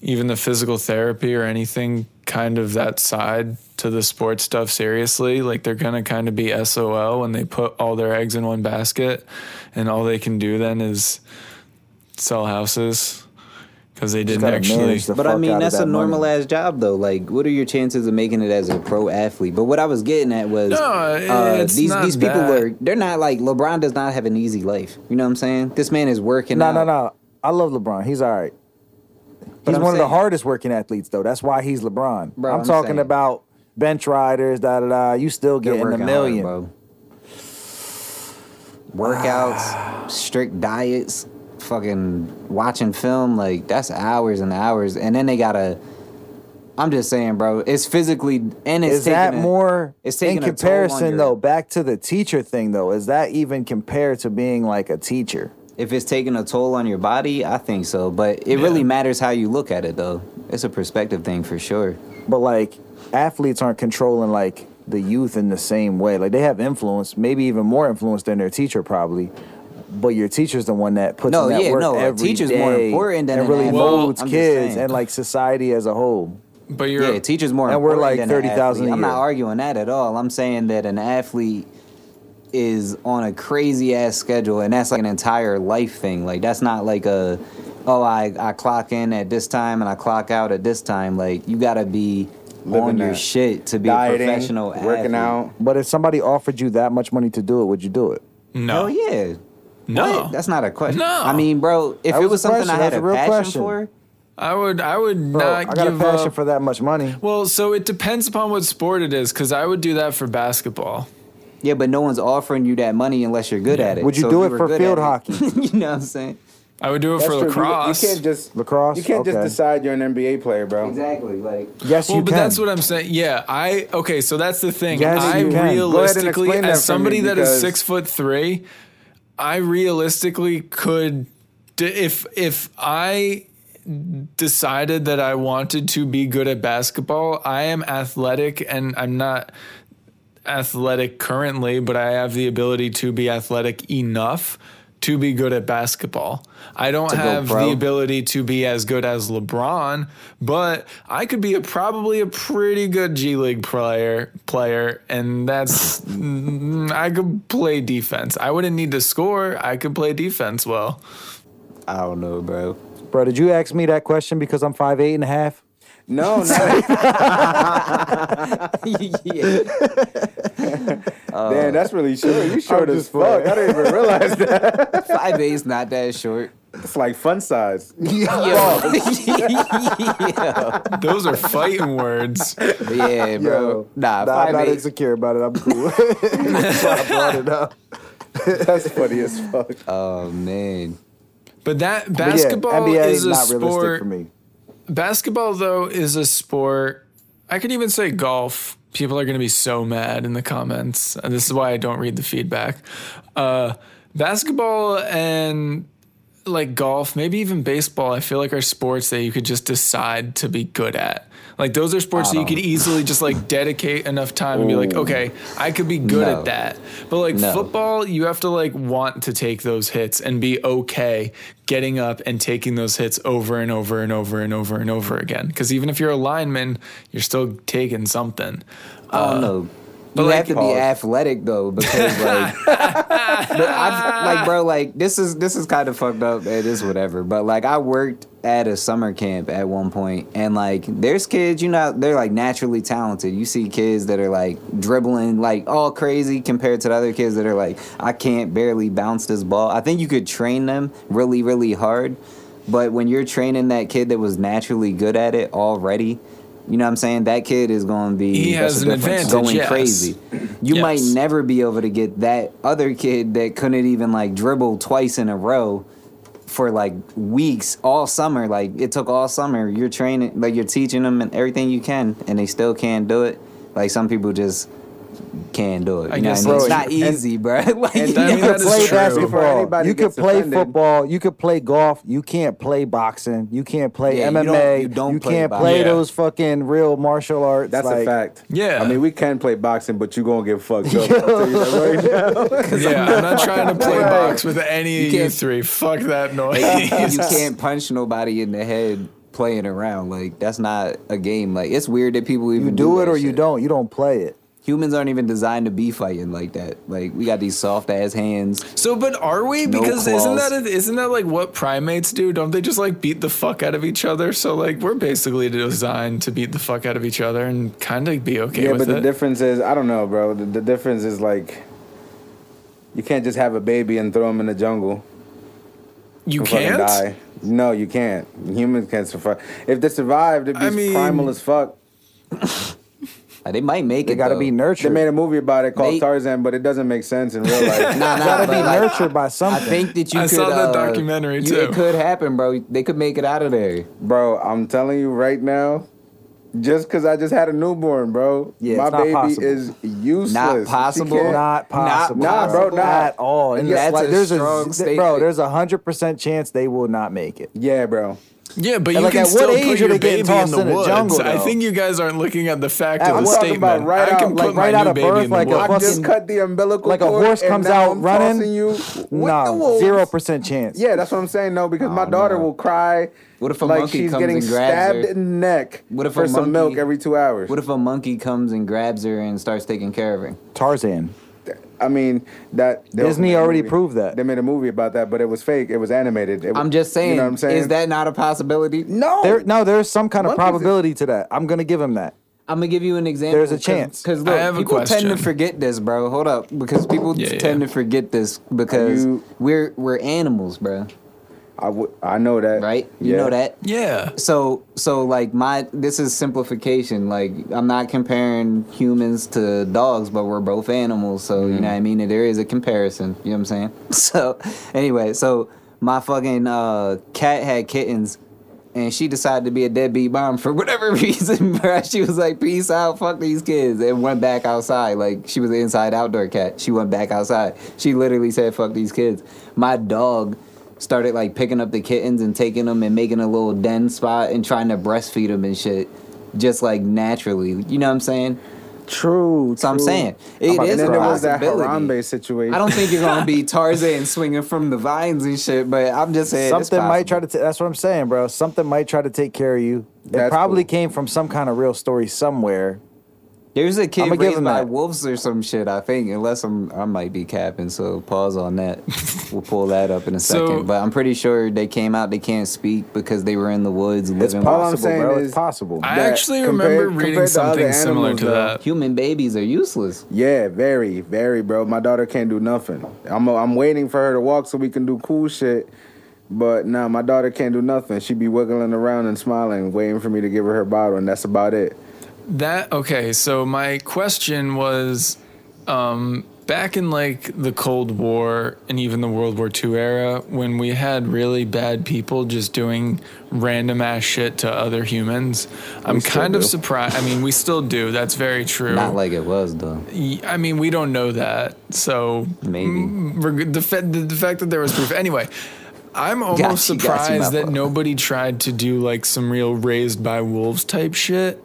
S4: even the physical therapy or anything kind of that side to the sports stuff seriously like they're going to kind of be SOL when they put all their eggs in one basket and all they can do then is sell houses cuz they didn't
S2: gotta
S4: actually
S2: manage the
S1: But I
S2: fuck out
S1: mean,
S2: of
S1: that's
S2: that
S1: a normal
S2: money.
S1: ass job, though. Like, what are your chances of making it as a pro athlete? But what I was getting at was, uh,
S4: No, it's
S1: these
S4: not
S1: these people
S4: that.
S1: were they're not like LeBron does not have an easy life. You know what I'm saying? This man is working.
S2: No,
S1: out.
S2: no, no. I love LeBron. He's all right. He's
S1: I'm
S2: one of the
S1: saying-
S2: hardest working athletes, though. That's why he's LeBron.
S1: Bro,
S2: I'm,
S1: I'm
S2: talking
S1: saying-
S2: about bench riders, da da da. You still
S1: They're
S2: getting a
S1: working
S2: million.
S1: hard, bro. Workouts, strict diets, fucking watching film. Like that's hours and hours, and then they gotta. I'm just saying, bro. It's physically and it's
S2: is that
S1: taking a-
S2: more
S1: it's taking
S2: in
S1: a toll on
S2: comparison
S1: your-
S2: though back to the teacher thing though is that even compared to being like a teacher
S1: if it's taking a toll on your body, I think so. But it
S4: Yeah.
S1: really matters how you look at it, though. It's a perspective thing for sure.
S2: but like athletes aren't controlling like the youth in the same way like they have influence maybe even more influence than their teacher probably but your teacher's the one that puts
S1: No,
S2: in that
S1: yeah,
S2: work
S1: no, a
S2: every
S1: teacher's more
S2: day
S1: important than
S2: and
S1: an
S2: really
S1: athlete.
S4: Well,
S2: molds
S1: I'm just
S2: kids
S1: saying.
S2: and like society as a whole
S4: but you're
S1: Yeah, teachers more.
S2: And we're
S1: important
S2: like
S1: than an
S2: 30,000
S1: athlete.
S2: a
S1: I'm not
S2: year.
S1: arguing that at all. I'm saying that an athlete is on a crazy ass schedule, and that's like an entire life thing. Like that's not like a oh I I clock in at this time and I clock out at this time. Like you gotta be on
S3: Living
S1: your
S3: that.
S1: shit to be
S3: Dieting,
S1: a professional. athlete.
S3: working out.
S2: but if somebody offered you that much money to do it would you do it
S4: no
S1: Hell yeah.
S4: no
S1: What? That's not a question.
S4: No.
S1: I mean, bro, if
S2: That
S1: it was
S2: was a
S1: something I
S2: question.
S1: had
S2: That's
S1: a
S2: a real
S1: passion
S2: question.
S1: for,
S4: i would i would
S2: Bro,
S4: not
S2: i got a
S4: give
S2: passion
S4: up
S2: for that much money
S4: well so it depends upon what sport it is cuz i would do that for basketball
S1: yeah, but no one's offering you that money unless you're good at it.
S2: Would you
S1: So
S2: do
S1: if
S2: it
S1: were
S2: for
S1: good
S2: field
S1: at it-
S2: hockey?
S1: you know what I'm saying?
S4: i would do it
S3: That's
S4: for
S3: true. You-
S4: lacrosse
S3: You, can't just
S2: Lacrosse?
S3: You can't just
S2: Okay.
S3: decide you're an NBA player, bro.
S1: Exactly. Like,
S2: yes
S4: Well,
S2: you
S4: but
S2: can
S4: that's what I'm saying. Yeah, I okay. So that's the thing.
S2: Yes,
S4: I
S2: you can. Go ahead and
S4: realistically,
S3: explain that
S4: as
S3: for
S4: somebody
S3: me,
S4: that is
S3: because-
S4: six foot three, I realistically could, d- if if I decided that I wanted to be good at basketball, I am athletic and I'm not athletic currently, but I have the ability to be athletic enough to be good at basketball. I don't
S1: To go
S4: have
S1: pro.
S4: the ability to be as good as LeBron, but I could be a probably a pretty good G League player player and that's mm, I could play defense. I wouldn't need to score. I could play defense well.
S1: I don't know, bro.
S2: Bro, did you ask me that question because I'm five eight and a half?
S3: No, no.
S1: yeah.
S3: Damn, that's really short. You short
S2: Uh, I'm
S3: as
S2: just
S3: fuck. I didn't even realize that.
S1: Five eight's not that short.
S3: It's like fun size.
S1: Yo. yeah.
S4: Those are fighting words.
S1: yeah, bro. nah,
S2: nah I'm
S1: five
S2: not
S1: eight.
S2: insecure about it. I'm cool. That's why I brought it up.
S3: That's funny as fuck.
S1: oh man.
S4: But that
S2: But
S4: basketball
S2: yeah, NBA
S4: is a
S2: not realistic
S4: sport
S2: for me.
S4: Basketball, though, is a sport. I could even say golf. People are going to be so mad in the comments. And this is why I don't read the feedback. Uh, basketball and like golf, maybe even baseball, I feel like are sports that you could just decide to be good at. Like those are sports that you could easily just like dedicate enough time and be like, okay, I could be good
S1: No.
S4: at that. But like
S1: No.
S4: football, you have to like want to take those hits and be okay getting up and taking those hits over and over and over and over and over again. Because even if you're a lineman, you're still taking something.
S1: I don't know. You
S4: Uh, like-
S1: have to be athletic though, because like, but I've, like bro, like this is this is kind of fucked up. It is whatever, but like I worked at a summer camp at one point, and like there's kids, you know, they're like naturally talented. You see kids that are like dribbling like all crazy compared to the other kids that are like, I can't barely bounce this ball. I think you could train them really, really hard, but when you're training that kid that was naturally good at it already. You know what I'm saying? That kid is going to be
S4: He
S1: that's
S4: has
S1: the
S4: an
S1: difference.
S4: advantage,
S1: Going
S4: yes.
S1: crazy. You
S4: Yes.
S1: might never be able to get that other kid that couldn't even like dribble twice in a row for like weeks all summer. Like it took all summer. You're training, like you're teaching them and everything you can, and they still can't do it. Like some people just can't do it.
S4: I
S1: You know
S4: guess
S1: what I mean?
S4: so.
S1: It's not easy, bro. like,
S3: and
S1: you
S4: I mean,
S1: know,
S2: You
S4: that
S2: could
S4: is
S2: play
S4: true.
S3: Before
S2: basketball.
S3: anybody
S2: You could
S3: gets
S2: play
S3: offended.
S2: football. You could play golf. You can't play boxing. You can't play
S1: Yeah, you don't-
S2: MMA.
S1: you don't play
S2: can't
S1: boxing.
S2: play
S4: Yeah.
S2: those fucking real martial arts.
S3: That's a
S2: like-
S3: fact.
S4: Yeah.
S3: I mean, we can play boxing, but you gonna get fucked up. I'll tell you that right now.
S4: Yeah, I'm not trying to play
S2: Right.
S4: box with any of you
S1: can't-
S4: three. Fuck that noise.
S1: you can't punch nobody in the head playing around. Like that's not a game. Like it's weird that people even
S2: You do it
S1: that
S2: or you
S1: shit.
S2: don't. You don't play it.
S1: Humans aren't even designed to be fighting like that. Like we got these soft ass hands.
S4: So, but are we?
S1: No
S4: Because isn't
S1: claws.
S4: that isn't that like what primates do? Don't they just like beat the fuck out of each other? So like we're basically designed to beat the fuck out of each other and kind of be okay
S3: yeah,
S4: with
S3: but the
S4: it.
S3: difference is, I don't know, bro. The, the difference is like, you can't just have a baby and throw him in the jungle.
S4: you
S3: and fucking
S4: can't.
S3: die. No, you can't. Humans can't survive. If they survived, it'd be
S4: I mean-
S3: primal as fuck.
S1: Uh, They might make
S2: They
S1: it.
S2: got to
S1: though.
S2: be
S3: They
S2: nurtured.
S3: made a movie about it called
S1: They-
S3: Tarzan, but it doesn't make sense in real life.
S1: Nah, nah,
S2: Got to
S1: but,
S2: be
S1: like,
S2: nurtured by
S1: I
S2: something.
S1: think that you.
S4: I
S1: could,
S4: saw that
S1: uh,
S4: documentary,
S1: you-
S4: too.
S1: It could happen, bro. They could make it out of there.
S3: Bro, I'm telling you right now, just because I just had a newborn, bro,
S2: Yeah,
S3: my
S2: it's not
S3: baby
S2: possible.
S3: is useless.
S1: Not
S3: She
S1: possible.
S3: can't-
S2: Not possible.
S3: nah, bro,
S2: possible
S3: nah.
S2: at all. And
S1: Yeah,
S2: it's
S1: that's
S2: like
S1: a
S2: there's
S1: strong
S2: a th- bro.
S1: statement.
S2: There's a hundred percent chance they will not make it.
S3: Yeah, bro.
S4: Yeah, but you
S2: like,
S4: can
S2: at what
S4: still
S2: age
S4: put
S2: are
S4: your
S2: they getting
S4: baby in
S2: tossed
S4: the
S2: in a
S4: woods.
S2: jungle,
S4: I
S2: though?
S4: think you guys aren't looking at the fact
S2: At
S4: of the
S2: what- I'm
S3: talking about
S4: statement.
S3: right
S4: I can
S3: out-
S4: put
S3: like,
S4: my
S2: right
S4: new
S2: out of
S4: baby
S2: birth,
S4: in the
S2: like a
S4: woods.
S3: I just
S2: fucking-
S3: cut the umbilical
S2: like a
S3: cord
S2: horse
S3: and
S2: comes
S3: now
S2: out
S3: I'm
S2: running?
S3: tossing You with the
S2: No,
S3: wolves.
S2: zero percent chance.
S3: Yeah, that's what I'm saying. No, because my
S1: Oh,
S3: daughter
S1: no.
S3: will cry
S1: What if a
S3: like
S1: monkey
S3: she's
S1: comes
S3: getting
S1: and grabs
S3: stabbed
S1: her?
S3: in the neck
S1: What if a
S3: for some
S1: monkey-
S3: milk every two hours.
S1: What if a monkey comes and grabs her and starts taking care of her?
S2: Tarzan.
S3: I mean that they
S2: Disney
S3: made a
S2: already
S3: movie-
S2: proved that.
S3: they made a movie about that, but it was fake. It was animated. It,
S1: I'm just saying.
S3: You know what I'm saying?
S1: Is that not a possibility?
S3: no?
S2: There, no, there's some kind of
S3: Monkeys is-
S2: probability to that. I'm gonna give him that.
S1: I'm gonna give you an example.
S2: There's a chance.
S1: Because
S4: I have
S1: look,
S4: a
S1: people tend
S4: question.
S1: to forget this, bro. Hold up, because people
S4: Yeah,
S1: tend
S4: yeah.
S1: to forget this because
S3: You-
S1: we're we're animals, bro.
S3: I, w- I know that.
S1: Right? You know
S3: Yeah.
S1: that.
S4: yeah.
S1: so so like my this is simplification like i'm not comparing humans to dogs but we're both animals so you know what i mean there is a comparison you know what i'm saying so anyway so my fucking uh cat had kittens and she decided to be a deadbeat mom for whatever reason, bro. She was like, peace out, fuck these kids, and went back outside. Like, she was an inside outdoor cat. She went back outside. She literally said, fuck these kids. My dog started like picking up the kittens and taking them and making a little den spot and trying to breastfeed them and shit, just like naturally. You know what I'm saying?
S2: True.
S1: So I'm
S2: true.
S1: saying
S2: I'm
S1: it
S2: about
S1: is
S2: to
S3: And
S1: a
S3: then there was that
S1: possibility.
S3: Harambe situation.
S1: I don't think you're gonna be Tarzan swinging from the vines and shit, but I'm just saying it's
S2: Something might try
S1: possible.
S2: to. T- that's what I'm saying, bro. Something might try to take care of you. It
S3: That's
S2: probably
S3: cool.
S2: came from some kind of real story somewhere.
S1: There's a kid
S2: I'ma give
S1: raised
S2: him
S1: by
S2: that.
S1: wolves or some shit. I think, unless I'm, I might be capping. So pause on that. we'll pull that up in a
S4: So-
S1: second. but I'm pretty sure they came out. They can't speak because they were in the woods living.
S2: It's
S1: with-
S2: possible,
S3: saying
S2: bro.
S3: is-
S2: it's possible.
S4: I
S3: That
S4: actually
S3: compared-
S4: remember reading
S3: compared to other
S4: something similar
S3: animals,
S4: to
S3: though.
S4: that.
S1: Human babies are useless.
S3: Yeah, very, very, bro. My daughter can't do nothing. I'm I'm waiting for her to walk so we can do cool shit. But nah, my daughter can't do nothing. She be wiggling around and smiling, waiting for me to give her her bottle, and that's about it.
S4: That okay. So my question was, um, back in like the Cold War and even the World War II era, when we had really bad people just doing random ass shit to other humans, I'm
S3: still
S4: kind of
S3: do.
S4: surprised. I mean, we still do. That's very true.
S1: Not like it was though.
S4: Y- I mean, we don't know that. So
S1: Maybe.
S4: Mm, reg- the, fa- the, the fact that there was proof. Anyway, I'm almost
S1: you, got you,
S4: surprised that
S1: Mappa.
S4: nobody tried to do like some real raised by wolves type shit,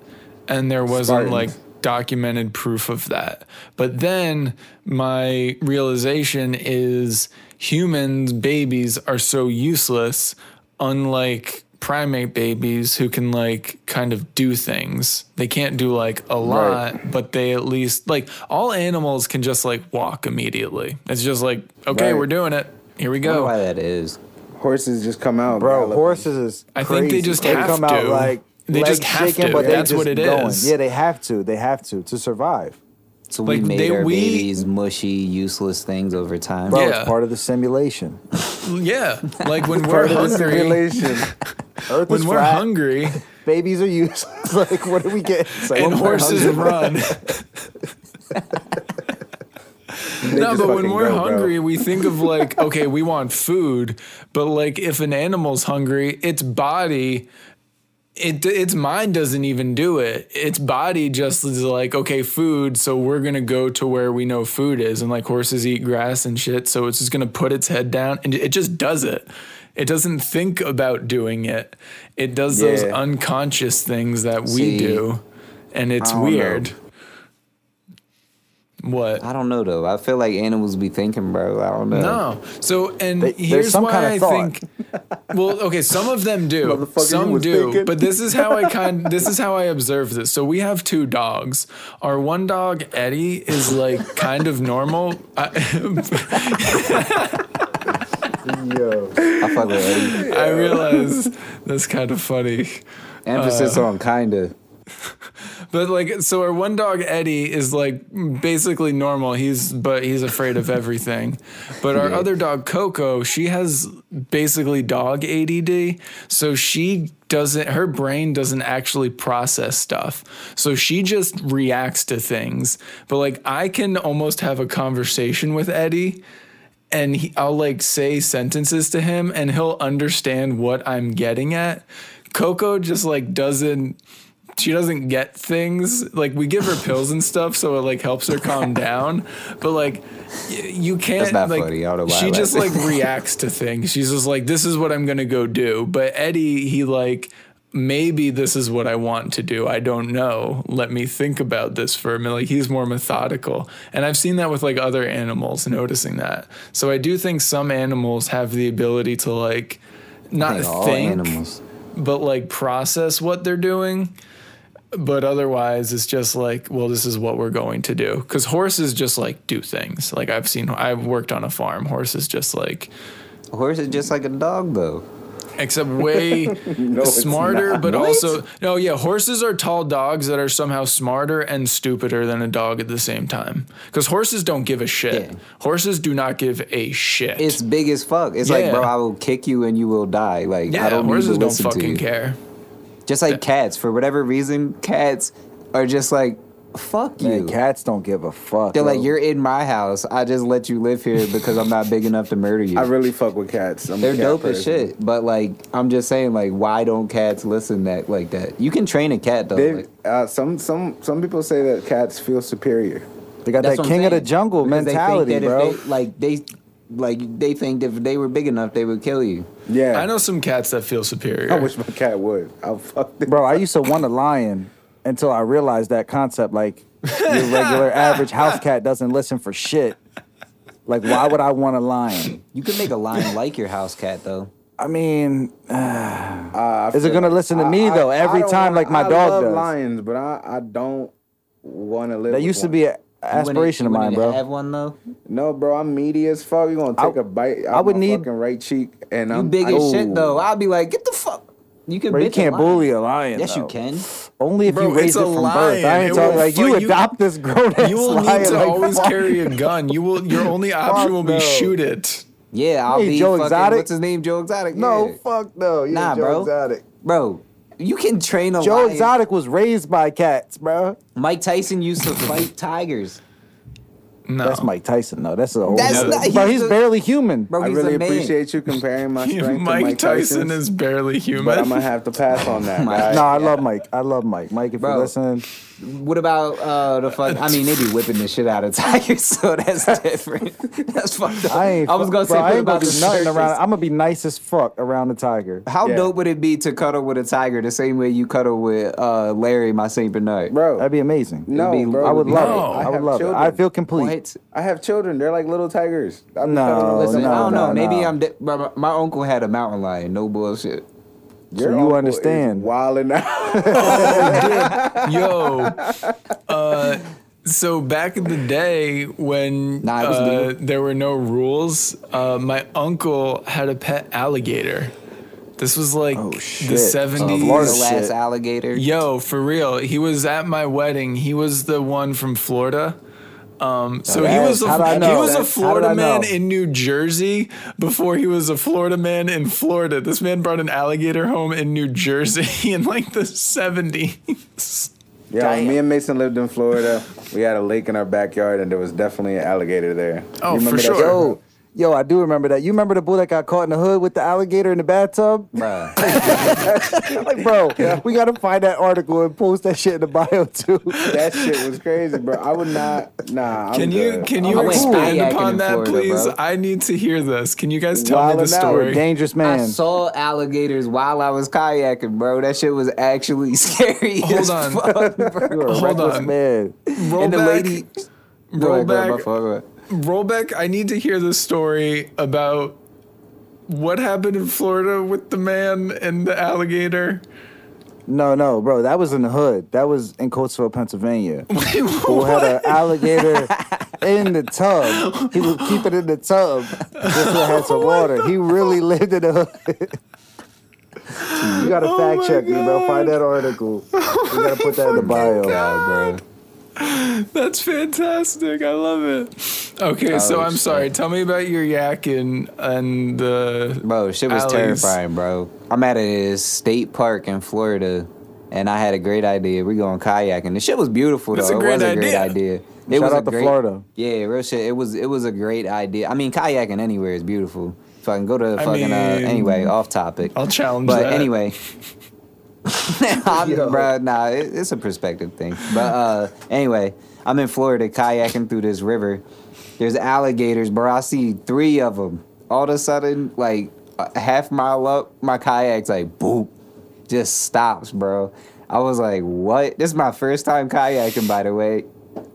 S4: and there wasn't
S3: Spartans.
S4: like documented proof of that. But then my realization is humans, babies are so useless, unlike primate babies who can like kind of do things. They can't do like a lot, but they at least like all animals can just like walk immediately. It's just like, okay,
S3: Right.
S4: we're doing it. Here we
S1: I wonder
S4: go.
S1: why that is.
S3: Horses just come out,
S2: Bro,
S3: galloping.
S2: horses is.
S4: I think
S2: crazy.
S4: they just have
S2: come out
S4: to.
S2: like
S4: They
S2: legs
S4: just have
S2: shaking,
S4: to.
S2: But they
S4: That's
S2: just
S4: what it
S2: going.
S4: is.
S2: Yeah, they have to. They have to to survive.
S1: So we
S4: Like,
S1: made
S4: they-
S1: our
S4: we-
S1: babies mushy, useless things over time.
S2: Bro,
S4: Yeah.
S2: it's part of the simulation.
S4: Yeah. Like when we're
S3: Part of the
S4: hungry,
S3: simulation.
S2: Earth
S4: when
S2: is
S4: we're
S2: flat.
S4: hungry
S2: Babies are useless. like, what do we get? It's like,
S4: and
S2: when we're
S4: horses
S2: hungry-
S4: run.
S3: They
S4: no,
S3: just
S4: but when
S3: fucking
S4: we're
S3: go, bro.
S4: hungry, we think of like, okay, we want food, but like if an animal's hungry, its body, it its mind doesn't even do it. Its body just is like, okay, food, so we're gonna go to where we know food is, and like horses eat grass and shit, so it's just gonna put its head down and it just does it. It doesn't think about doing it. It does those
S3: Yeah.
S4: unconscious things that we
S1: See,
S4: do, and it's
S3: don't know.
S4: weird. What?
S1: I don't know though. I feel like animals be thinking, bro. I don't know.
S4: No. So and
S2: They- there's
S4: here's
S2: some
S4: why
S2: kind of
S4: I
S2: thought.
S4: think. Well, okay, some of them do.
S3: Motherfucker, you
S4: some
S3: was
S4: do.
S3: thinking.
S4: But this is how I kind. This is how I observe this. So we have two dogs. Our one dog Eddie is like kind of normal. I,
S1: I fuck with Eddie.
S4: I realize that's kind of funny.
S1: Emphasis
S4: Uh,
S1: on kinda.
S4: But like, so our one dog Eddie is like basically normal. He's but he's afraid of everything. But our other dog Coco, she has basically dog ADD, so she doesn't. Her brain doesn't actually process stuff, so she just reacts to things. But like, I can almost have a conversation with Eddie. And he, I'll like say sentences to him, and he'll understand what I'm getting at. Coco just like doesn't she doesn't get things like we give her pills and stuff so it like helps her calm down but like y- you can't
S1: not
S4: like
S1: funny. I don't know why I
S4: she
S1: laughed.
S4: just like reacts to things she's just like this is what i'm gonna go do but eddie he like maybe this is what i want to do i don't know let me think about this for a minute like he's more methodical and i've seen that with like other animals noticing that so i do think some animals have the ability to like not
S1: Like
S4: think,
S1: all animals.
S4: but like process what they're doing. But otherwise, it's just like, well, this is what we're going to do. Because horses just like do things. Like I've seen, I've worked on a farm. Horses just like,
S1: A horse is just like a dog though.
S4: except way
S3: it's
S4: smarter,
S3: not.
S4: but also, no, yeah, horses are tall dogs that are somehow smarter and stupider than a dog at the same time. Because horses don't give a shit.
S1: Yeah.
S4: Horses do not give a shit.
S1: It's big as fuck. It's like,
S4: Yeah.
S1: bro, I will kick you and you will die. Like
S4: yeah,
S1: I don't need to
S4: horses don't
S1: listen to
S4: fucking
S1: you.
S4: care.
S1: Just like cats, for whatever reason, cats are just like, fuck you.
S2: Man, cats don't give a fuck.
S1: They're
S2: bro.
S1: like, you're in my house. I just let you live here because I'm not big enough to murder you.
S3: I really fuck with cats. I'm a
S1: They're
S3: cat
S1: dope as
S3: person.
S1: shit, but like I'm just saying, like why don't cats listen that like that? You can train a cat though.
S3: They,
S1: like-
S3: uh, some some some people say that cats feel superior.
S2: They got
S1: That's
S2: that
S1: what I'm
S2: king of the
S1: saying.
S2: jungle
S1: Because they think
S2: mentality,
S1: that if
S2: bro.
S1: They, like they, like they think that if they were big enough, they would kill you.
S3: Yeah,
S4: I know some cats that feel superior.
S1: Oh,
S3: I wish my cat would. I'll fuck this.
S2: Bro, I used to want a lion until I realized that concept. Like, Your regular average house cat doesn't listen for shit. Like, why would I want a lion?
S1: You could make a lion like your house cat though.
S2: I mean,
S3: I
S2: is it
S3: feel-
S2: gonna listen to me
S3: I-
S2: though
S3: I
S2: every
S3: don't
S2: time
S3: wanna-
S2: like my
S3: I
S2: dog
S3: love
S2: does?
S3: lions, but I, I don't want to live.
S2: That
S3: with
S2: used to
S3: one.
S2: be an
S1: You wouldn't-
S2: aspiration
S1: you
S2: of mine,
S1: wouldn't
S2: bro.
S1: Have one though.
S3: no, bro. I'm meaty as fuck. You gonna
S2: I-
S3: take a bite? out
S2: I would
S3: my
S2: need-
S3: fucking right cheek, and
S1: You
S3: I'm
S1: big
S3: I-
S1: as shit
S3: Ooh.
S1: though. I'll be like, get the fuck. You can.
S2: Oh. Bro, you
S1: bitch a
S2: can't
S1: lion.
S2: bully a lion.
S1: Yes, you
S2: though.
S1: can.
S2: Only if
S4: Bro,
S2: you raised it
S4: it's a
S2: from birth. I ain't
S4: lion. It
S2: talking
S4: will
S2: like you
S4: fight you-
S2: adopt this grown ass
S4: You will
S2: lion.
S4: need to
S2: like,
S4: always
S2: fuck.
S4: carry a gun. You will. Your only option will be
S2: no.
S4: shoot it.
S1: Yeah, I'll
S2: Hey,
S1: be
S2: Joe
S1: fucking,
S2: Exotic?
S1: What's his name? Joe Exotic.
S3: No,
S1: yeah.
S3: fuck no. Yeah,
S1: Nah,
S3: Joe
S1: bro.
S3: Exotic.
S1: bro. You can train a
S2: Joe
S1: lion.
S2: Exotic was raised by cats, bro.
S1: Mike Tyson used to fight tigers.
S4: No,
S2: That's Mike Tyson, though. That's a whole.
S1: That's
S2: other-
S1: not-
S2: Oh. bro,
S1: he's
S2: he's
S1: a-
S2: barely human.
S1: Bro,
S3: I
S1: he's
S3: really
S1: a man.
S3: appreciate you comparing my strength
S4: Mike,
S3: to Mike
S4: Tyson
S3: Tyson's,
S4: is barely human.
S3: but I'm gonna have to pass on that.
S1: my
S3: guy.
S2: no, I love Mike. I love Mike. Mike, if
S1: Bro.
S2: you listen,
S1: What about uh, the fuck? I mean, they be whipping the shit out of tigers, so that's different. that's fucked up.
S2: I ain't.
S1: was gonna
S2: bro,
S1: say
S2: I
S1: what
S2: ain't
S1: about
S2: gonna
S1: the
S2: do nothing
S1: circus?
S2: around. I'm gonna be nice as fuck around the tiger.
S1: How
S3: Yeah.
S1: dope would it be to cuddle with a tiger the same way you cuddle with uh, Larry, my Saint Bernard?
S3: bro.
S2: That'd be amazing.
S3: no,
S1: be-
S3: bro.
S2: I would love
S4: No.
S2: it. I, would
S3: have
S2: love
S3: children.
S2: it. I feel complete.
S1: What?
S3: I have children. They're like little tigers. I'm
S2: No,
S3: telling you,
S1: Listen,
S2: no,
S1: I don't know.
S2: no,
S1: Maybe
S2: no.
S1: I'm. De- bro, my, my uncle had a mountain lion. No bullshit.
S3: your
S2: you
S3: uncle is
S2: understand.
S3: Wilding out.
S4: Yo, uh, so back in the day when
S1: Nah, it was
S4: uh,
S1: legal.
S4: there were no rules, uh, my uncle had a pet alligator. This was like the
S2: shit.
S1: The Florida
S2: These-
S4: seventies.
S2: Florida
S1: last
S2: shit.
S1: alligator.
S4: Yo, for real, he was at my wedding. He was the one from Florida. Um, so he
S2: that's-
S4: was a,
S2: how did I
S4: he
S2: know?
S4: was a
S2: That's- how did
S4: Florida
S2: I
S4: man
S2: know?
S4: in New Jersey before he was a Florida man in Florida. This man brought an alligator home in New Jersey in like the seventies.
S3: Yeah, me and Mason lived in Florida. We had a lake in our backyard, and there was definitely an alligator there.
S4: Oh,
S3: You
S4: for
S3: remember that?
S4: sure.
S2: Yo, yo, I do remember that. You remember the bull that got caught in the hood with the alligator in the bathtub?
S1: Bro,
S2: like, bro, we gotta find that article and post that shit in the bio too.
S3: that shit was crazy, bro. I would not. Nah. I'm
S4: Can you
S3: good.
S4: can
S3: I'm
S4: you
S1: I went
S4: expand
S1: kayaking in
S4: upon that,
S1: Florida,
S4: please?
S1: bro.
S4: I need to hear this. Can you guys tell me
S3: Wildin'
S4: the
S3: out.
S2: You're a
S4: story?
S2: dangerous
S1: I
S2: man.
S1: saw alligators while I was kayaking, bro. That shit was actually scary.
S4: Hold
S1: as
S4: on.
S1: fuck, bro.
S2: You're a
S4: Hold
S2: reckless
S4: on.
S2: man.
S4: Roll
S1: and the
S4: back,
S1: lady. Go ahead,
S4: roll
S1: go ahead,
S4: back,
S1: my fault, go ahead.
S4: roll back. I need to hear the story about what happened in Florida with the man and the alligator.
S2: No, no, bro, that was in the hood. That was in Coatesville, Pennsylvania.
S4: Wait,
S2: Who
S4: what?
S2: had an alligator in the tub? He would keep it in the tub just to have some water. He really lived in the hood. You gotta
S4: Oh my
S2: fact check me, bro.
S4: God.
S2: Find that article. We gotta put that in the bio.
S4: God. That's fantastic. I love it. Okay, so I'm sorry. Tell me about your yak and and the
S1: Bro, shit was
S4: Alleys.
S1: terrifying, bro. I'm at a state park in Florida, and I had a great idea. We're going kayaking. The shit was beautiful,
S4: That's
S1: though.
S4: a
S1: it was
S4: great
S1: a great
S4: idea.
S1: idea. It
S2: Shout
S1: was
S2: out
S1: a
S2: to
S1: great-
S2: Florida.
S1: Yeah, real shit. It was it was a great idea. I mean, kayaking anywhere is beautiful. So I can go to
S4: I
S1: fucking
S4: mean,
S1: uh, anyway, off topic.
S4: I'll challenge
S1: But
S4: that.
S1: anyway, I'm, bro, nah, it, it's a perspective thing. But uh, anyway, I'm in Florida kayaking through this river. There's alligators, bro. I see three of them. All of a sudden, like a half mile up, my kayak's like boop, just stops, bro. I was like, what? This is my first time kayaking, by the way.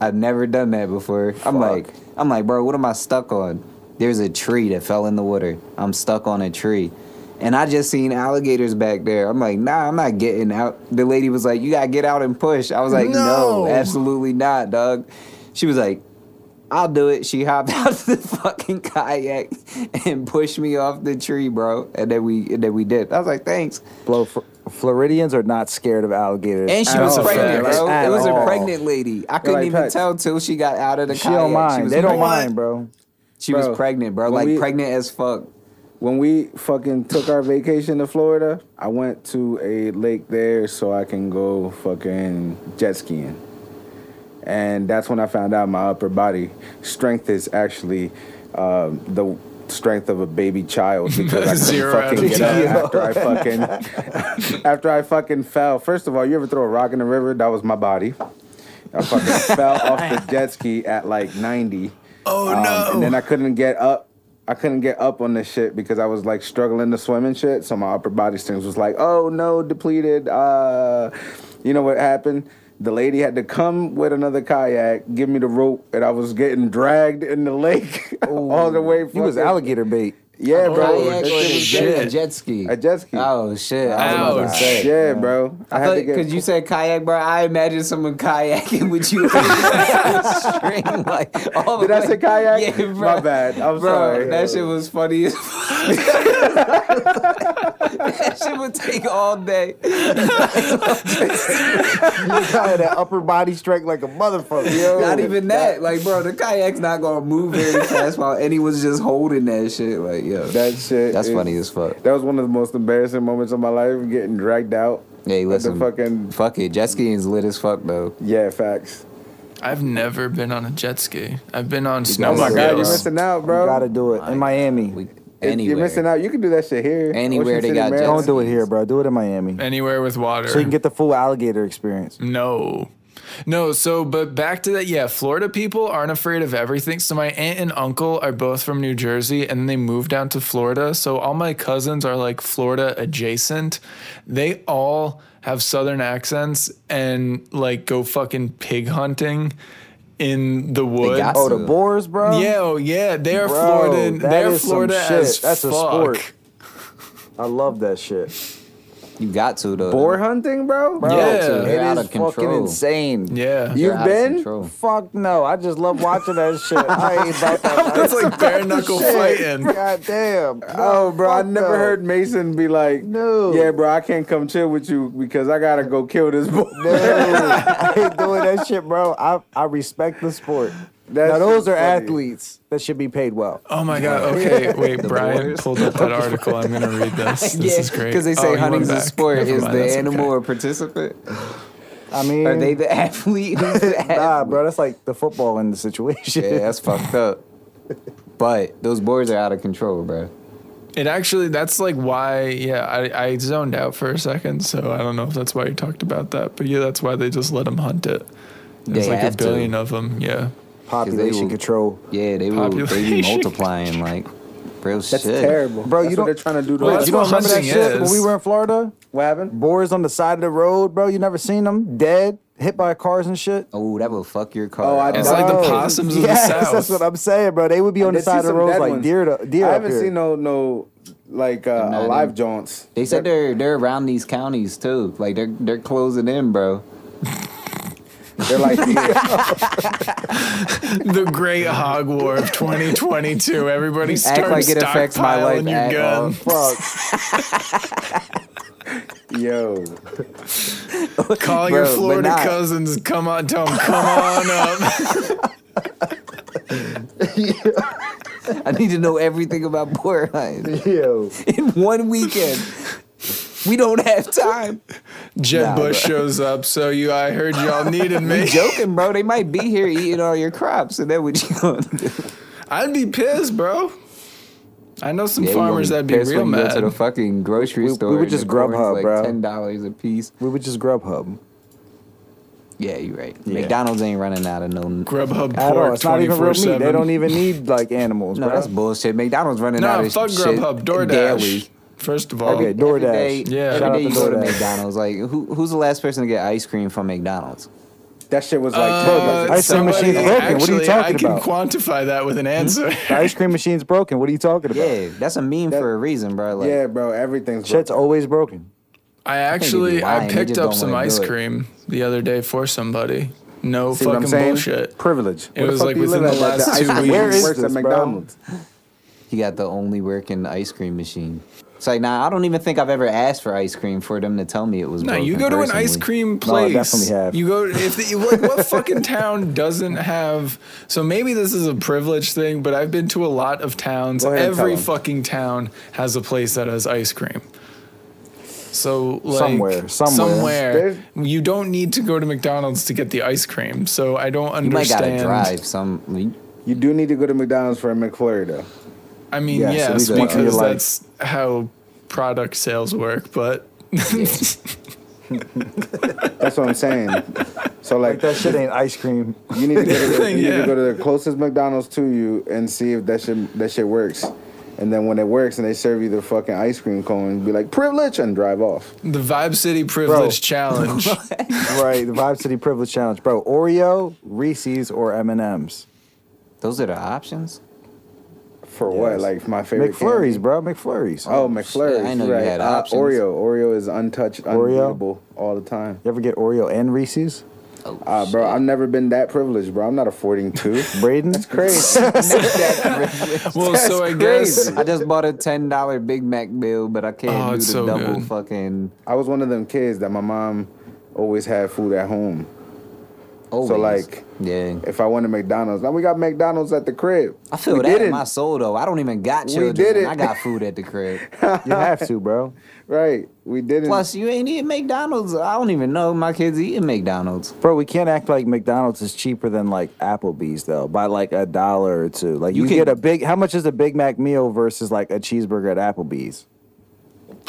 S1: I've never done that before. I'm like, I'm like, bro, what am I stuck on? There's a tree that fell in the water. I'm stuck on a tree. And I just seen alligators back there. I'm like, nah, I'm not getting out. The lady was like, you gotta get out and push. I was like, no,
S4: No.
S1: absolutely not, dog. She was like, I'll do it. She hopped out of the fucking kayak and pushed me off the tree, bro. And then we and then we did. I was like, thanks.
S2: Blow Fl- Floridians are not scared of alligators.
S1: And she
S2: at
S1: was
S2: all.
S1: pregnant,
S3: facts.
S1: bro.
S2: At
S1: It was
S2: all.
S1: a pregnant lady. I couldn't
S3: like,
S1: even
S3: "Pex."
S1: tell till she got out of the
S2: She
S1: kayak.
S2: don't mind.
S1: was
S2: they don't
S1: pregnant.
S2: mind, bro.
S1: She was
S3: Bro,
S1: pregnant, bro.
S3: when
S1: Like
S3: we-
S1: pregnant as fuck.
S3: when we fucking took our vacation to Florida, I went to a lake there so I can go fucking jet skiing. And that's when I found out my upper body strength is actually um, the strength of a baby child because I
S4: Zero out
S3: couldn't
S4: of
S3: fucking get
S4: ten.
S3: up after I fucking after I fucking fell. First of all, you ever throw a rock in the river? That was my body. I fucking fell off the jet ski at like 90.
S4: Oh,
S3: Um,
S4: no.
S3: And then I couldn't get up. I couldn't get up on this shit because I was like struggling to swim and shit. So my upper body strength was like, oh no, depleted. Uh, you know what happened? The lady had to come with another kayak, give me the rope, and I was getting dragged in the lake all the way.
S2: You was
S3: fucking-
S2: alligator bait.
S3: Yeah,
S4: Oh,
S3: bro.
S1: Kayak or
S3: That shit
S1: the
S3: was
S4: shit.
S1: jet, a jet ski.
S3: A jet ski.
S1: Oh shit! I was about to
S4: Ouch.
S1: say.
S3: Yeah, bro. I,
S1: I
S3: had to
S1: thought
S3: get
S1: because you said kayak, bro. I imagine someone kayaking with you. String, like, all the
S3: Did I
S1: way-
S3: say kayak?
S1: Yeah, bro.
S3: My bad. I'm
S1: Bro,
S3: sorry.
S1: that shit was funny as fuck. that shit would take all day.
S2: You had that upper body strength like a motherfucker.
S1: Not even that. Like, bro, the kayak's not gonna move very fast while anyone's just holding that shit. Like, yo.
S3: That shit.
S1: That's
S3: is-
S1: funny as fuck.
S3: That was one of the most embarrassing moments of my life, getting dragged out.
S1: Hey,
S3: With
S1: listen.
S3: The fucking
S1: Fuck it. Jet skiing's lit as fuck, though.
S3: yeah, facts.
S4: I've never been on a jet ski. I've been on
S1: Oh
S3: Oh
S1: my
S3: my
S1: God.
S3: god, you're
S4: snowmobiles.
S3: missing out,
S2: You
S3: bro.
S2: gotta do it in Miami.
S1: We,
S3: If
S1: anywhere.
S3: You're missing out. You can do that shit here.
S1: Anywhere
S3: Ocean
S1: they
S3: City,
S1: got
S3: Maryland.
S2: Don't do it here, bro. Do it in Miami.
S4: Anywhere with water.
S2: So you can get the full alligator experience.
S4: No. No, so but back to that, yeah, Florida people aren't afraid of everything. So my aunt and uncle are both from New Jersey and they moved down to Florida. So all my cousins are like Florida adjacent. They all have southern accents and like go fucking pig hunting in the woods.
S1: got
S2: Oh, the
S1: So-
S2: boars, bro.
S4: Yeah, oh yeah, they're
S2: Bro,
S4: Florida.
S2: that
S4: They're
S2: is some
S4: Florida
S2: shit.
S4: as
S2: That's a
S4: fuck.
S2: sport. I love that shit.
S1: You got to, though.
S3: Boar hunting, bro.
S2: Bro,
S4: Yeah.
S2: it
S4: They're
S1: out of
S2: is fucking
S1: control.
S2: insane.
S4: Yeah.
S3: You-
S1: They're out of
S3: been?
S1: control.
S2: Fuck no. I just love watching that shit. I ain't about that.
S4: It's like bare knuckle fighting.
S2: God damn.
S3: Oh, bro, I
S2: Fuck
S3: never
S2: no.
S3: heard Mason be like,
S2: No.
S3: yeah, bro, I can't come chill with you because I gotta go kill this boy."
S2: No, I ain't doing that shit, bro. I, I respect the sport.
S3: That's
S2: now those are
S3: funny.
S2: athletes that should be paid well.
S4: Oh my god. Okay, wait. Brian
S1: Warriors.
S4: pulled up that article. I'm gonna read this. This is great.
S1: Because they
S4: Oh,
S1: say
S4: he went
S1: hunting's a
S4: back.
S1: sport.
S4: Never
S1: Is
S4: mind,
S1: the
S4: that's
S1: animal
S4: okay.
S1: a participant?
S2: I mean,
S1: Are they the athlete? Who's the
S2: nah,
S1: athlete?
S2: bro. That's like the football in the situation.
S1: Yeah, that's fucked up. But those boards are out of control, bro.
S4: It actually. That's like why. Yeah, I, I zoned out for a second, so I don't know if that's why you talked about that. But yeah, that's why they just let them hunt it. There's
S1: They
S4: like
S1: have
S4: a
S1: to.
S4: billion of them. Yeah.
S2: population
S1: will-
S2: control.
S1: Yeah, they will. They be
S4: Population.
S1: multiplying like real
S3: That's
S1: shit.
S3: terrible,
S2: Bro, you
S3: That's what
S2: don't-
S3: they're trying to do. To
S4: Wait,
S3: us.
S2: you
S4: what
S2: don't remember that
S4: hunting
S2: shit when
S4: is.
S2: we were in Florida?
S3: what happened?
S2: Boars on the side of the road, bro. You never seen them dead, hit by cars and shit.
S1: Oh, that would fuck your car.
S3: Oh, I
S4: It's
S3: Bro.
S4: like the
S2: Bro.
S4: possums of
S2: Yes,
S4: the south.
S2: that's what I'm saying, bro. They would be on the
S3: Did see
S2: side of the
S3: some
S2: road
S3: dead
S2: like
S3: ones.
S2: deer. To, deer
S3: I
S2: up
S3: haven't
S2: here.
S3: seen no no like uh,
S1: not
S3: alive
S1: in-
S3: jaunts.
S1: They said they're they're around these counties too. Like they're they're closing in, bro.
S3: They're like, yeah,
S4: the Great Hog War of 2022. Everybody starts
S1: like it affects my life
S4: stockpiling your
S1: at all.
S4: gun.
S2: Fuck.
S3: yo,
S4: Call your
S1: Bro, but
S4: Florida
S1: not-
S4: cousins. Come on, tell 'em, Come on up.
S1: I need to know everything about boar hunting
S2: Yo.
S1: in one weekend. We don't have time.
S4: Jeb
S2: Nah,
S4: Bush shows up. So you, I heard y'all needed me.
S1: Joking, bro. They might be here eating all your crops, and then what you gonna do?
S4: I'd be pissed, bro. I know some
S1: Yeah, you gonna
S4: farmers that'd be
S1: pissed
S4: real
S1: when you
S4: mad.
S1: Go to the fucking grocery
S2: We- we
S1: store.
S2: would
S1: and the
S2: just Grubhub,
S1: corn's like
S2: bro.
S1: Ten dollars a piece.
S2: We would just Grubhub.
S1: Yeah, you're right.
S2: Yeah.
S1: McDonald's ain't running out of no.
S4: Grubhub
S2: At all.
S4: pork
S2: It's not
S4: twenty
S2: even
S4: four
S2: real meat. They don't
S4: seven.
S2: even need like animals,
S1: No,
S2: bro.
S1: that's bullshit. McDonald's running out
S4: Nah,
S1: of
S4: fuck
S1: shit
S4: Grubhub,
S1: daily.
S4: DoorDash. First of all,
S2: Okay,
S1: Every
S2: DoorDash.
S1: day-
S4: Yeah.
S1: every
S4: Shout
S2: out
S1: day
S2: to
S1: you go to
S2: DoorDash.
S1: McDonald's. Like, who who's the last person to get ice cream from McDonald's?
S3: that shit was
S4: uh,
S3: like,
S2: ice cream
S4: somebody-
S2: machine's broken. What are you
S4: actually,
S2: talking
S4: I can
S2: about?
S4: quantify that with an answer.
S2: The ice cream machine's broken. What are you talking about?
S1: Yeah, that's a meme for a reason, bro. Like,
S3: yeah, bro, everything's
S2: Shit's always broken.
S4: I actually, I,
S1: lying. They
S4: picked
S1: just
S4: up
S1: don't
S4: some
S1: wanna
S4: ice
S1: do it.
S4: cream the other day for somebody. No
S3: See what I'm
S4: fucking
S3: saying?
S4: bullshit.
S2: Privilege.
S4: It was
S3: fuck
S4: like
S3: do you
S4: within the
S3: live at?
S4: last
S3: The
S4: two
S3: ice-
S4: weeks.
S2: where is
S3: works at
S2: this, bro?
S3: McDonald's.
S1: he got the only working ice cream machine. It's like, nah, I don't even think I've ever asked for ice cream for them to tell me it was.
S4: No, you
S1: broken
S4: go to an ice
S1: personally.
S4: cream
S2: No, I
S4: place.
S2: definitely have.
S4: You go if the, what, what fucking town doesn't have? So maybe this is a privilege thing, but I've been to a lot of towns.
S3: Go ahead and
S4: Every
S3: tell 'em.
S4: fucking town has a place that has ice cream. So like
S2: Somewhere, somewhere.
S4: somewhere, you don't need to go to McDonald's to get the ice cream. So I don't
S1: You might gotta
S4: understand.
S1: drive some.
S3: You do need to go to McDonald's for a McFlurry though.
S4: I mean,
S2: Yeah, so
S4: yes,
S2: we don't- I feel
S4: because
S2: like-
S4: that's how product sales work. But
S3: That's what I'm saying. So like,
S2: Like that shit ain't ice cream.
S3: you need to go to the, you need
S4: Yeah.
S3: to go to the closest McDonald's to you and see if that shit that shit works. And then when it works and they serve you the fucking ice cream cone, be like, privilege, and drive off.
S4: The Vibe City Privilege Challenge.
S2: right, the Vibe City Privilege Challenge, bro. Oreo, Reese's, or M and M's.
S1: Those are the options.
S3: For
S2: Yes.
S3: what? Like my favorite. candy?
S2: McFlurries, bro. McFlurries.
S3: Oh, McFlurries.
S1: I know you
S3: right.
S1: had
S3: Uh,
S1: options.
S3: Oreo. Oreo is untouched, unbeatable all the time.
S2: You ever get Oreo and Reese's?
S1: Oh,
S3: Uh, bro, I've never been that privileged, bro. I'm not affording two.
S2: Braden? That's crazy.
S4: well, so I guess
S1: shit. I just bought a ten dollar Big Mac bill, but I can't
S4: Oh,
S1: do the
S4: it's so
S1: double
S4: good.
S1: fucking.
S3: I was one of them kids that my mom always had food at home.
S1: Always.
S3: like,
S1: yeah,
S3: If I wanted McDonald's, now we got McDonald's at the crib.
S1: I feel
S3: we
S1: that in
S3: didn't.
S1: my soul though. I don't even got
S3: We
S1: children.
S3: did it.
S1: I got food at the crib.
S2: you have to, bro.
S3: Right, we didn't.
S1: Plus, you ain't eating McDonald's. I don't even know my kids eating McDonald's.
S2: Bro, we can't act like McDonald's is cheaper than like Applebee's though, by like a dollar or two. Like
S1: You
S2: you,
S1: can-
S2: get a big. How much is a Big Mac meal versus like a cheeseburger at Applebee's?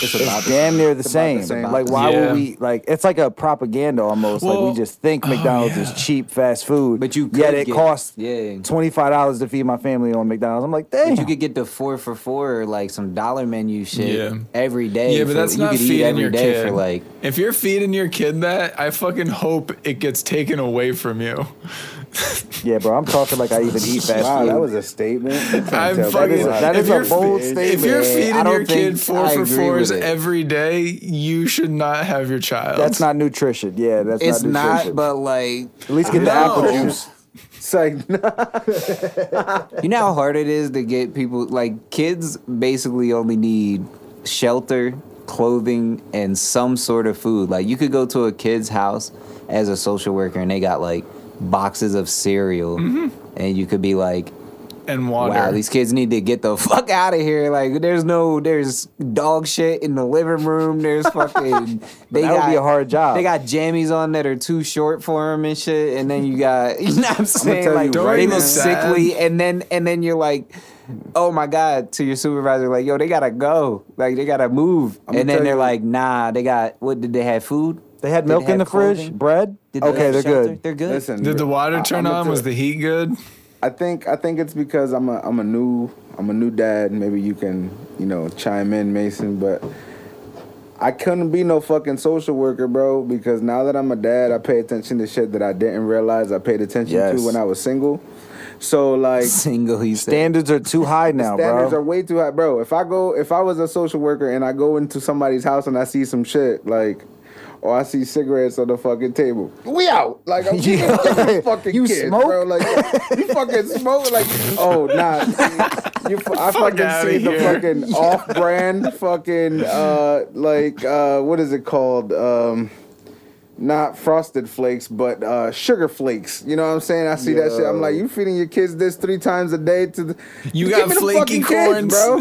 S1: It's about the-
S2: Damn near the
S3: about the
S2: same.
S3: same.
S2: Like why
S4: Yeah.
S2: would we? Like it's like a propaganda almost.
S4: Well, oh,
S2: like we just think McDonald's
S4: yeah.
S2: is cheap fast food,
S1: But you
S2: yet
S1: could
S2: it
S1: get-
S2: costs
S1: yeah.
S2: twenty five dollars to feed my family on McDonald's. I'm like, damn.
S1: But you could get the four for four or like some dollar menu shit
S4: Yeah.
S1: every day.
S4: Yeah, but
S1: for-
S4: that's
S1: you
S4: not
S1: could eat
S4: feeding
S1: every
S4: your
S1: day
S4: kid.
S1: for like.
S4: if you're feeding your kid that, I fucking hope it gets taken away from you.
S2: yeah, bro. I'm talking like I even eat fast
S3: wow,
S2: food.
S3: that was a statement. You can't
S4: I'm
S3: tell.
S4: fucking.
S2: is a- that
S4: if
S2: is a
S4: you're-
S2: bold
S4: If
S1: I
S2: statement.
S4: you're feeding
S1: don't
S4: your kid
S1: think
S4: four
S1: I
S4: for
S1: agree
S4: fours
S1: with it.
S4: every day, you should not have your child.
S2: that's not nutrition. Yeah, that's
S1: It's
S2: not
S1: not,
S2: nutrition.
S1: but like,
S2: At least get the
S4: No.
S2: apple juice.
S3: It's like,
S1: you know how hard it is to get people like kids basically only need shelter, clothing, and some sort of food. Like you could go to a kid's house as a social worker and they got like boxes of cereal,
S4: Mm-hmm.
S1: and you could be like,
S4: and water.
S1: Wow, these kids need to get the fuck out of here. Like, there's no, there's dog shit in the living room. There's fucking. they
S2: That would be a hard job.
S1: They got jammies on that are too short for them and shit. And then you got, you know what I'm saying?
S3: tell you
S1: like,
S4: right
S1: they
S4: now-
S1: look sickly. And then, and then you're like, oh my god, to your supervisor, like, yo, they gotta go. Like, they gotta move.
S3: I'ma
S1: and then
S3: tell
S1: they're
S3: you-
S1: like, nah, they got. What did they have? Food?
S2: They had
S1: Did
S2: milk in
S1: have
S2: the fridge,
S1: clothing?
S2: bread.
S1: Did they
S2: Okay,
S1: have
S2: they're
S1: shelter?
S2: good.
S1: They're good.
S3: listen.
S4: Did the water
S3: I-
S4: turn
S3: I'ma
S4: on? Was
S3: tell-
S4: the heat good?
S3: I think I think it's because I'm a I'm a new I'm a new dad. Maybe you can you know chime in, Mason. But I couldn't be no fucking social worker, bro. Because now that I'm a dad, I pay attention to shit that I didn't realize I paid attention
S2: Yes.
S3: to when I was single. So like
S1: Single, he said.
S2: Standards are too high now,
S3: standards
S2: bro.
S3: are way too high, bro. If I go, if I was a social worker and I go into somebody's house and I see some shit like. Or I see cigarettes on the fucking table. We out. Like I'm
S2: Yeah.
S3: you fucking
S2: You
S3: kids,
S2: smoke?
S3: bro. Like you fucking smoke. Like oh nah. see, you, fu- I
S4: Fuck
S3: fucking
S4: outta
S3: see the
S4: here.
S3: fucking off-brand fucking uh like uh what is it called um. Not frosted flakes, but uh, sugar flakes. You know what I'm saying? I see that shit. I'm like, you feeding your kids this three times a day to the
S4: You
S3: Give
S4: got
S3: me the
S4: flaky
S3: fucking kids,
S4: corns.
S3: bro.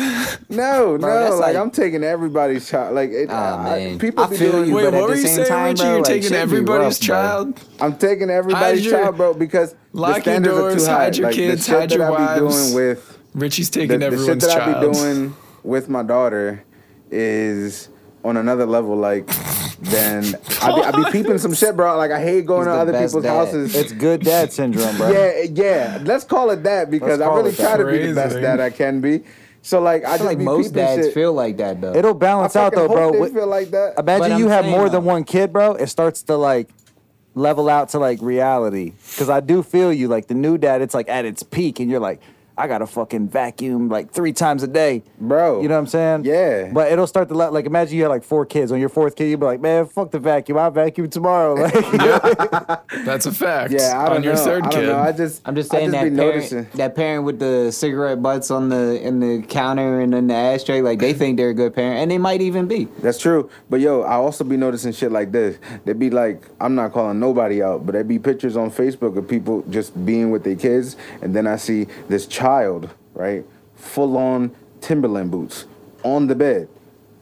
S3: No, no,
S1: that's
S3: like,
S1: like-
S3: I'm taking everybody's child. Like it,
S1: Ah,
S3: I-
S1: man.
S3: people
S1: I
S3: be
S1: feel
S3: doing.
S1: you.
S4: Wait,
S1: but at
S4: what
S1: the
S4: were you
S1: same
S4: saying,
S1: time,
S4: Richie?
S1: bro,
S4: You're
S1: like, shit
S4: taking
S1: be
S4: everybody's
S1: rough, bro.
S4: child.
S3: I'm taking everybody's
S4: your-
S3: child, bro, because
S4: Lock your
S3: the standards are
S4: doors,
S3: too high.
S4: hide your
S3: like,
S4: kids,
S3: the shit
S4: hide
S3: that
S4: your
S3: I be
S4: wives.
S3: doing with
S4: Richie's
S3: the,
S4: taking
S3: the shit
S4: everyone's
S3: that I
S4: child.
S3: be doing with my daughter is on another level. Like then I be, I be peeping some shit, bro. Like I hate
S1: He's
S3: going to
S1: the
S3: other
S1: best
S3: people's
S1: dad.
S3: houses.
S2: It's good dad syndrome, bro.
S3: Yeah, yeah. Let's call it that because I
S2: call
S3: really
S2: it
S3: try
S2: that.
S3: to be the best
S4: Crazy.
S3: dad I can be. So like I,
S1: I
S3: just
S1: feel like
S3: be
S1: most
S3: peeping
S1: dads
S3: shit.
S1: feel like that though.
S2: It'll
S3: I
S2: balance out though,
S3: fucking
S2: bro.
S3: hope they
S2: Wi-
S3: feel like that.
S1: But
S2: Imagine
S1: I'm
S2: you have
S1: saying,
S2: more
S1: though-
S2: than one kid, bro. It starts to like level out to like reality. Cause I do feel you, like the new dad, it's like at its peak, and you're like, I gotta fucking vacuum like three times a day.
S3: Bro.
S2: You know what I'm saying?
S3: Yeah.
S2: But it'll start to let like imagine you had like four kids. On your fourth kid, you'd be like, Man, fuck the vacuum, I'll vacuum tomorrow. Like
S4: That's a fact.
S3: Yeah, I don't
S4: on your
S3: know.
S4: third
S3: I
S4: kid.
S3: don't know. I just,
S1: I'm just
S3: I
S1: saying
S3: just be
S1: that parent,
S3: noticing.
S1: that parent with the cigarette butts on the in the counter and in the ashtray, like they think they're a good parent, and they might even be.
S3: That's true. But yo, I also be noticing shit like this. They be like, I'm not calling nobody out, but there be pictures on Facebook of people just being with their kids, and then I see this child, right, full on Timberland boots on the bed.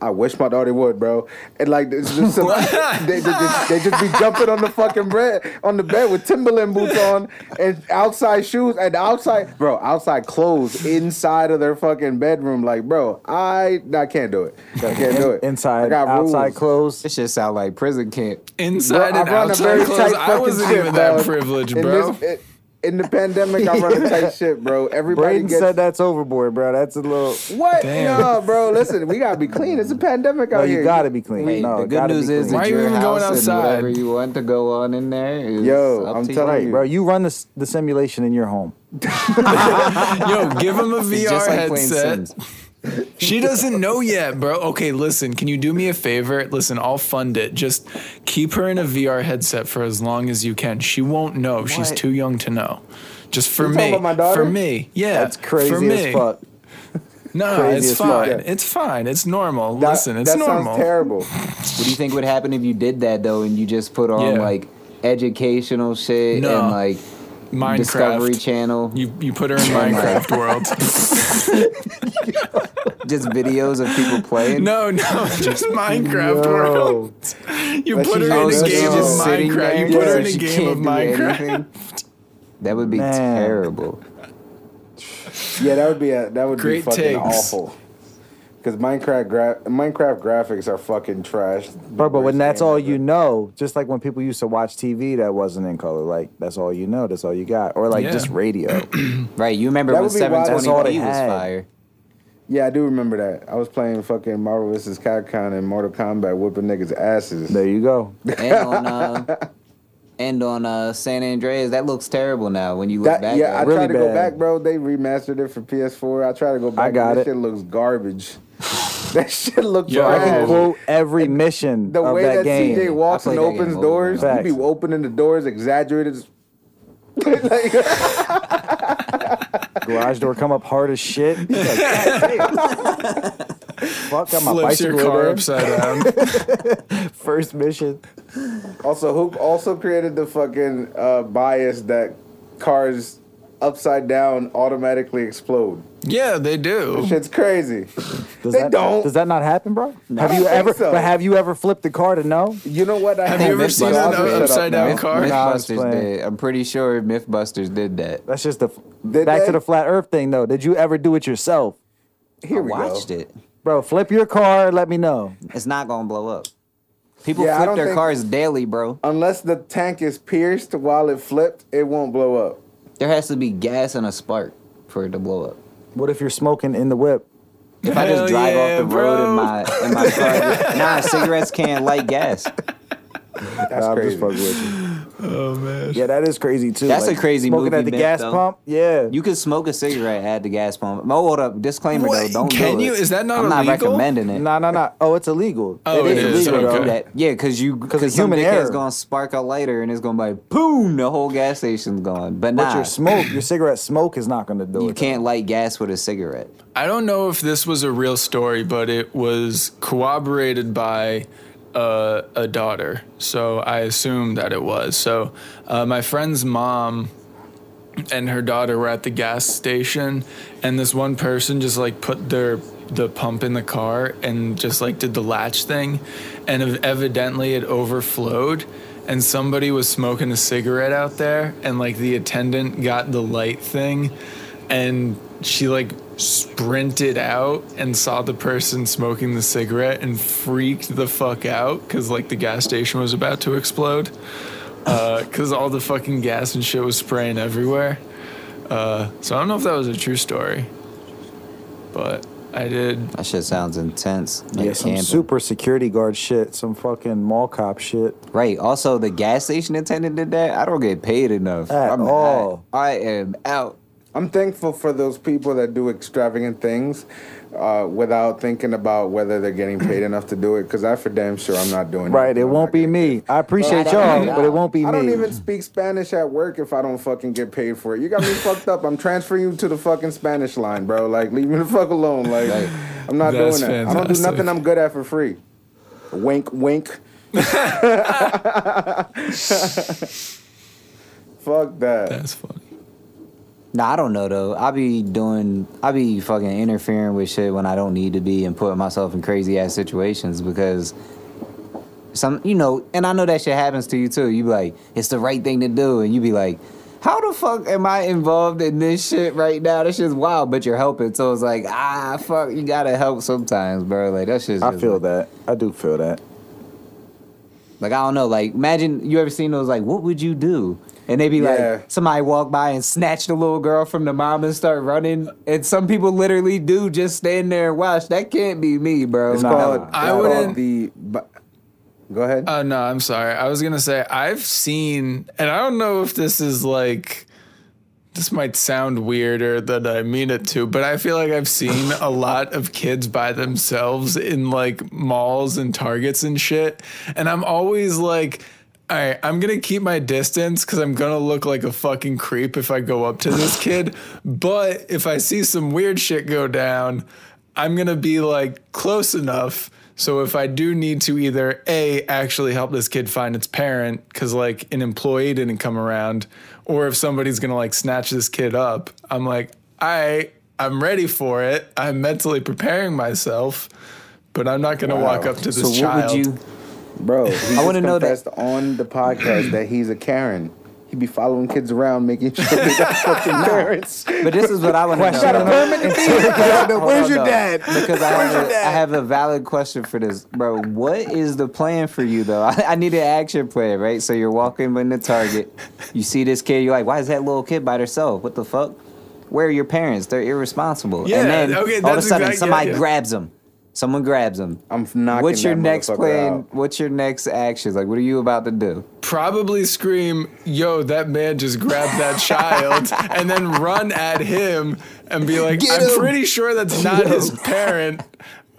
S3: I wish my daughter would, bro. And like, it's just some, they, they just, they just be jumping on the fucking bed, on the bed with Timberland boots on and outside shoes and outside, bro, outside clothes inside of their fucking bedroom. Like, bro, I, I can't do it. I can't do it. I
S2: inside,
S3: got
S2: outside
S3: rules.
S2: clothes.
S1: This shit sound like prison camp.
S4: Inside
S3: Bro,
S4: and
S3: I run a
S4: outside
S3: very
S4: clothes.
S3: tight
S4: I
S3: fucking
S4: wasn't
S3: ship,
S4: even that
S3: dog.
S4: privileged,
S3: In
S4: bro.
S3: this- it- in the pandemic, I run a tight ship, bro. Everybody
S2: Braden
S3: gets
S2: said that's overboard, bro. That's a little.
S3: what?
S4: Damn.
S3: No, bro. Listen, we gotta be clean. It's a pandemic out
S2: No,
S3: here.
S2: you gotta be clean.
S1: Hey,
S2: no,
S1: the good
S2: gotta be
S1: news is
S2: clean.
S1: that
S4: Why are you
S1: your
S4: even going
S1: house and
S4: outside?
S1: whatever you want to go on in there is
S3: Yo,
S1: up
S3: I'm
S1: to
S3: telling
S1: you.
S3: you.
S2: bro. You run the s- the simulation in your home.
S4: Yo, give him a
S1: It's
S4: VR
S1: just like playing
S4: headset.
S1: Sims.
S4: She doesn't know yet, bro. Okay, listen, can you do me a favor? Listen, I'll fund it. Just keep her in a VR headset for as long as you can. She won't know. She's
S1: What?
S4: too young to know. Just for
S3: You talking
S4: me.
S3: about my daughter?
S4: For me. Yeah.
S2: That's crazy
S4: for me.
S2: as fuck.
S4: No,
S3: Crazy
S4: it's
S3: as fuck.
S4: fine. It's fine. It's normal.
S3: That-
S4: listen, it's
S3: that
S4: normal.
S3: sounds terrible.
S1: What do you think would happen if you did that though, and you just put on
S4: Yeah.
S1: like educational shit
S4: No.
S1: and like
S4: Minecraft.
S1: Discovery Channel,
S4: You you put her in Minecraft world.
S1: just videos of people playing?
S4: No, no, just Minecraft
S3: Yo.
S4: world. You
S3: But
S4: put
S3: she's
S4: her in a
S3: also
S4: game of
S3: just
S1: sitting
S4: Minecraft. You
S1: there,
S4: put her
S1: so
S4: in a
S1: she
S4: game
S1: can't
S4: of
S1: do
S4: Minecraft.
S1: anything? That would be
S2: Man.
S1: terrible.
S3: Yeah, that would be a, that would
S4: Great
S3: be fucking
S4: takes.
S3: awful. Because Minecraft gra- Minecraft graphics are fucking trash.
S2: Bro, but when that's all you know, just like when people used to watch TV that wasn't in color, like that's all you know, that's all you got, or like
S4: Yeah.
S2: just radio.
S1: Right? You remember
S3: That
S1: when
S3: would be wild. That's
S1: 720p
S2: all
S1: was
S2: they had.
S1: fire?
S3: Yeah, I do remember that. I was playing fucking Marvel vs. Capcom and Mortal Kombat, whooping niggas' asses.
S2: there you go.
S1: And on uh, and on uh, San Andreas, that looks terrible now when you look
S3: That-
S1: back.
S3: yeah, I
S1: at it.
S2: really
S3: tried to go
S2: bad.
S3: back, bro. They remastered it for PS4. I tried to go back.
S2: got
S3: that
S2: it.
S3: shit looks garbage. that shit looks
S4: Yo.
S2: I
S3: trash.
S2: can quote every mission
S3: the
S2: of
S3: way
S2: that,
S3: that,
S2: game.
S3: CJ walks
S1: I
S3: and
S1: played that game
S3: opens
S1: over
S3: doors,
S2: and over.
S3: you be
S2: Facts.
S3: opening the doors exaggerated. as- like,
S2: Garage door come up hard as shit. He's like, "God damn." Fuck, got my
S4: Flips
S2: bicycle
S4: your car
S2: there.
S4: upside down.
S2: First mission.
S3: also, Hoop also created the fucking uh, bias that cars upside down automatically explode.
S4: yeah, they do.
S3: Shit's crazy.
S2: Does
S3: They
S2: that,
S3: don't.
S2: Does that not happen, bro? Have
S3: don't
S2: you
S3: think
S2: ever?
S3: so.
S2: But have you ever flipped the car to know?
S3: You know what? I
S4: Have you ever seen an
S1: Mythbusters. Shut up
S4: upside down
S1: Myth-
S4: car?
S2: Nah, I was
S1: Mythbusters
S2: playing.
S1: did. I'm pretty sure Mythbusters did that.
S2: That's just the
S3: Did
S2: back
S3: they?
S2: to the flat Earth thing, though. Did you ever do it yourself,
S3: Here we
S1: I watched
S3: go.
S1: it.
S2: bro? Flip your car. Let me know.
S1: It's not gonna blow up. People
S3: Yeah, I
S1: flip
S3: don't
S1: their
S3: think-
S1: cars daily, bro.
S3: Unless the tank is pierced while it flipped, it won't blow up.
S1: There has to be gas and a spark for it to blow up.
S2: What if you're smoking in the whip?
S1: If I
S4: Hell
S1: just drive
S4: yeah,
S1: off the road
S4: bro.
S1: in my in my car, nah, cigarettes can't light gas.
S3: That's
S2: Nah, I'm
S3: crazy.
S2: just fucking with you.
S4: Oh man.
S2: Yeah, that is crazy too.
S1: That's a crazy
S2: smoking
S1: movie
S2: at the
S1: myth,
S2: gas
S1: though.
S2: pump. Yeah,
S1: You can smoke a cigarette at the gas pump. No, hold up. Disclaimer
S4: What?
S1: though, don't
S4: Can
S1: do
S4: you?
S1: It.
S4: Is that not
S1: I'm not
S4: illegal?
S1: recommending it.
S2: no, no, no. Oh, it's illegal.
S4: Oh, it is,
S1: illegal to
S4: okay.
S1: do that. Yeah, because you because
S2: of
S1: some
S2: human
S1: dickhead's
S2: error.
S1: gonna spark a lighter and it's gonna be like boom, the whole gas station's gone. But
S2: But
S1: nah,
S2: your smoke, your cigarette smoke is not going to do
S1: you
S2: it.
S1: can't light gas with a cigarette.
S4: I don't know if this was a real story, but it was corroborated by uh, a daughter. So I assume that it was. So uh, my friend's mom and her daughter were at the gas station, and this one person just like put their the pump in the car and just like did the latch thing, and ev- evidently it overflowed. And somebody was smoking a cigarette out there, and like the attendant got the light thing, and she like sprinted out and saw the person smoking the cigarette and freaked the fuck out because like the gas station was about to explode because Uh, all the fucking gas and shit was spraying everywhere. Uh, so I don't know if that was a true story, but I did.
S1: That shit sounds intense. Like
S2: Yeah, some
S1: camping.
S2: super security guard shit, some fucking mall cop shit.
S1: Right. Also, the gas station attendant did that. I don't get paid enough.
S2: At
S1: I'm
S2: all.
S1: out. I am out.
S3: I'm thankful for those people that do extravagant things uh, without thinking about whether they're getting paid enough to do it. Because I, for damn sure, I'm not doing
S2: Right, it
S3: I'm
S2: won't
S3: not
S2: be me. I appreciate
S1: Bro, I
S2: y'all,
S1: don't-
S2: but it won't be
S3: I don't
S2: me.
S3: even speak Spanish at work if I don't fucking get paid for it. You got me fucked up. I'm transferring you to the fucking Spanish line, bro. Like, leave me the fuck alone. Like, I'm not doing
S4: That's
S3: that. I don't do
S4: fantastic.
S3: nothing I'm good at for free. Wink, wink. fuck that.
S4: That's funny.
S1: Nah, I don't know though. I be doing, I be fucking interfering with shit when I don't need to be and putting myself in crazy ass situations because some, you know, and I know that shit happens to you too. You be like, it's the right thing to do, and you be like, how the fuck am I involved in this shit right now? This shit's wild, but you're helping, so it's like, ah, fuck, you gotta help sometimes, bro. Like that shit's.
S2: I
S1: just
S2: feel that. I do feel that.
S1: Like I don't know. Like imagine you ever seen those like what would you do? and they be
S3: Yeah.
S1: like, somebody walk by and snatch the little girl from the mom and start running. And some people literally do just stand there and watch. That can't be me, bro.
S3: It's
S1: Nah. Uh,
S3: called.
S4: I
S3: it's
S4: wouldn't-
S3: called the. bu- Go ahead.
S4: Oh no, I'm sorry. I was gonna say I've seen, and I don't know if this is like, this might sound weirder than I mean it to, but I feel like I've seen a lot of kids by themselves in like malls and Targets and shit, and I'm always like. All right, I'm gonna keep my distance because I'm gonna look like a fucking creep if I go up to this kid. But if I see some weird shit go down, I'm gonna be like close enough. So if I do need to either A, actually help this kid find its parent, because like an employee didn't come around, or if somebody's gonna like snatch this kid up, I'm like, all right, I'm ready for it. I'm mentally preparing myself, but I'm not gonna walk up to this
S1: So what
S4: child.
S1: would you?
S3: Bro, I
S1: wanna know that-
S3: on the podcast that he's a Karen. He be following kids around, making sure they got fucking parents.
S1: But this is what I want to know.
S2: Question. Got a
S1: permanent
S3: Where's your dad?
S1: Because I have, a, I have a valid question for this, bro. What is the plan for you though? I, I need an action plan, right? So you're walking in the Target, you see this kid, you're like, why is that little kid by herself? What the fuck? Where are your parents? They're irresponsible.
S4: Yeah,
S1: and then
S4: okay,
S1: all of a
S4: that's
S1: sudden,
S4: exact- yeah,
S1: somebody
S4: yeah.
S1: grabs him. Someone grabs him.
S3: I'm knocking
S1: What's your
S3: that
S1: next
S3: motherfucker
S1: plan?
S3: out.
S1: What's your next actions? Like, what are you about to do?
S4: probably scream, "Yo, that man just grabbed that child," and then run at him and be like,
S1: Get
S4: "I'm
S1: him.
S4: pretty sure that's not his parent."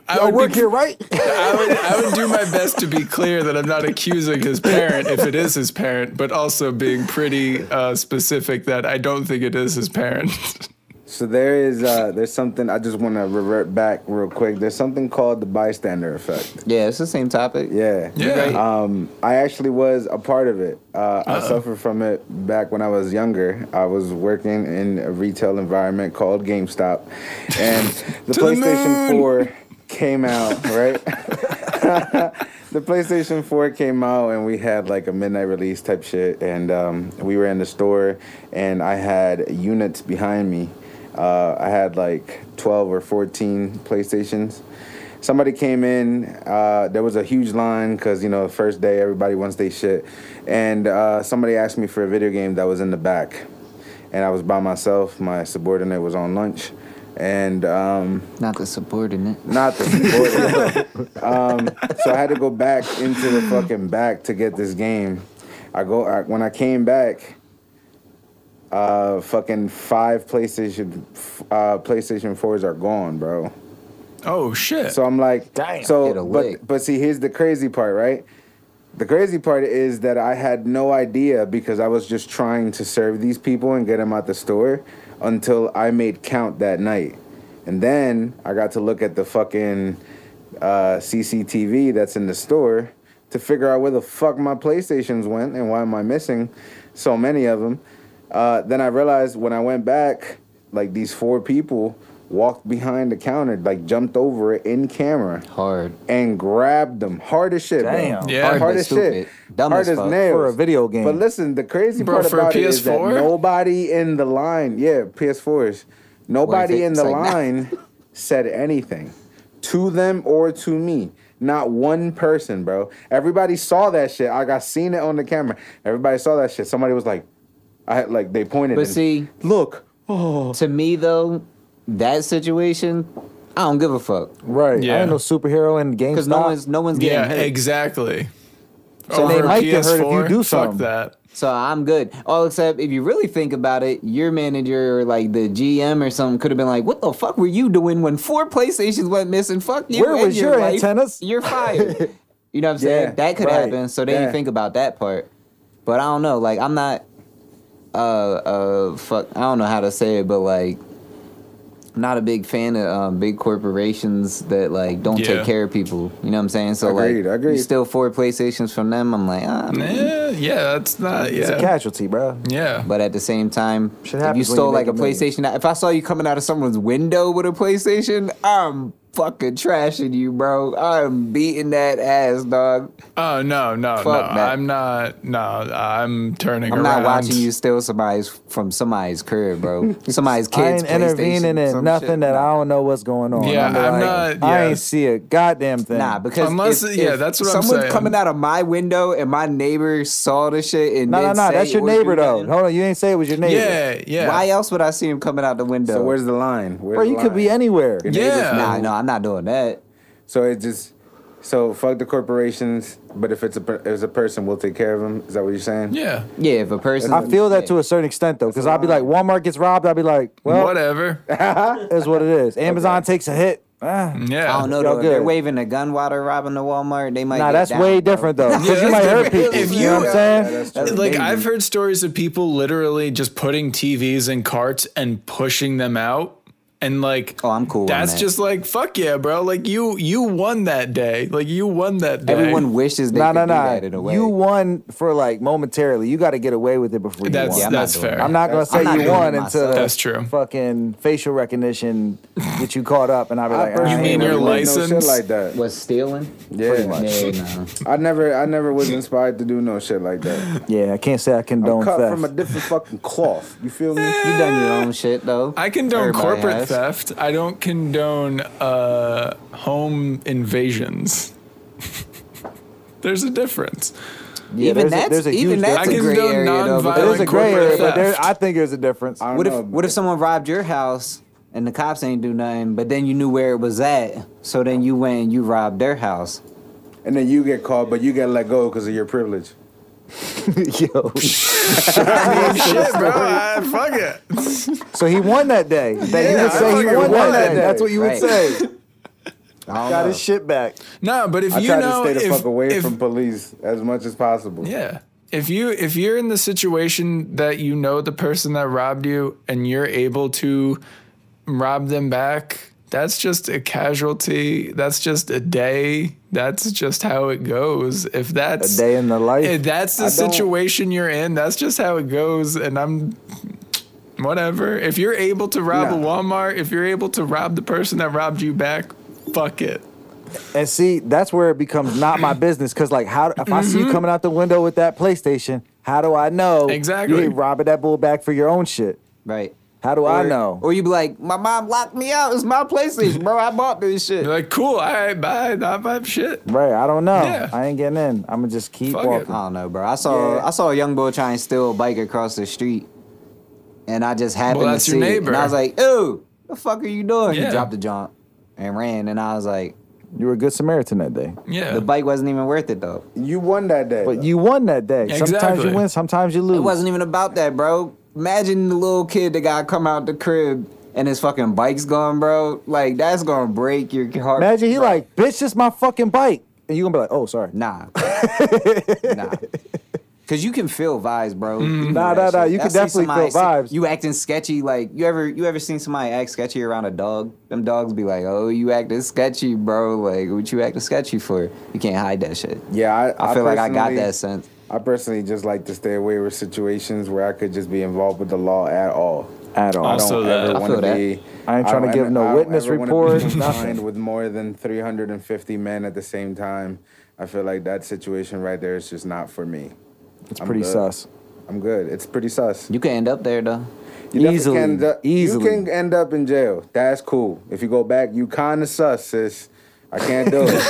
S4: I
S2: I
S4: would
S2: work
S4: be-
S2: here, right?
S4: I would, I would do my best to be clear that I'm not accusing his parent if it is his parent, but also being pretty uh, specific that I don't think it is his parent.
S3: So there is uh there's something I just wanna revert back real quick. There's something called the bystander effect.
S1: Yeah, it's the same topic.
S3: Yeah.
S4: Yeah.
S3: Um I actually was a part of it. Uh, I suffered from it back when I was younger. I was working in a retail environment called GameStop. And the
S4: the
S3: PlayStation
S4: moon!
S3: 4 came out, right? the PlayStation 4 came out and we had like a midnight release type shit. And um, we were in the store and I had units behind me. Uh, I had like 12 or 14 PlayStations. Somebody came in. Uh, there was a huge line because, you know, the first day everybody wants their shit. And uh, somebody asked me for a video game that was in the back. And I was by myself. My subordinate was on lunch. And um,
S1: Not the subordinate.
S3: not the subordinate. um, so I had to go back into the fucking back to get this game. I go I, when I came back. Uh, fucking five PlayStation, f- uh, PlayStation fours are gone, bro.
S4: oh shit!
S3: So I'm like,
S2: Damn.
S1: Get a
S3: So,
S1: lick.
S3: but but see, here's the crazy part, right? The crazy part is that I had no idea because I was just trying to serve these people and get them out the store until I made count that night, and then I got to look at the fucking uh, CCTV that's in the store to figure out where the fuck my PlayStations went and why am I missing so many of them. Uh, then I realized when I went back, like these four people walked behind the counter, like jumped over it in camera
S1: Hard.
S3: and grabbed them hard as shit.
S2: Damn.
S3: Bro.
S4: Yeah.
S3: hard,
S1: Hard but
S3: as shit.
S1: stupid. Dumb
S3: hard
S1: as
S3: as
S1: fuck.
S3: nails
S2: For a video game.
S3: But listen, the crazy
S4: Bro,
S3: part
S4: for a
S3: about it is that
S4: PS4?
S3: nobody in the line, yeah, PS4s, nobody
S1: What if
S3: in the
S1: it's like-
S3: line said anything to them or to me. Not one person, bro. Everybody saw that shit. I got seen it on the camera. Everybody saw that shit. Somebody was like, I had like they pointed.
S1: But
S3: and,
S1: see-
S3: look,
S1: To me though, that situation, I don't give a fuck.
S2: right. I
S4: Yeah.
S2: ain't no superhero in GameStop.
S1: Because no one's no one's getting
S4: yeah,
S1: hurt.
S4: exactly.
S2: So they
S4: Over
S2: might get hurt if you do
S4: fuck
S2: something.
S4: that.
S1: so I'm good. All except if you really think about it, your manager or like the GM or something could have been like, "What the fuck were you doing when four PlayStations went missing? Fuck you!
S2: Where
S1: and
S2: was your
S1: life.
S2: antennas?"
S1: You're fired." you know what I'm saying?
S3: Yeah,
S1: that could
S3: right.
S1: happen. So they didn't
S3: Yeah.
S1: think about that part. But I don't know. Like I'm not. Uh, uh, fuck. I don't know how to say it, but like. I'm not a big fan of um, big corporations that like don't
S4: Yeah.
S1: take care of people. You know what I'm saying? So
S3: Agreed,
S1: like,
S3: agreed.
S1: you steal four PlayStations from them. I'm like, ah, man.
S4: Yeah, yeah, that's not.
S2: it's a
S4: Yeah,
S2: casualty, bro.
S4: yeah.
S1: But at the same time, if
S2: Shit
S1: you
S2: happens when
S1: stole
S2: you
S1: like
S2: make
S1: a
S2: a million.
S1: PlayStation, if I saw you coming out of someone's window with a PlayStation, I'm fucking trashing you, bro. I'm beating that ass, dog.
S4: Oh no, no, no!
S1: Fuck that.
S4: I'm not. No, I'm turning.
S1: I'm not
S4: around.
S1: watching you steal somebody's from somebody's crib, bro. Somebody's
S2: I
S1: kids.
S2: ain't intervening
S1: PlayStation,
S2: in
S1: some
S2: nothing
S1: shit.
S2: that I don't know what's going on.
S4: Yeah, I'm
S2: like,
S4: not-
S2: I
S4: yeah.
S2: ain't see a goddamn thing.
S1: Nah, because
S4: Unless-
S1: if,
S4: yeah,
S1: if
S4: that's what I'm
S1: someone
S4: saying.
S1: coming out of my window and my neighbor saw the shit and
S2: no, no,
S1: didn't
S2: no.
S1: say
S2: That's your
S1: or do
S2: neighbor though.
S1: nothing,
S2: Hold on, you ain't say it was your neighbor.
S4: Yeah, yeah.
S1: Why else would I see him coming out the window?
S3: So where's the line? Where's
S2: bro,
S3: the
S2: you could
S3: line?
S2: be anywhere.
S3: Your
S4: Yeah.
S3: neighbor's
S1: nah, no, I'm not doing that.
S3: So it's just so fuck the corporations, but if it's a per- if it's a person, we'll take care of them. Is that what you're saying?
S4: Yeah.
S1: Yeah, if a person,
S2: I feel that to a certain extent though, because I'd be like, Walmart gets robbed. I'd be like, well,
S4: Whatever.
S2: that's what it is. Amazon takes a hit. Ah.
S4: Yeah.
S1: I don't know.
S2: Y'all
S1: Though, if they're
S2: good.
S1: waving a gun while they're robbing the Walmart. They might.
S2: Nah,
S1: get
S2: that's
S1: down,
S2: way
S1: bro.
S2: different though, because
S4: Yeah,
S2: you might
S4: that's
S2: hurt
S4: different.
S2: people.
S4: If
S2: you know
S4: you-
S2: what I'm saying?
S3: that's true.
S1: That's
S4: like
S1: dangerous.
S4: I've heard stories of people literally just putting TVs in carts and pushing them out. And like,
S1: Oh, I'm cool on
S4: That's
S1: that.
S4: just like, fuck yeah, bro. Like you, you won that day. Like you won that day.
S1: Everyone wishes they
S2: No,
S1: could do
S2: no,
S1: that in a
S2: no.
S1: way.
S2: You won for like momentarily. You got to get away with it before
S4: That's
S2: you
S1: Yeah,
S2: won.
S1: I'm not
S4: that's
S1: doing
S4: fair.
S1: that.
S2: I'm not gonna
S3: That's-
S2: say
S3: I'm not
S2: you
S1: doing
S2: won
S1: it
S2: until
S1: myself.
S4: That's true.
S2: Fucking facial recognition get you caught up, and I'll be
S3: I
S2: like, all
S3: personally
S2: right,
S4: mean
S3: never
S4: your
S3: did
S4: license?
S3: No shit like that.
S1: was stealing.
S3: Yeah.
S1: Yeah, nah.
S3: I never I never was inspired to do no shit like that.
S2: yeah, I can't say I condone
S3: Cut
S2: theft.
S3: from a different fucking cloth. You feel me?
S1: You done your own shit though.
S4: I condone
S1: Everybody
S4: corporate
S1: has.
S4: theft. I don't condone uh, home invasions. There's a difference.
S2: Yeah,
S1: even
S2: there's a-
S1: that's
S2: there's a
S1: even
S2: huge
S1: that's
S4: difference.
S1: a
S4: I
S1: gray
S4: condone
S1: area though.
S4: nonviolent
S1: because-
S2: There's a gray
S4: corporate
S2: area, Oh, but there,
S4: theft.
S2: I think there's a difference.
S3: I don't
S1: What if
S3: know.
S1: what if someone robbed your house and the cops ain't do nothing, but then you knew where it was at, so then you went and you robbed their house.
S3: and then you get caught, but you get let go because of your privilege.
S2: Yo.
S4: Shit, bro. I, fuck it.
S2: So he won that day. That you
S4: Yeah,
S2: would
S4: I
S2: say
S4: fucking
S2: he won,
S4: won
S2: that,
S4: that
S2: day.
S3: day.
S2: That's what you
S1: Right.
S2: would say.
S1: I don't
S2: Got
S1: know.
S2: his shit back.
S4: No, but if
S3: I
S4: you
S3: try
S4: know,
S3: to stay the
S4: if,
S3: fuck away
S4: if-
S3: from police as much as possible.
S4: yeah, if you if you're in the situation that you know the person that robbed you and you're able to rob them back, that's just a casualty. That's just a day. That's just how it goes. If that's
S2: Day in the life.
S4: if that's the
S3: I don't-
S4: situation you're in, that's just how it goes. And I'm whatever. If you're able to rob a
S3: Nah.
S4: Walmart, if you're able to rob the person that robbed you back, fuck it.
S2: And see, that's where it becomes not my business. Cause like, how if I
S4: Mm-hmm.
S2: see you coming out the window with that PlayStation, how do I know
S4: Exactly.
S2: you ain't robbing that bull back for your own shit?
S1: Right.
S2: How do I
S1: Or-
S2: know?
S1: Or you be like, my mom locked me out. It's my PlayStation, bro. I bought this shit.
S4: You're like, cool, all right, bye, not my shit.
S2: right, I don't know.
S4: Yeah.
S2: I ain't getting in. I'm gonna just keep
S4: Fuck it.
S2: walking.
S1: I don't know, bro. I saw
S2: Yeah.
S1: I saw a young boy try and steal a bike across the street, and I just happened
S4: Well,
S1: to
S4: that's
S1: see
S4: your
S1: it, and
S4: neighbor.
S1: I was like, "Ooh, the fuck are you doing?"
S4: Yeah.
S1: He dropped the jump and ran, and I was like,
S2: You were a good Samaritan that day,
S4: Yeah.
S1: "The bike wasn't even worth it, though.
S3: You won that day.
S2: but you won that day. Sometimes
S4: Exactly.
S2: you win, sometimes you lose.
S1: It wasn't even about that, bro. Imagine the little kid that got come out the crib and his fucking bike's gone, bro. Like that's gonna break your heart.
S2: Imagine he like, bitch, this my fucking bike, and you gonna be like, oh, sorry.
S1: nah, nah." Cause you can feel vibes, bro.
S2: Mm-hmm. Nah, nah, nah, you can definitely feel vibes.
S1: You acting sketchy, like you ever you ever seen somebody act sketchy around a dog? Them dogs be like, "Oh, you acting sketchy, bro. Like, what you acting sketchy for? You can't hide that shit."
S3: yeah, I,
S1: I feel like I got
S3: personally-
S1: that sense.
S3: I personally just like to stay away with situations where I could just be involved with the law at all.
S2: At all.
S3: I don't
S4: Also that.
S3: ever
S1: I
S3: want
S1: feel
S3: to
S1: that.
S3: be.
S2: I ain't
S3: don't
S2: tryna give
S3: ever-
S2: no
S3: I don't
S2: witness
S3: ever wanna be
S2: report, nothing.
S3: confined with more than 350 men at the same time. I feel like that situation right there is just not for me.
S2: It's
S3: I'm
S2: pretty
S3: good.
S2: sus.
S3: I'm good. It's pretty sus.
S1: You can end up there though.
S3: You definitely
S2: Easily,
S3: can end up-
S2: easily.
S3: You can end up in jail. That's cool. If you go back, you kind of sus, sis. I can't do it.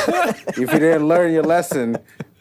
S3: if you didn't learn your lesson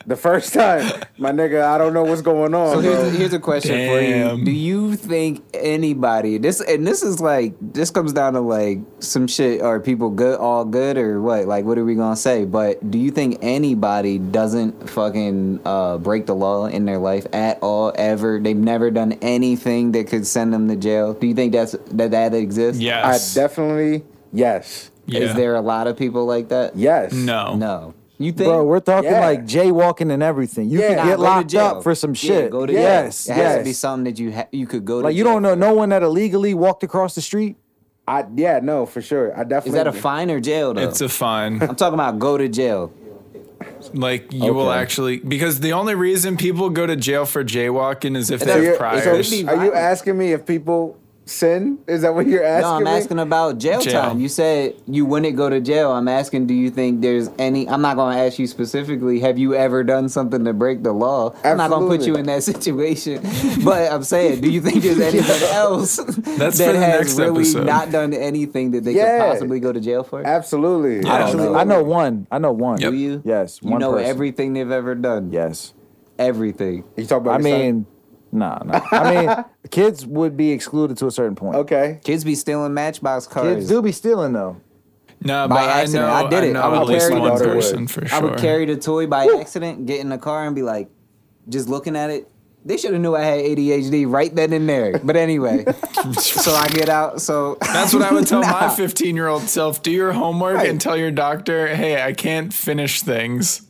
S3: the first time, my nigga, I don't know what's going on.
S1: So here's
S3: bro.
S1: a, here's a question for
S4: Damn.
S1: you: Do you think anybody this and this is like this comes down to like some shit? Are people good, all good, or what? Like, what are we gonna say? But do you think anybody doesn't fucking uh, break the law in their life at all? Ever? They've never done anything that could send them to jail. Do you think that's that that exists?
S3: I
S4: yes.
S3: definitely yes,
S4: yeah.
S1: Is there a lot of people like that?
S3: yes.
S4: no.
S1: No. You think?
S2: Bro, we're talking
S3: Yeah.
S2: like jaywalking and everything. You
S3: Yeah.
S2: can
S1: Nah,
S2: get
S1: go to
S2: locked
S1: jail.
S2: up for some
S1: Yeah,
S2: shit.
S1: go to jail.
S2: yes,
S1: It
S2: yes.
S1: has to be something that you ha- you could go to.
S2: Like you
S1: jail
S2: don't know no one that illegally walked across the street.
S3: I yeah no for sure. I
S1: Is
S3: definitely
S1: that a fine or jail though?
S4: It's a fine.
S1: I'm talking about go to jail.
S4: like you will
S2: Okay.
S4: actually because the only reason people go to jail for jaywalking is if
S1: So
S4: they
S1: you're-
S4: have
S1: so
S4: priors.
S1: it'd be-
S3: Are you
S1: violent.
S3: asking me if people sin? Is that what you're asking?
S1: No, I'm
S3: me?
S1: asking about jail,
S4: Jail.
S1: time. You said you wouldn't go to jail. I'm asking, do you think there's any? I'm not going to ask you specifically. Have you ever done something to break the law? I'm not going to put
S3: Absolutely.
S1: you in that situation. but I'm saying, do you think there's anybody else
S4: That's
S1: that
S4: for the
S1: has
S4: next
S1: really
S4: episode.
S1: not done anything that they
S3: Yeah.
S1: could possibly go to jail for?
S3: Absolutely.
S1: I don't
S2: Actually,
S1: know.
S2: I know one. I know one.
S4: Yep.
S1: Do you?
S2: Yes,
S1: You
S2: one
S1: know
S2: person.
S1: everything they've ever done.
S2: Yes.
S1: Everything.
S3: You talk about.
S2: I
S3: your son?
S2: mean, no, no. I mean, kids would be excluded to a certain point.
S3: okay.
S1: Kids be stealing Matchbox cars.
S2: Kids do be stealing though.
S4: No,
S1: By
S4: but
S1: accident,
S4: I know
S1: I did it.
S4: know
S1: I would
S4: at least
S1: carry my
S4: one
S3: daughter with.
S4: person for sure.
S1: I would carry the toy by accident, get in the car, and be like, just looking at it. They should have knew I had ADHD right then and there. But anyway, so I get out. So
S4: That's what I would tell my
S1: Nah.
S4: 15 year old self. Do your homework and tell your doctor, hey, I can't finish things.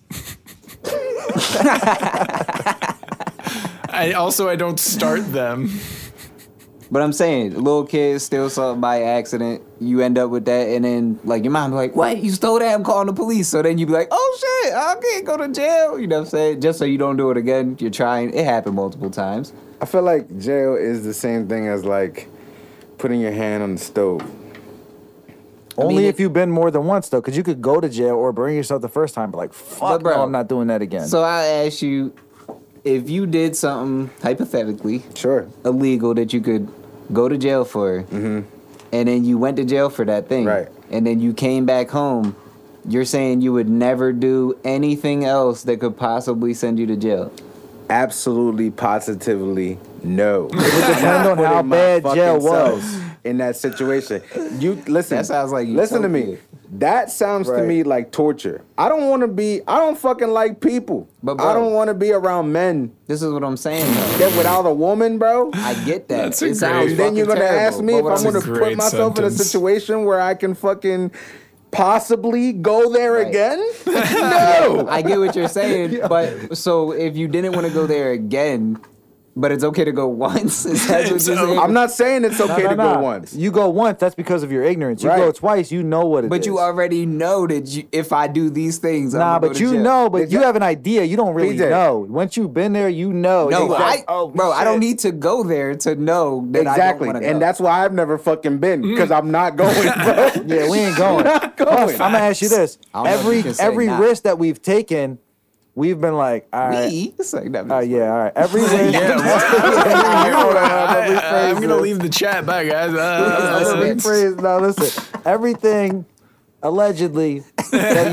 S4: I also I don't start them.
S1: But I'm saying, little kids steal something by accident. You end up with that, and then like your mom be like, "What? You stole that? I'm calling the police." So then you be like, "Oh shit, I can't go to jail." You know what I'm saying? Just so you don't do it again. You're trying. It happened multiple times.
S3: I feel like jail is the same thing as like putting your hand on the stove.
S2: Only
S1: mean,
S2: if
S1: it-
S2: you've been more than once though, because you could go to jail or bring yourself the first time, but like, fuck,
S1: But, bro,
S2: no, I'm not doing that again.
S1: So I ask you, if you did something hypothetically
S3: Sure.
S1: illegal that you could go to jail for, and then you went to jail for that thing,
S3: Mm-hmm. Right.
S1: And then you came back home. You're saying you would never do anything else that could possibly send you to jail.
S3: Absolutely, positively, no.
S2: Depend on how
S3: putting my
S2: bad
S3: fucking
S2: jail was.
S3: self in that situation. You listen.
S1: That sounds like
S3: listen to me.
S1: utopia.
S3: That sounds to
S2: Right.
S3: me like torture. I don't want to be. I don't fucking like people.
S1: But,
S3: I
S1: bro-
S3: don't want to be around men
S1: This is what I'm saying. Though.
S3: that without a woman, bro.
S1: I get that.
S4: That's a
S1: it sounds
S4: great-
S3: then you're
S1: fucking
S3: gonna ask
S1: terrible,
S3: me
S1: but
S3: if
S1: what
S3: I'm
S1: I'm
S3: gonna
S4: That's a
S3: put
S4: great
S3: myself in a
S4: sentence.
S3: situation where I can fucking possibly go there
S1: Right.
S3: again.
S1: I get what you're saying, but so if you didn't want to go there again, but it's okay to go once. Is that what you're
S4: It's okay.
S1: saying?
S3: I'm not saying it's okay
S2: No,
S3: to
S2: no,
S3: go
S2: no.
S3: once.
S2: You go once, that's because of your ignorance. You go
S3: Right.
S2: twice, you know what it is.
S1: But you already know that you, if I do these things, I'm
S2: Nah,
S1: gonna go
S2: but
S1: to
S2: you
S1: jail.
S2: know, but
S3: They
S2: you
S3: got-
S2: have an idea. You don't really
S3: PJ.
S2: know. Once you've been there, you know.
S1: No,
S2: They got-
S1: I, bro, I don't
S2: oh, shit.
S1: need to go there to know that
S3: Exactly,
S1: I don't
S3: and
S1: want to go.
S3: that's why I've never fucking been
S4: Mm.
S3: because I'm not going, bro.
S2: Yeah, we ain't going.
S3: going.
S2: I'm gonna ask you this:
S1: I don't know if
S2: every
S1: you can say
S2: every
S1: nah.
S2: risk that we've taken, we've been like, all right,
S1: we. It's like that.
S2: oh yeah, all right. Every risk,
S4: Yeah, what?
S2: Hold on, let me
S4: I, am
S2: phrase
S4: gonna
S2: this.
S4: leave the chat. Bye guys.
S1: That's
S2: Let
S4: Uh,
S2: me phrase- No, listen. Everything allegedly that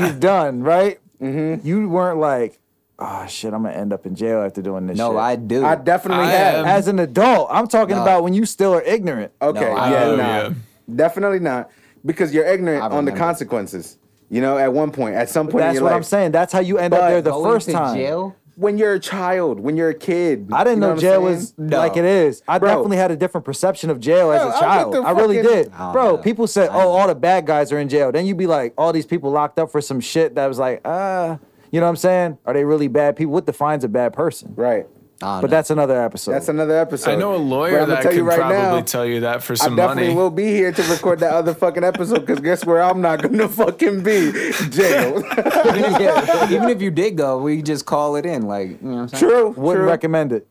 S2: you've done, right?
S1: Mm-hmm.
S2: You weren't like, oh shit, I'm gonna end up in jail after doing this.
S1: No,
S2: shit."
S1: I do.
S3: I definitely
S4: I
S3: have.
S4: am-
S2: As an adult, I'm talking
S1: No.
S2: about when you still are ignorant.
S3: Okay,
S1: No, I
S3: yeah,
S1: don't.
S3: nah.
S4: Yeah.
S3: definitely not because you're ignorant
S1: I
S3: on the
S1: remember.
S3: consequences. You know, at one point, at some point
S2: That's
S3: in your
S2: what
S3: life,
S2: I'm saying. That's how you end
S3: But
S2: up there the
S1: Going
S2: first
S1: to
S2: time.
S1: Jail?
S3: when you're a child, when you're a kid.
S2: I didn't
S3: you
S2: know,
S3: what I'm
S2: jail
S3: saying?
S2: was
S1: No.
S2: like it is. I
S3: Bro.
S2: definitely had a different perception of jail
S3: Bro,
S2: as
S3: I
S2: a
S3: get
S2: child.
S3: the
S2: I, really
S3: fucking-
S2: did.
S1: I don't
S2: Bro,
S1: know.
S2: people said, oh, all the bad guys are in jail. Then you'd be like, all these people locked up for some shit that was like, uh, you know what I'm saying? Are they really bad people? What defines a bad person?
S3: right.
S1: I don't
S2: But
S1: know.
S2: that's another episode.
S3: That's another episode.
S4: I know a
S3: But
S4: lawyer
S3: I'm gonna
S4: that
S3: tell
S4: could
S3: you right
S4: probably
S3: now,
S4: tell you that for
S3: I
S4: some
S3: definitely
S4: money.
S3: will be here to record that other fucking episode because guess where I'm not gonna fucking be? Jail.
S1: Yeah, even if you did go, we just call it in. Like you know, what I'm saying?
S3: true.
S2: Wouldn't
S3: true.
S2: recommend it.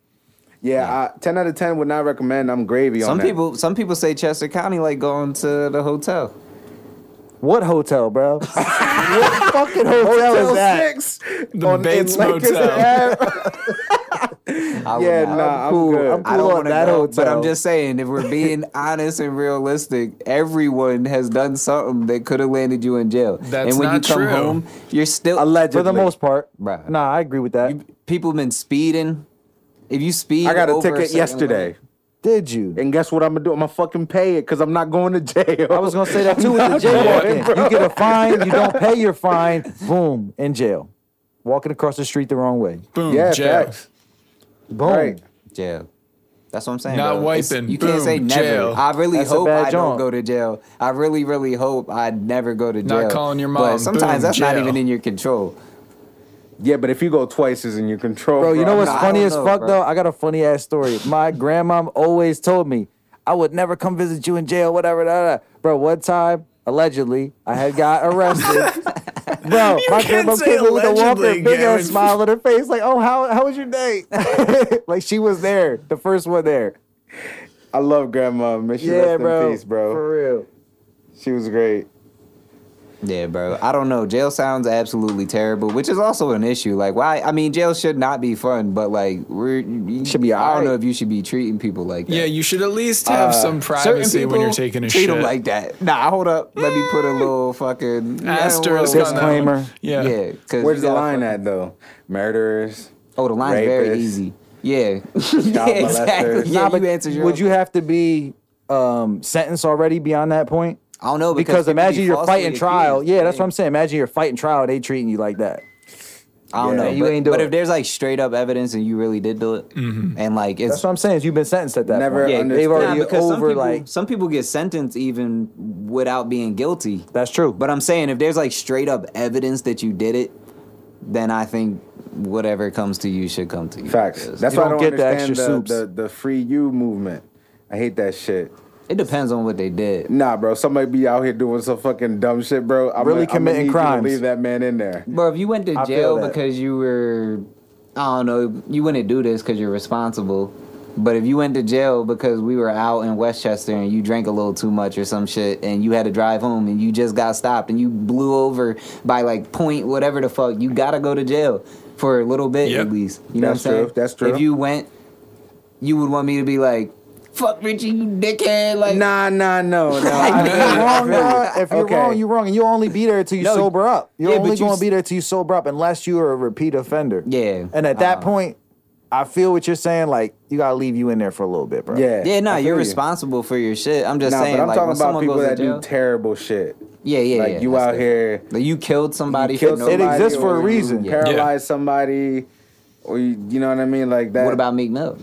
S3: yeah, I, ten out of ten would not recommend. I'm gravy on
S1: Some
S3: that.
S1: people, some people say Chester County like going to the hotel.
S2: What hotel, bro? what fucking hotel,
S3: Hotel
S2: is that?
S3: six.
S4: The
S3: on- in
S4: Bates
S3: Lancaster
S4: Motel.
S3: Ave.
S1: I would
S3: yeah,
S1: not.
S3: nah, I'm
S2: cool.
S3: good.
S2: I'm
S1: I
S2: Cool
S1: don't
S2: on
S1: want to
S2: that
S1: go, but
S2: hotel.
S1: I'm just saying, if we're being honest and realistic, everyone has done something that could have landed you in jail.
S4: That's
S1: and when
S4: not
S1: you come
S4: true.
S1: home, you're still
S2: For the most part.
S1: Bro.
S2: Nah, I agree with that.
S1: People been speeding. If you speed,
S3: I got a
S1: over
S3: ticket
S1: certain
S3: yesterday.
S1: limit-
S2: Did you?
S3: And guess what I'm gonna do? I'm gonna fucking pay it because I'm not going to jail.
S2: I was gonna say that too with the jaywalking. You get a fine, you don't pay your fine, boom, in jail. Walking across the street the wrong way.
S4: Boom.
S3: Yeah,
S4: jail.
S3: facts.
S2: Boom.
S3: Right.
S1: jail. That's what I'm saying.
S4: Not
S1: bro. It's-
S4: wiping.
S1: You can't say
S4: Boom.
S1: never.
S4: Jail.
S1: I really
S2: That's a
S1: hope
S2: bad
S1: I
S2: joint.
S1: don't go to jail. I really, really hope I never go to jail.
S4: Not calling your mom.
S1: But sometimes
S4: Boom.
S1: that's not
S4: Jail.
S1: even in your control.
S3: Yeah, but if you go twice, is in your control.
S2: Bro, you know what's
S1: nah, I
S2: funny
S1: don't
S2: as
S1: know,
S2: fuck
S1: bro.
S2: though? I got a funny ass story. My grandmom always told me, I would never come visit you in jail, whatever, da, da. Bro, one time, allegedly, I had got arrested. Bro, my
S4: can't
S2: grandma
S4: say
S2: came in with a
S4: allegedly,
S2: walker, big
S4: Gavin.
S2: ass smile on her face, like, oh, how how was your day? like she was there, the first one there.
S3: I love Grandma. May she
S2: yeah,
S3: rest
S2: bro.
S3: in peace, bro.
S2: For real.
S3: She was great.
S1: Yeah, bro. I don't know. Jail sounds absolutely terrible, which is also an issue. Like, why? I mean, jail should not be fun, but like, we're you
S2: Should be
S1: I don't
S2: alright.
S1: know if you should be treating people like that.
S4: Yeah, you should at least have some privacy when you're taking a
S1: treat
S4: shit.
S1: them like that. Nah, hold up. Let me put a little fucking
S4: Asterisk
S1: Yeah,
S4: on that one.
S2: Disclaimer.
S4: Yeah.
S1: Yeah, 'cause
S3: Where's
S1: you
S3: the
S1: gotta
S3: line
S1: fucking-
S3: at though? Murderers.
S1: Oh, the line's very
S3: Rapists.
S1: easy. Yeah, yeah
S3: molesters.
S1: exactly.
S3: Nah,
S1: Yeah,
S2: Nah, but
S1: you answered your
S2: would
S1: own-
S2: you have to be um, sentenced already beyond that point?
S1: I don't know people
S2: Because,
S1: be
S2: imagine you're
S1: falsely
S2: fighting trial.
S1: accused.
S2: Yeah, that's what I'm saying. Imagine you're fighting trial. They treating you like that.
S1: I don't
S3: Yeah.
S1: know.
S3: You
S1: but,
S2: ain't do
S1: but
S2: it.
S1: if there's like straight up evidence and you really did do it, and like it's
S2: That's what I'm saying. Is you've been sentenced at that.
S3: Never
S2: Point.
S1: Yeah,
S2: they've already
S1: Nah, because some
S2: over
S1: people-
S2: like.
S1: some people get sentenced even without being guilty.
S2: That's true.
S1: But I'm saying if there's like straight up evidence that you did it, then I think whatever comes to you should come to you.
S3: Facts.
S1: Because
S3: That's
S2: You
S3: why
S2: don't
S3: I don't
S2: get the
S3: understand
S2: extra
S3: the,
S2: soups.
S3: the, the, free you movement. I hate that shit.
S1: it depends on what they did.
S3: Nah, bro. Somebody be out here doing some fucking dumb shit, bro. I'm
S2: Really
S3: gonna- I'm gonna
S2: committing
S3: need you to
S2: crimes.
S3: Leave that man in there.
S1: Bro, if you went to
S2: I feel
S1: jail
S2: that.
S1: because you were, I don't know, you wouldn't do this because you're responsible. But if you went to jail because we were out in Westchester and you drank a little too much or some shit and you had to drive home and you just got stopped and you blew over by like point whatever the fuck, you gotta go to jail for a little bit
S4: Yep.
S1: at least. You know
S3: That's
S1: what I'm saying?
S3: true. That's true.
S1: If you went, you would want me to be like, fuck Richie, you dickhead. Like,
S3: Nah, nah, no, no. I
S2: If
S3: feel
S2: you're
S3: you, I
S2: wrong,
S3: feel you.
S2: dog, if you're
S3: Okay.
S2: wrong, you're wrong, and you'll only be there until you
S1: No,
S2: sober up. You're
S1: yeah,
S2: only
S1: but you
S2: going
S1: s-
S2: to be there until you sober up, unless you are a repeat offender.
S1: Yeah.
S2: And at that
S1: Uh,
S2: point, I feel what you're saying. Like you gotta leave you in there for a little bit, bro.
S3: Yeah.
S1: Yeah,
S3: I
S1: nah,
S3: feel
S1: you're
S3: you.
S1: responsible for your shit. I'm just
S3: Nah,
S1: saying,
S3: but I'm
S1: like, when
S3: talking about
S1: someone
S3: people
S1: goes
S3: that
S1: to jail,
S3: do terrible shit.
S1: Yeah, yeah,
S3: Like
S1: yeah.
S3: you
S1: that's
S3: out
S1: different.
S3: here.
S1: Like you killed somebody.
S3: You killed
S1: for no
S3: somebody
S2: It exists for a
S3: or you
S2: reason.
S1: Yeah.
S3: Paralyzed
S4: Yeah.
S3: somebody, or you, you know what I mean, like that.
S1: What about Meek Mill?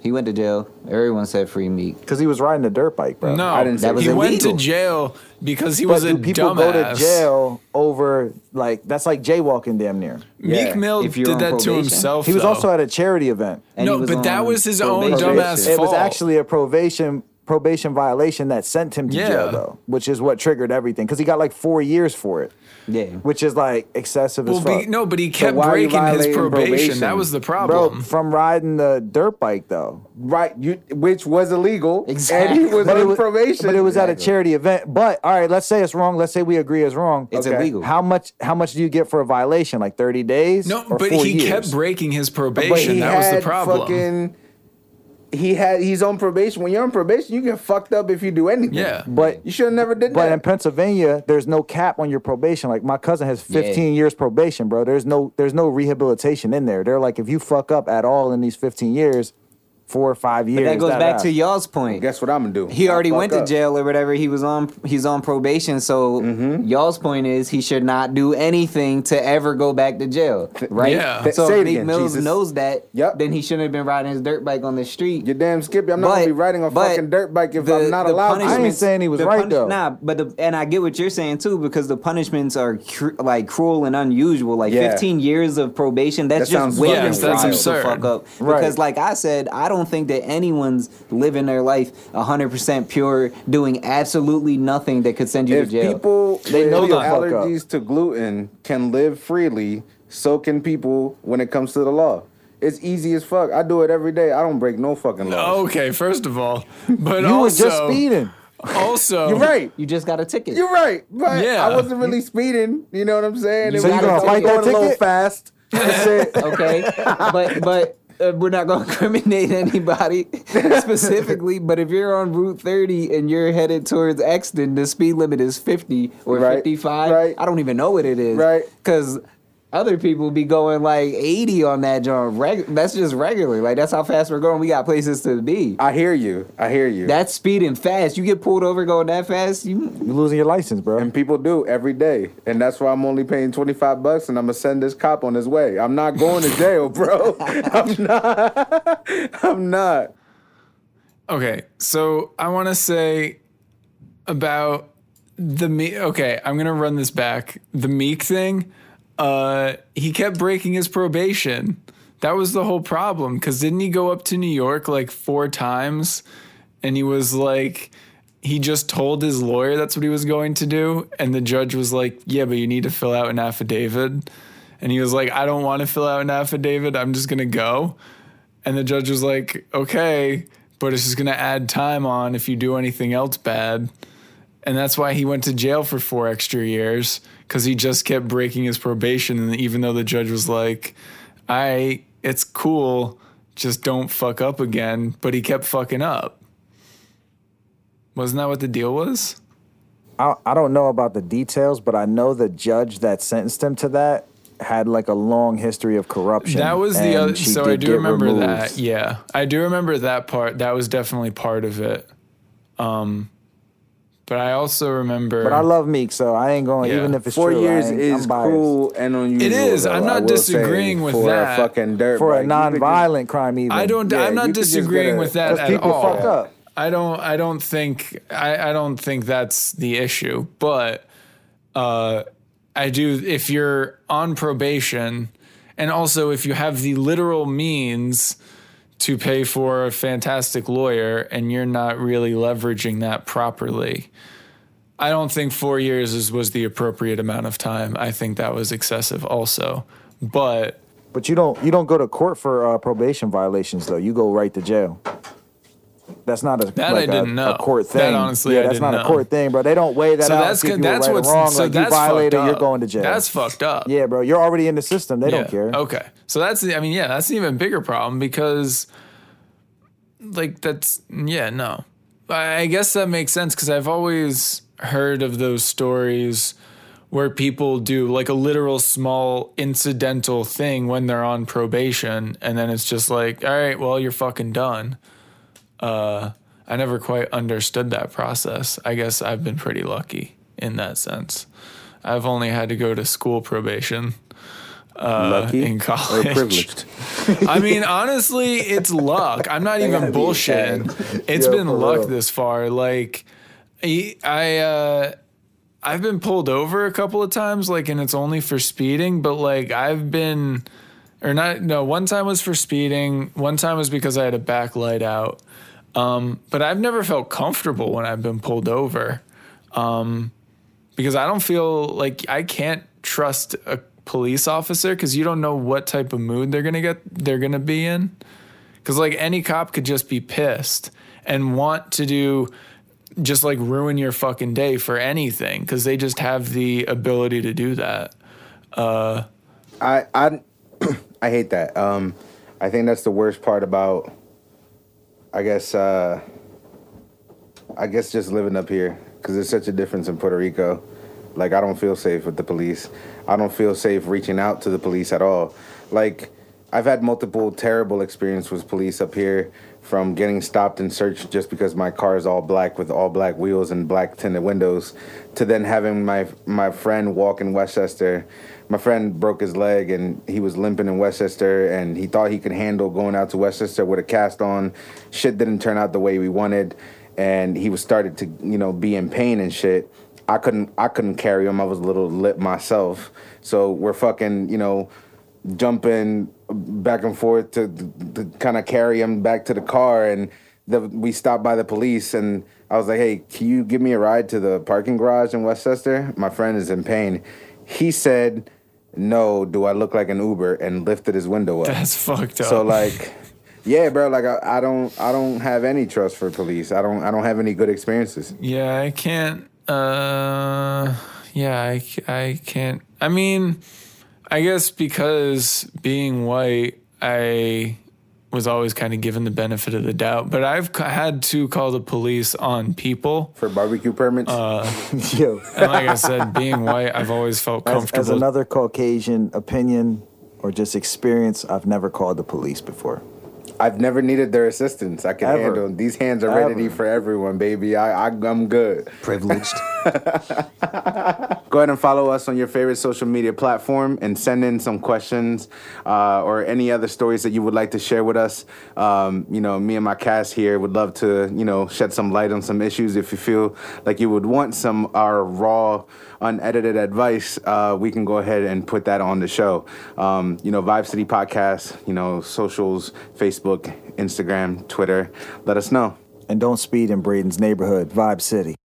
S1: He went to jail. Everyone said free Meek.
S2: Because he was riding a dirt bike, bro.
S4: No,
S3: I didn't say
S1: That was
S4: he went to
S1: illegal.
S4: jail because he
S2: But
S4: was a
S2: do people
S4: dumbass.
S2: go to jail over like that's like jaywalking damn near.
S3: Yeah.
S4: Meek Mill
S1: If
S4: did
S1: you're on
S4: that to
S1: probation.
S4: himself.
S2: He was
S4: though.
S2: also at a charity event.
S1: And
S4: no,
S1: he was
S4: but that
S1: on
S4: was his own
S1: probation.
S4: dumbass
S2: It
S4: fault.
S2: was actually a probation probation violation that sent him to
S4: Yeah.
S2: jail though, which is what triggered everything. Because he got like four years for it,
S1: Yeah.
S2: which is like excessive
S4: well,
S2: as fuck.
S4: be, no, but he kept
S3: why are you
S4: breaking his
S3: violating
S4: probation.
S3: probation?
S4: That was the
S2: bro,
S4: problem.
S2: from riding the dirt bike though.
S3: right? You, which was illegal,
S1: Exactly.
S3: and he was
S1: But
S3: on
S2: wa-
S3: probation.
S2: but it was at a
S3: Exactly.
S2: charity event. But all right, let's say it's wrong. Let's say we agree it's wrong.
S1: It's
S3: Okay.
S1: illegal.
S2: How much? How much do you get for a violation? Like thirty days?
S4: no,
S2: or
S4: but
S2: four
S4: he kept
S2: years?
S4: breaking his
S3: But
S4: probation.
S3: he
S4: That was
S3: had
S4: the problem.
S3: Fucking, he had. He's on probation. When you're on probation, you get fucked up if you do anything.
S4: yeah.
S2: But
S3: you should have never did
S2: But
S3: that.
S2: in Pennsylvania, there's no cap on your probation. Like my cousin has 15 years probation, bro. There's no there's no rehabilitation in there. They're like, if you fuck up at all in these 15 years, four or five years.
S1: That goes back to
S2: you.
S1: y'all's point.
S3: Guess what I'm gonna do?
S1: He already
S3: Fuck
S1: went to
S3: up.
S1: jail or whatever. He was on. He's on probation. So
S3: Mm-hmm.
S1: y'all's point is he should not do anything to ever go back to jail, right?
S4: Yeah. Th-
S1: So
S3: say it
S1: if Meek
S3: again,
S1: Mills
S3: Jesus.
S1: knows that,
S3: Yep.
S1: then he shouldn't have been riding his dirt bike on the street.
S3: You damn Skippy. I'm not gonna be riding a
S1: but
S3: fucking dirt bike if
S1: the-
S3: I'm not
S1: the
S3: allowed.
S2: I ain't
S1: punishments-
S2: saying he was
S1: the
S2: right, though.
S1: Nah, but the, and I get what you're saying too because the punishments are cr- like cruel and unusual. Like
S3: Yeah.
S1: 15 years of probation. That's
S3: That sounds
S1: just waiting
S4: Yes, that's
S1: for you
S4: absurd.
S1: to fuck up.
S2: Right.
S1: Because like I said, I don't think that anyone's living their life 100 percent pure, doing absolutely nothing that could send you
S3: If
S1: to jail.
S3: people with
S2: know the fuck up.
S3: allergies to gluten can live freely, so can people when it comes to the law. It's easy as fuck. I do it every day. I don't break no fucking law.
S4: Okay, first of all, but
S2: You
S4: also,
S2: was just speeding.
S4: also,
S3: You're right.
S1: you just got a ticket.
S3: You're right. But
S4: Yeah.
S3: I wasn't really speeding. You know what I'm saying?
S2: So you
S1: gotta
S2: gonna
S1: take
S2: fight
S1: it.
S2: that
S3: going a little
S2: ticket?
S3: fast. Shit.
S1: okay? but but uh, we're not going to incriminate anybody specifically. But if you're on Route 30 and you're headed towards Exton, the speed limit is 50 or
S3: Right,
S1: 55.
S3: right.
S1: I don't even know what it is.
S3: Right.
S1: Because other people be going like 80 on that joint. Reg- that's just regular. Like that's how fast we're going. We got places to be.
S3: I hear you. I hear you.
S1: That's speeding fast. You get pulled over going that fast. You
S2: You're losing your license, bro.
S3: and people do every day. And that's why I'm only paying 25 bucks and I'm gonna send this cop on his way. I'm not going to jail, bro. I'm not. I'm not.
S4: okay. So I want to say about the me. Okay, I'm gonna run this back. The Meek thing. Uh, he kept breaking his probation. That was the whole problem. Because didn't he go up to New York like four times? And he was like, he just told his lawyer that's what he was going to do. And the judge was like, yeah, but you need to fill out an affidavit. And he was like, I don't want to fill out an affidavit. I'm just going to go. And the judge was like, okay. but it's just going to add time on if you do anything else bad. And that's why he went to jail for four extra years because he just kept breaking his probation. And even though the judge was like, I, it's cool, just don't fuck up again, but he kept fucking up. Wasn't that what the deal was?
S2: I, I don't know about the details, but I know the judge that sentenced him to that had like a long history of corruption.
S4: That was the
S2: and
S4: other.
S2: she
S4: So I
S2: did
S4: do
S2: get
S4: remember
S2: removed.
S4: that. Yeah, I do remember that part. That was definitely part of it. Um, but I also remember.
S2: But I love Meek, so I ain't going.
S4: Yeah.
S2: Even if it's
S3: Four
S2: true, I
S3: years
S2: ain't-
S3: is
S2: I'm biased.
S3: cool and unusual.
S4: is.
S3: though,
S4: I'm
S3: I
S4: not
S3: will say,
S4: disagreeing with
S3: for
S4: that.
S3: a fucking dirt
S2: for a
S3: bike, you could just-
S2: non-violent crime. Even
S4: I don't.
S3: Yeah,
S4: I'm not
S3: you could just get
S4: disagreeing
S3: a-
S4: with that
S2: 'Cause
S4: at
S2: people
S4: all.
S2: fuck up.
S4: I don't. I don't think. I, I don't think that's the issue. But uh, I do. If you're on probation, and also if you have the literal means to pay for a fantastic lawyer, and you're not really leveraging that properly. I don't think four years is, was the appropriate amount of time. I think that was excessive, also. But
S2: But you don't. You don't go to court for uh, probation violations, though. You go right to jail. That's not a
S4: That I
S2: like a-
S4: didn't know.
S2: a court
S4: That
S2: thing.
S4: honestly
S2: yeah,
S4: I
S2: that's
S4: didn't
S2: not a
S4: know.
S2: court thing, bro. They don't weigh that
S4: so
S2: out.
S4: that's
S2: and
S4: good.
S2: give you a
S4: That's
S2: right or
S4: what's
S2: wrong.
S4: so
S2: like
S4: that's
S2: you violated,
S4: fucked
S2: you're
S4: up.
S2: going to jail.
S4: That's fucked up.
S2: yeah, bro. You're already in the system. They don't
S4: Yeah.
S2: care.
S4: Okay. So that's the- I mean, yeah, that's an even bigger problem because like that's yeah, no. I I guess that makes sense because I've always heard of those stories where people do like a literal small incidental thing when they're on probation and then it's just like, all right, well, you're fucking done. Uh I never quite understood that process. I guess I've been pretty lucky in that sense. I've only had to go to school probation uh,
S3: lucky
S4: in
S3: or
S4: college.
S3: privileged.
S4: I mean, honestly, it's luck. I'm not even bullshitting. It's
S2: Yo,
S4: been
S2: for
S4: luck
S2: real.
S4: this far. Like, I, I, uh, I've been pulled over a couple of times, like, and it's only for speeding. But like, I've been, or not. No, one time was for speeding. One time was because I had a backlight out. Um, but I've never felt comfortable when I've been pulled over um, because I don't feel like I can't trust a police officer because you don't know what type of mood they're gonna get they're gonna be in. Because like any cop could just be pissed and want to do just like ruin your fucking day for anything because they just have the ability to do that.
S3: I I I hate that. Um, I think that's the worst part about. I guess. Uh, I guess just living up here because there's such a difference in Puerto Rico. Like I don't feel safe with the police. I don't feel safe reaching out to the police at all. Like I've had multiple terrible experiences with police up here, from getting stopped and searched just because my car is all black with all black wheels and black tinted windows, to then having my my friend walk in Westchester. My friend broke his leg and he was limping in Westchester, and he thought he could handle going out to Westchester with a cast on. Shit didn't turn out the way we wanted and he was started to you know be in pain and shit i couldn't i couldn't carry him i was a little lit myself so we're fucking you know jumping back and forth to, to kind of carry him back to the car and the, we stopped by the police and i was like hey can you give me a ride to the parking garage in westchester my friend is in pain he said no do i look like an uber and lifted his window up
S4: That's fucked up.
S3: so like, yeah, bro. Like I, I don't I don't have any trust for police. I don't I don't have any good experiences.
S4: Yeah, I can't. Uh, yeah, I, c- I can't. I mean, I guess because being white, I was always kind of given the benefit of the doubt. But I've c- had to call the police on people.
S3: For barbecue permits,
S2: Yo,
S4: And like I said, being white, I've always felt
S2: as,
S4: comfortable.
S2: as another Caucasian opinion or just experience, I've never called the police before.
S3: I've never needed their assistance. I can
S2: Ever.
S3: handle these hands are ready
S2: Ever.
S3: for everyone, baby. I, I I'm good.
S1: Privileged.
S3: Go ahead and follow us on your favorite social media platform and send in some questions uh, or any other stories that you would like to share with us. Um, you know, me and my cast here would love to, you know, shed some light on some issues. If you feel like you would want some our raw, unedited advice, uh, we can go ahead and put that on the show. Um, you know, Vibe City Podcast, you know, socials, Facebook, Instagram, Twitter. Let us know.
S2: And don't speed in Braden's neighborhood, Vibe City.